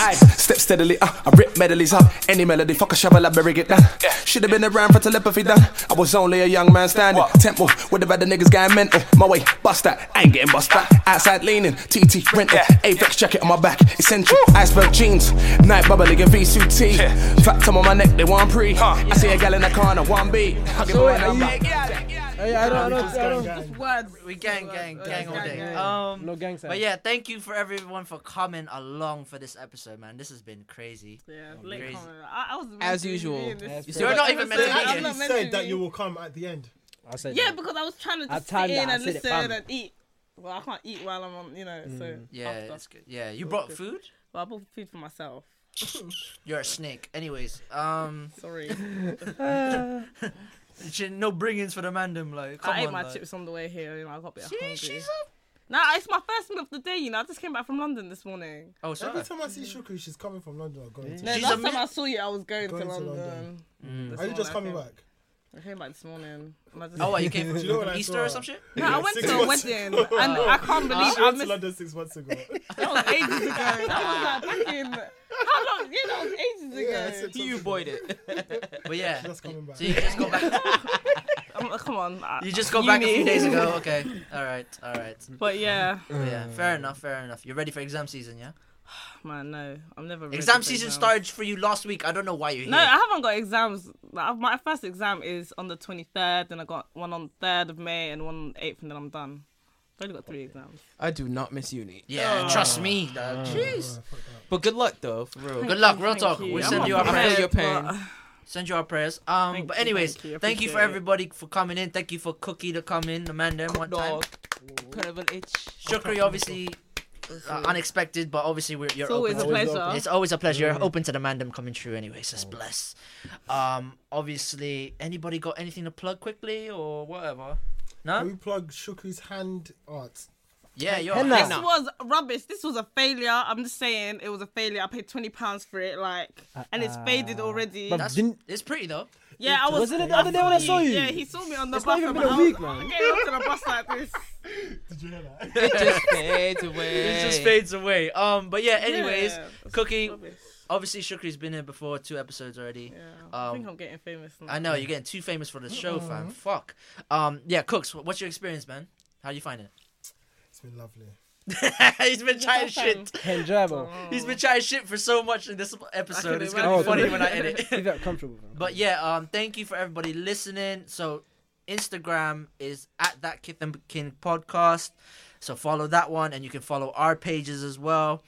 J: Aye. Step steadily, uh, I rip medleys up. Any melody, fuck a shovel, I bury it down. Should have been around for telepathy done. I was only a young man standing. Temple, with the better niggas going mental. My way, bust that, I ain't getting bust that. Outside leaning, TT rental. Avex jacket on my back, essential. Iceberg jeans, night bubbly and V2 T. Fat tongue on my neck, they want pre. I see a gal in the corner, one B. I give her
E: So,
J: my
E: are
J: number.
E: you- I don't, I don't, I don't.
L: Words.
C: We gang, gang, gang all day.
E: gang.
C: Um,
E: No gang sign.
C: But yeah, thank you for everyone for coming along for this episode, man. This has been crazy.
L: Yeah, late
C: crazy.
L: comment. I, I was meant
C: As
L: to be
C: usual.
L: in this-
C: As per- You're not even meant to
L: I'm
C: be here.
L: not
B: You
L: meant to
B: said that
L: be.
B: you will come at the end.
E: I said
L: Yeah, because I was trying to
B: I
L: just
B: timed
L: sit
B: it,
L: in
B: I
L: and
B: said it,
L: listen
B: fam. Mm.
L: and eat. Well, I can't eat while I'm on, you know. So
C: Yeah,
L: after.
C: it's good. Yeah, you
L: So
C: brought
L: it's
C: food?
L: Well, I bought food for
C: [laughs]
L: myself.
C: You're a snake. Anyways, um. [laughs]
L: Sorry.
C: Shit, no bring-ins for the mandem, like. Come
L: I ate
C: on,
L: my
C: like.
L: chips on the way here. You know, I got a bit
C: See,
L: hungry.
C: she's
L: Nah, it's my first meal of the day. You know, I just came back from London this morning.
C: Oh,
B: Every time I see Shukri, she's coming from London or going to
L: No, last time I saw you, I was going,
B: Going
L: to
B: to
L: London.
B: London.
C: Mm.
L: This
B: Are you
L: morning
B: just
L: I
B: coming
L: came-
B: back?
L: I came back this morning. and I just-
C: Oh, what,
B: [laughs]
L: [laughs]
C: you came from
B: Do you know when I
C: Easter
B: saw
C: or
B: her?
C: some shit?
L: No, I went
B: six
L: to a
B: months
L: wedding,
B: ago. Ah.
L: and
B: [laughs]
L: I can't believe
B: She
L: I
B: went to
L: missed-
B: London six
L: [laughs]
B: months ago.
L: That was ages ago. That was like back in. How long? Yeah, that was ages ago.
D: You
B: [laughs]
D: boyed it.
C: But yeah. So you just go back.
L: [laughs] I'm- Um, come on. uh, I-
C: You just go back a few
L: Uni.
C: days ago. Okay. All right. All right.
L: But yeah.
C: Yeah. Fair enough. Fair enough. You're ready for exam season, yeah?
L: [sighs] Man, no, I'm never. ready
C: Exam
L: for
C: season
L: exams.
C: started for you last week. I don't know why you're
L: [laughs]
C: here.
L: No, I haven't got exams. Like, I've- My first exam is on the 23rd, and I got one on 3rd of May and one on 8th, and then I'm done. I've only got three exams.
D: I do not miss uni.
C: Yeah,
D: Ah.
C: trust me. dog.
D: Ah.
C: Jeez.
D: But good luck though, for real.
C: Good luck. Real talk.
D: you.
C: We'll
D: I'm
C: send
D: not
C: you our
D: prepared,
C: prayers.
D: I feel your pain.
C: Send you our prayers. Um,
D: Thank
C: but
D: you,
C: anyways,
D: thank you. I
C: thank you for
D: appreciate it.
C: everybody for coming in. Thank you for Cookie to come in, the man there one time.
D: Kind of an itch.
C: Shukri obviously uh, unexpected, but obviously we're, you're
L: It's always a
C: open to-
L: pleasure.
C: It's always a pleasure. You're
L: Mhm.
C: open to the mandem coming through anyway, so [laughs] it's bless. Um, obviously, anybody got anything to plug quickly or whatever? No?
B: We plug Shuku's hand art.
C: Yeah, you're
B: Henna.
L: This was rubbish. This was a failure. I'm just saying it was a failure. I paid twenty pounds for it, like, and it's
C: Uh,
L: faded already.
C: That's- it's pretty though.
L: yeah, I was.
C: Was it the other day when I saw you?
L: Yeah, he saw me on the
C: It's
L: bus. "Oh,
C: not
L: and
C: even been a
L: I
C: week,
L: was,
C: man.
L: I came onto the bus like this.
B: Did you hear that?
C: It
L: just
C: [laughs]
L: fades away.
C: It just fades away. Um, but yeah. Anyways,
L: Yeah,
C: Cookie. Obviously, Shukri's been here before, two episodes already. Um,
L: I think I'm getting famous. Now.
C: I know you're getting too famous for the show, fam. Fuck. Um, yeah, Cooks. wh- What's your experience, man? How you find it?
B: It's been lovely.
C: [laughs] He's been chatting shit.
F: Enjoyable.
C: He's been chatting shit for so much in this episode. It's gonna
F: imagine.
C: be funny
F: Oh,
C: when I edit.
F: Keep that comfortable, man.
C: But yeah, um, thank you for everybody listening. So Instagram is at that Kith and Kin podcast. So follow that one, and you can follow our pages as well.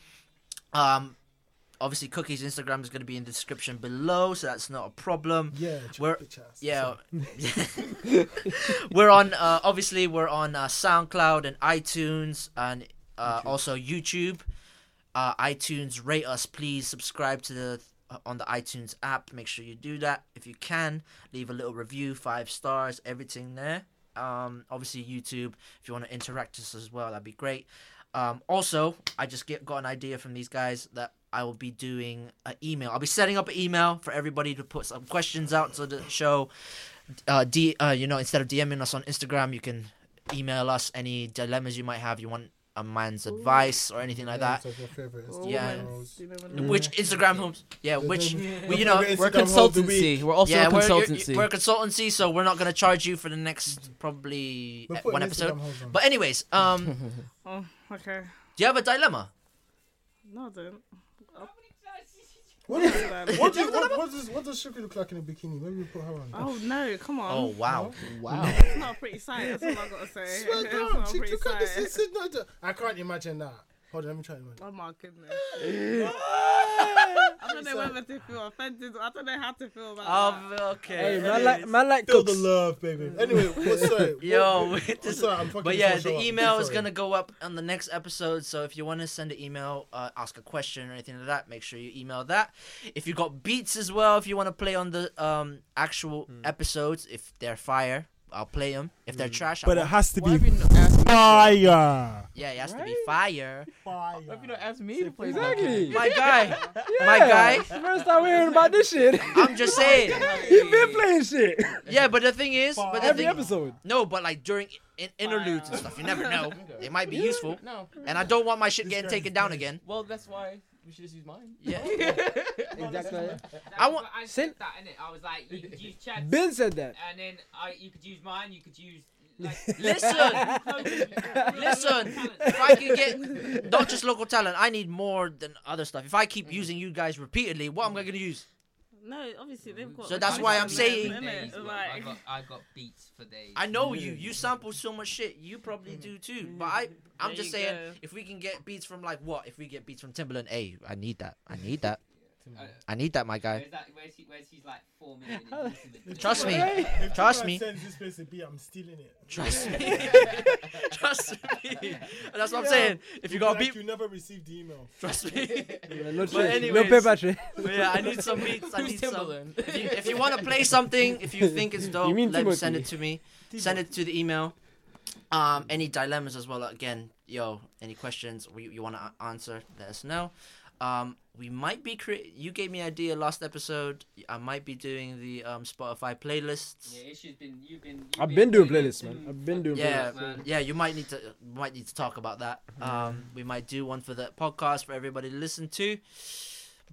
C: Um, obviously, Cookie's Instagram is going to be in the description below, so that's not a problem.
B: Yeah,
C: we're yeah, [laughs] we're on. Uh, obviously, we're on uh, SoundCloud and iTunes, and uh, also YouTube. Uh, iTunes, rate us, please. Subscribe to the uh, on the iTunes app. Make sure you do that if you can. Leave a little review, five stars, everything there. Um, obviously YouTube. If you want to interact with us as well, that'd be great. Um, also, I just get got an idea from these guys that I will be doing an email. I'll be setting up an email for everybody to put some questions out to the show. Uh, D, uh, you know, instead of DMing us on Instagram, you can email us any dilemmas you might have. You want a man's advice or anything like
B: Yeah,
C: that.
B: it's like your favorite Instagram
C: yeah, Mm.
B: hoes. You never know.
C: which Instagram homes? Yeah,
B: Your
C: which
B: favorite-
C: we, you
B: your
C: know
B: favorite
D: We're a Instagram hoes do we- consultancy. We're also a
C: Yeah, you're-
D: consultancy.
C: We're, a consultancy, so we're not gonna charge you for the next probably
L: We're
C: uh,
L: putting
C: one
L: Instagram
C: episode.
L: hoes on.
C: But anyways, um,
D: [laughs]
L: Oh, okay.
C: do you have a dilemma?
L: No, I don't.
B: What,
L: is,
B: what, do, what, what, does, what does Shuku look like in a bikini? Maybe we put her on.
L: Oh no! Come on.
C: Oh, wow. Wow.
L: It's not a pretty sight. That's all I gotta say.
B: [laughs] Swear
L: It's
B: to God,
L: not a
B: she
L: pretty
B: took out this-
L: sight.
B: this is not the- I can't imagine that. Hold on, let me try and imagine.
L: Oh my goodness.
C: [laughs]
B: [laughs]
L: I don't know whether to feel offended. I don't know how to feel about
K: Oh,
C: Um,
L: that.
C: okay.
F: Hey, man, like, man, like
B: Feel
F: cooks.
B: the love, baby. Anyway, what's
C: [laughs]
B: up?
C: Yo,
B: what's
C: this-
B: up? I'm fucking
C: but yeah,
B: gonna show
C: the
B: up.
C: email is
B: Sorry.
C: gonna go up on the next episode. So if you want to send an email, uh, ask a question or anything like that, make sure you email that. If you got beats as well, if you want to play on the um actual
B: Hmm.
C: episodes, if they're fire, I'll play them. If they're trash, I
B: But it
C: won't.
B: has to
C: Why
B: be
C: have you not asked me to-
B: fire.
C: Yeah, it has to be fire.
B: Fire.
D: If you don't ask me to play
C: Exactly.
D: Pokemon.
B: [laughs]
C: My guy. My guy.
F: It's the first time we're hearing about this shit.
C: I'm just saying.
F: [laughs] You've been playing shit.
C: Yeah, but the thing is, but the
F: Every
C: thing-
F: episode.
C: No, but like during in- interludes and stuff, you never know. It might be
D: You
C: useful.
D: never know.
C: And I don't want my shit getting taken down again.
D: Well, that's why we should just use mine. [laughs]
C: Yeah.
F: Exactly.
K: I
C: want.
K: I said that in it. I was like, you could use
C: [laughs]
K: Chad's.
F: Ben said that.
K: And then I, you could use mine. You could use.
C: [laughs] Listen, listen. If I can get not just local talent, I need more than other stuff. If I keep using you guys repeatedly, what am I gonna use?
L: No, obviously they've got.
C: So that's why I'm saying-
L: Innit?
K: I
L: Like,
K: got, I got beats for days.
C: I know you. You sample so much shit. You probably do too. But I, I'm
K: There
C: just
K: you
C: saying,
K: go.
C: if we can get beats from like what? If we get beats from Timberland, hey, I need that. I need that. I need that, my guy.
K: Where's that? Where's he? Where's he's like four million? in Intimate?
C: Trust me.
B: If
C: Trust
B: Tupac
C: me.
B: sends this place to be, I'm stealing it. [laughs]
C: Trust me. Trust me. That's what I'm
B: Yeah.
C: saying. If you
B: You'll
C: got
B: be
C: beat
B: like, you never received the email.
C: Trust me.
F: Yeah, no
C: But
F: trace,
C: anyways,
F: no paper trail.
C: but yeah, I need some beats. I
D: Who's
C: need some.
D: Timbaland?
C: If you, if you want to play something, if you think it's dope,
F: You mean
C: let me send it
F: Timothy.
C: to me. Send it to the email. Um, any dilemmas as well. Again, yo, any questions we, you want to answer, let us know. Um, we might be cre- You gave me an idea last episode. I might be doing the um, Spotify playlists.
K: Yeah, issue's been. You've been. You've
F: I've been doing playlists, man. I've been doing
C: Yeah,
F: playlists.
C: yeah, you might need to might need to talk about that. Um, we might do one for the podcast for everybody to listen to.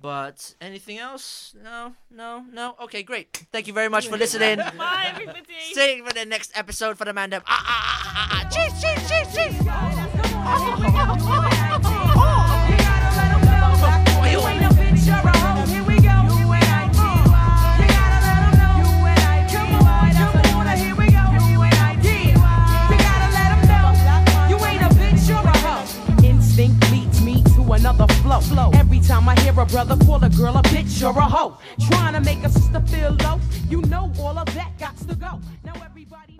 C: But anything else? No, no, no. Okay, great. Thank you very much for
L: [laughs]
C: listening.
L: Bye, everybody.
C: See you for the next episode for the Mandem. Ah, ah, ah, ah, ah. Cheers.
L: Oh,
M: Instinct leads me to another flow. Every time I hear a brother call a girl a bitch or a hoe, trying to make a sister feel low, you know all of that got to go. Now everybody.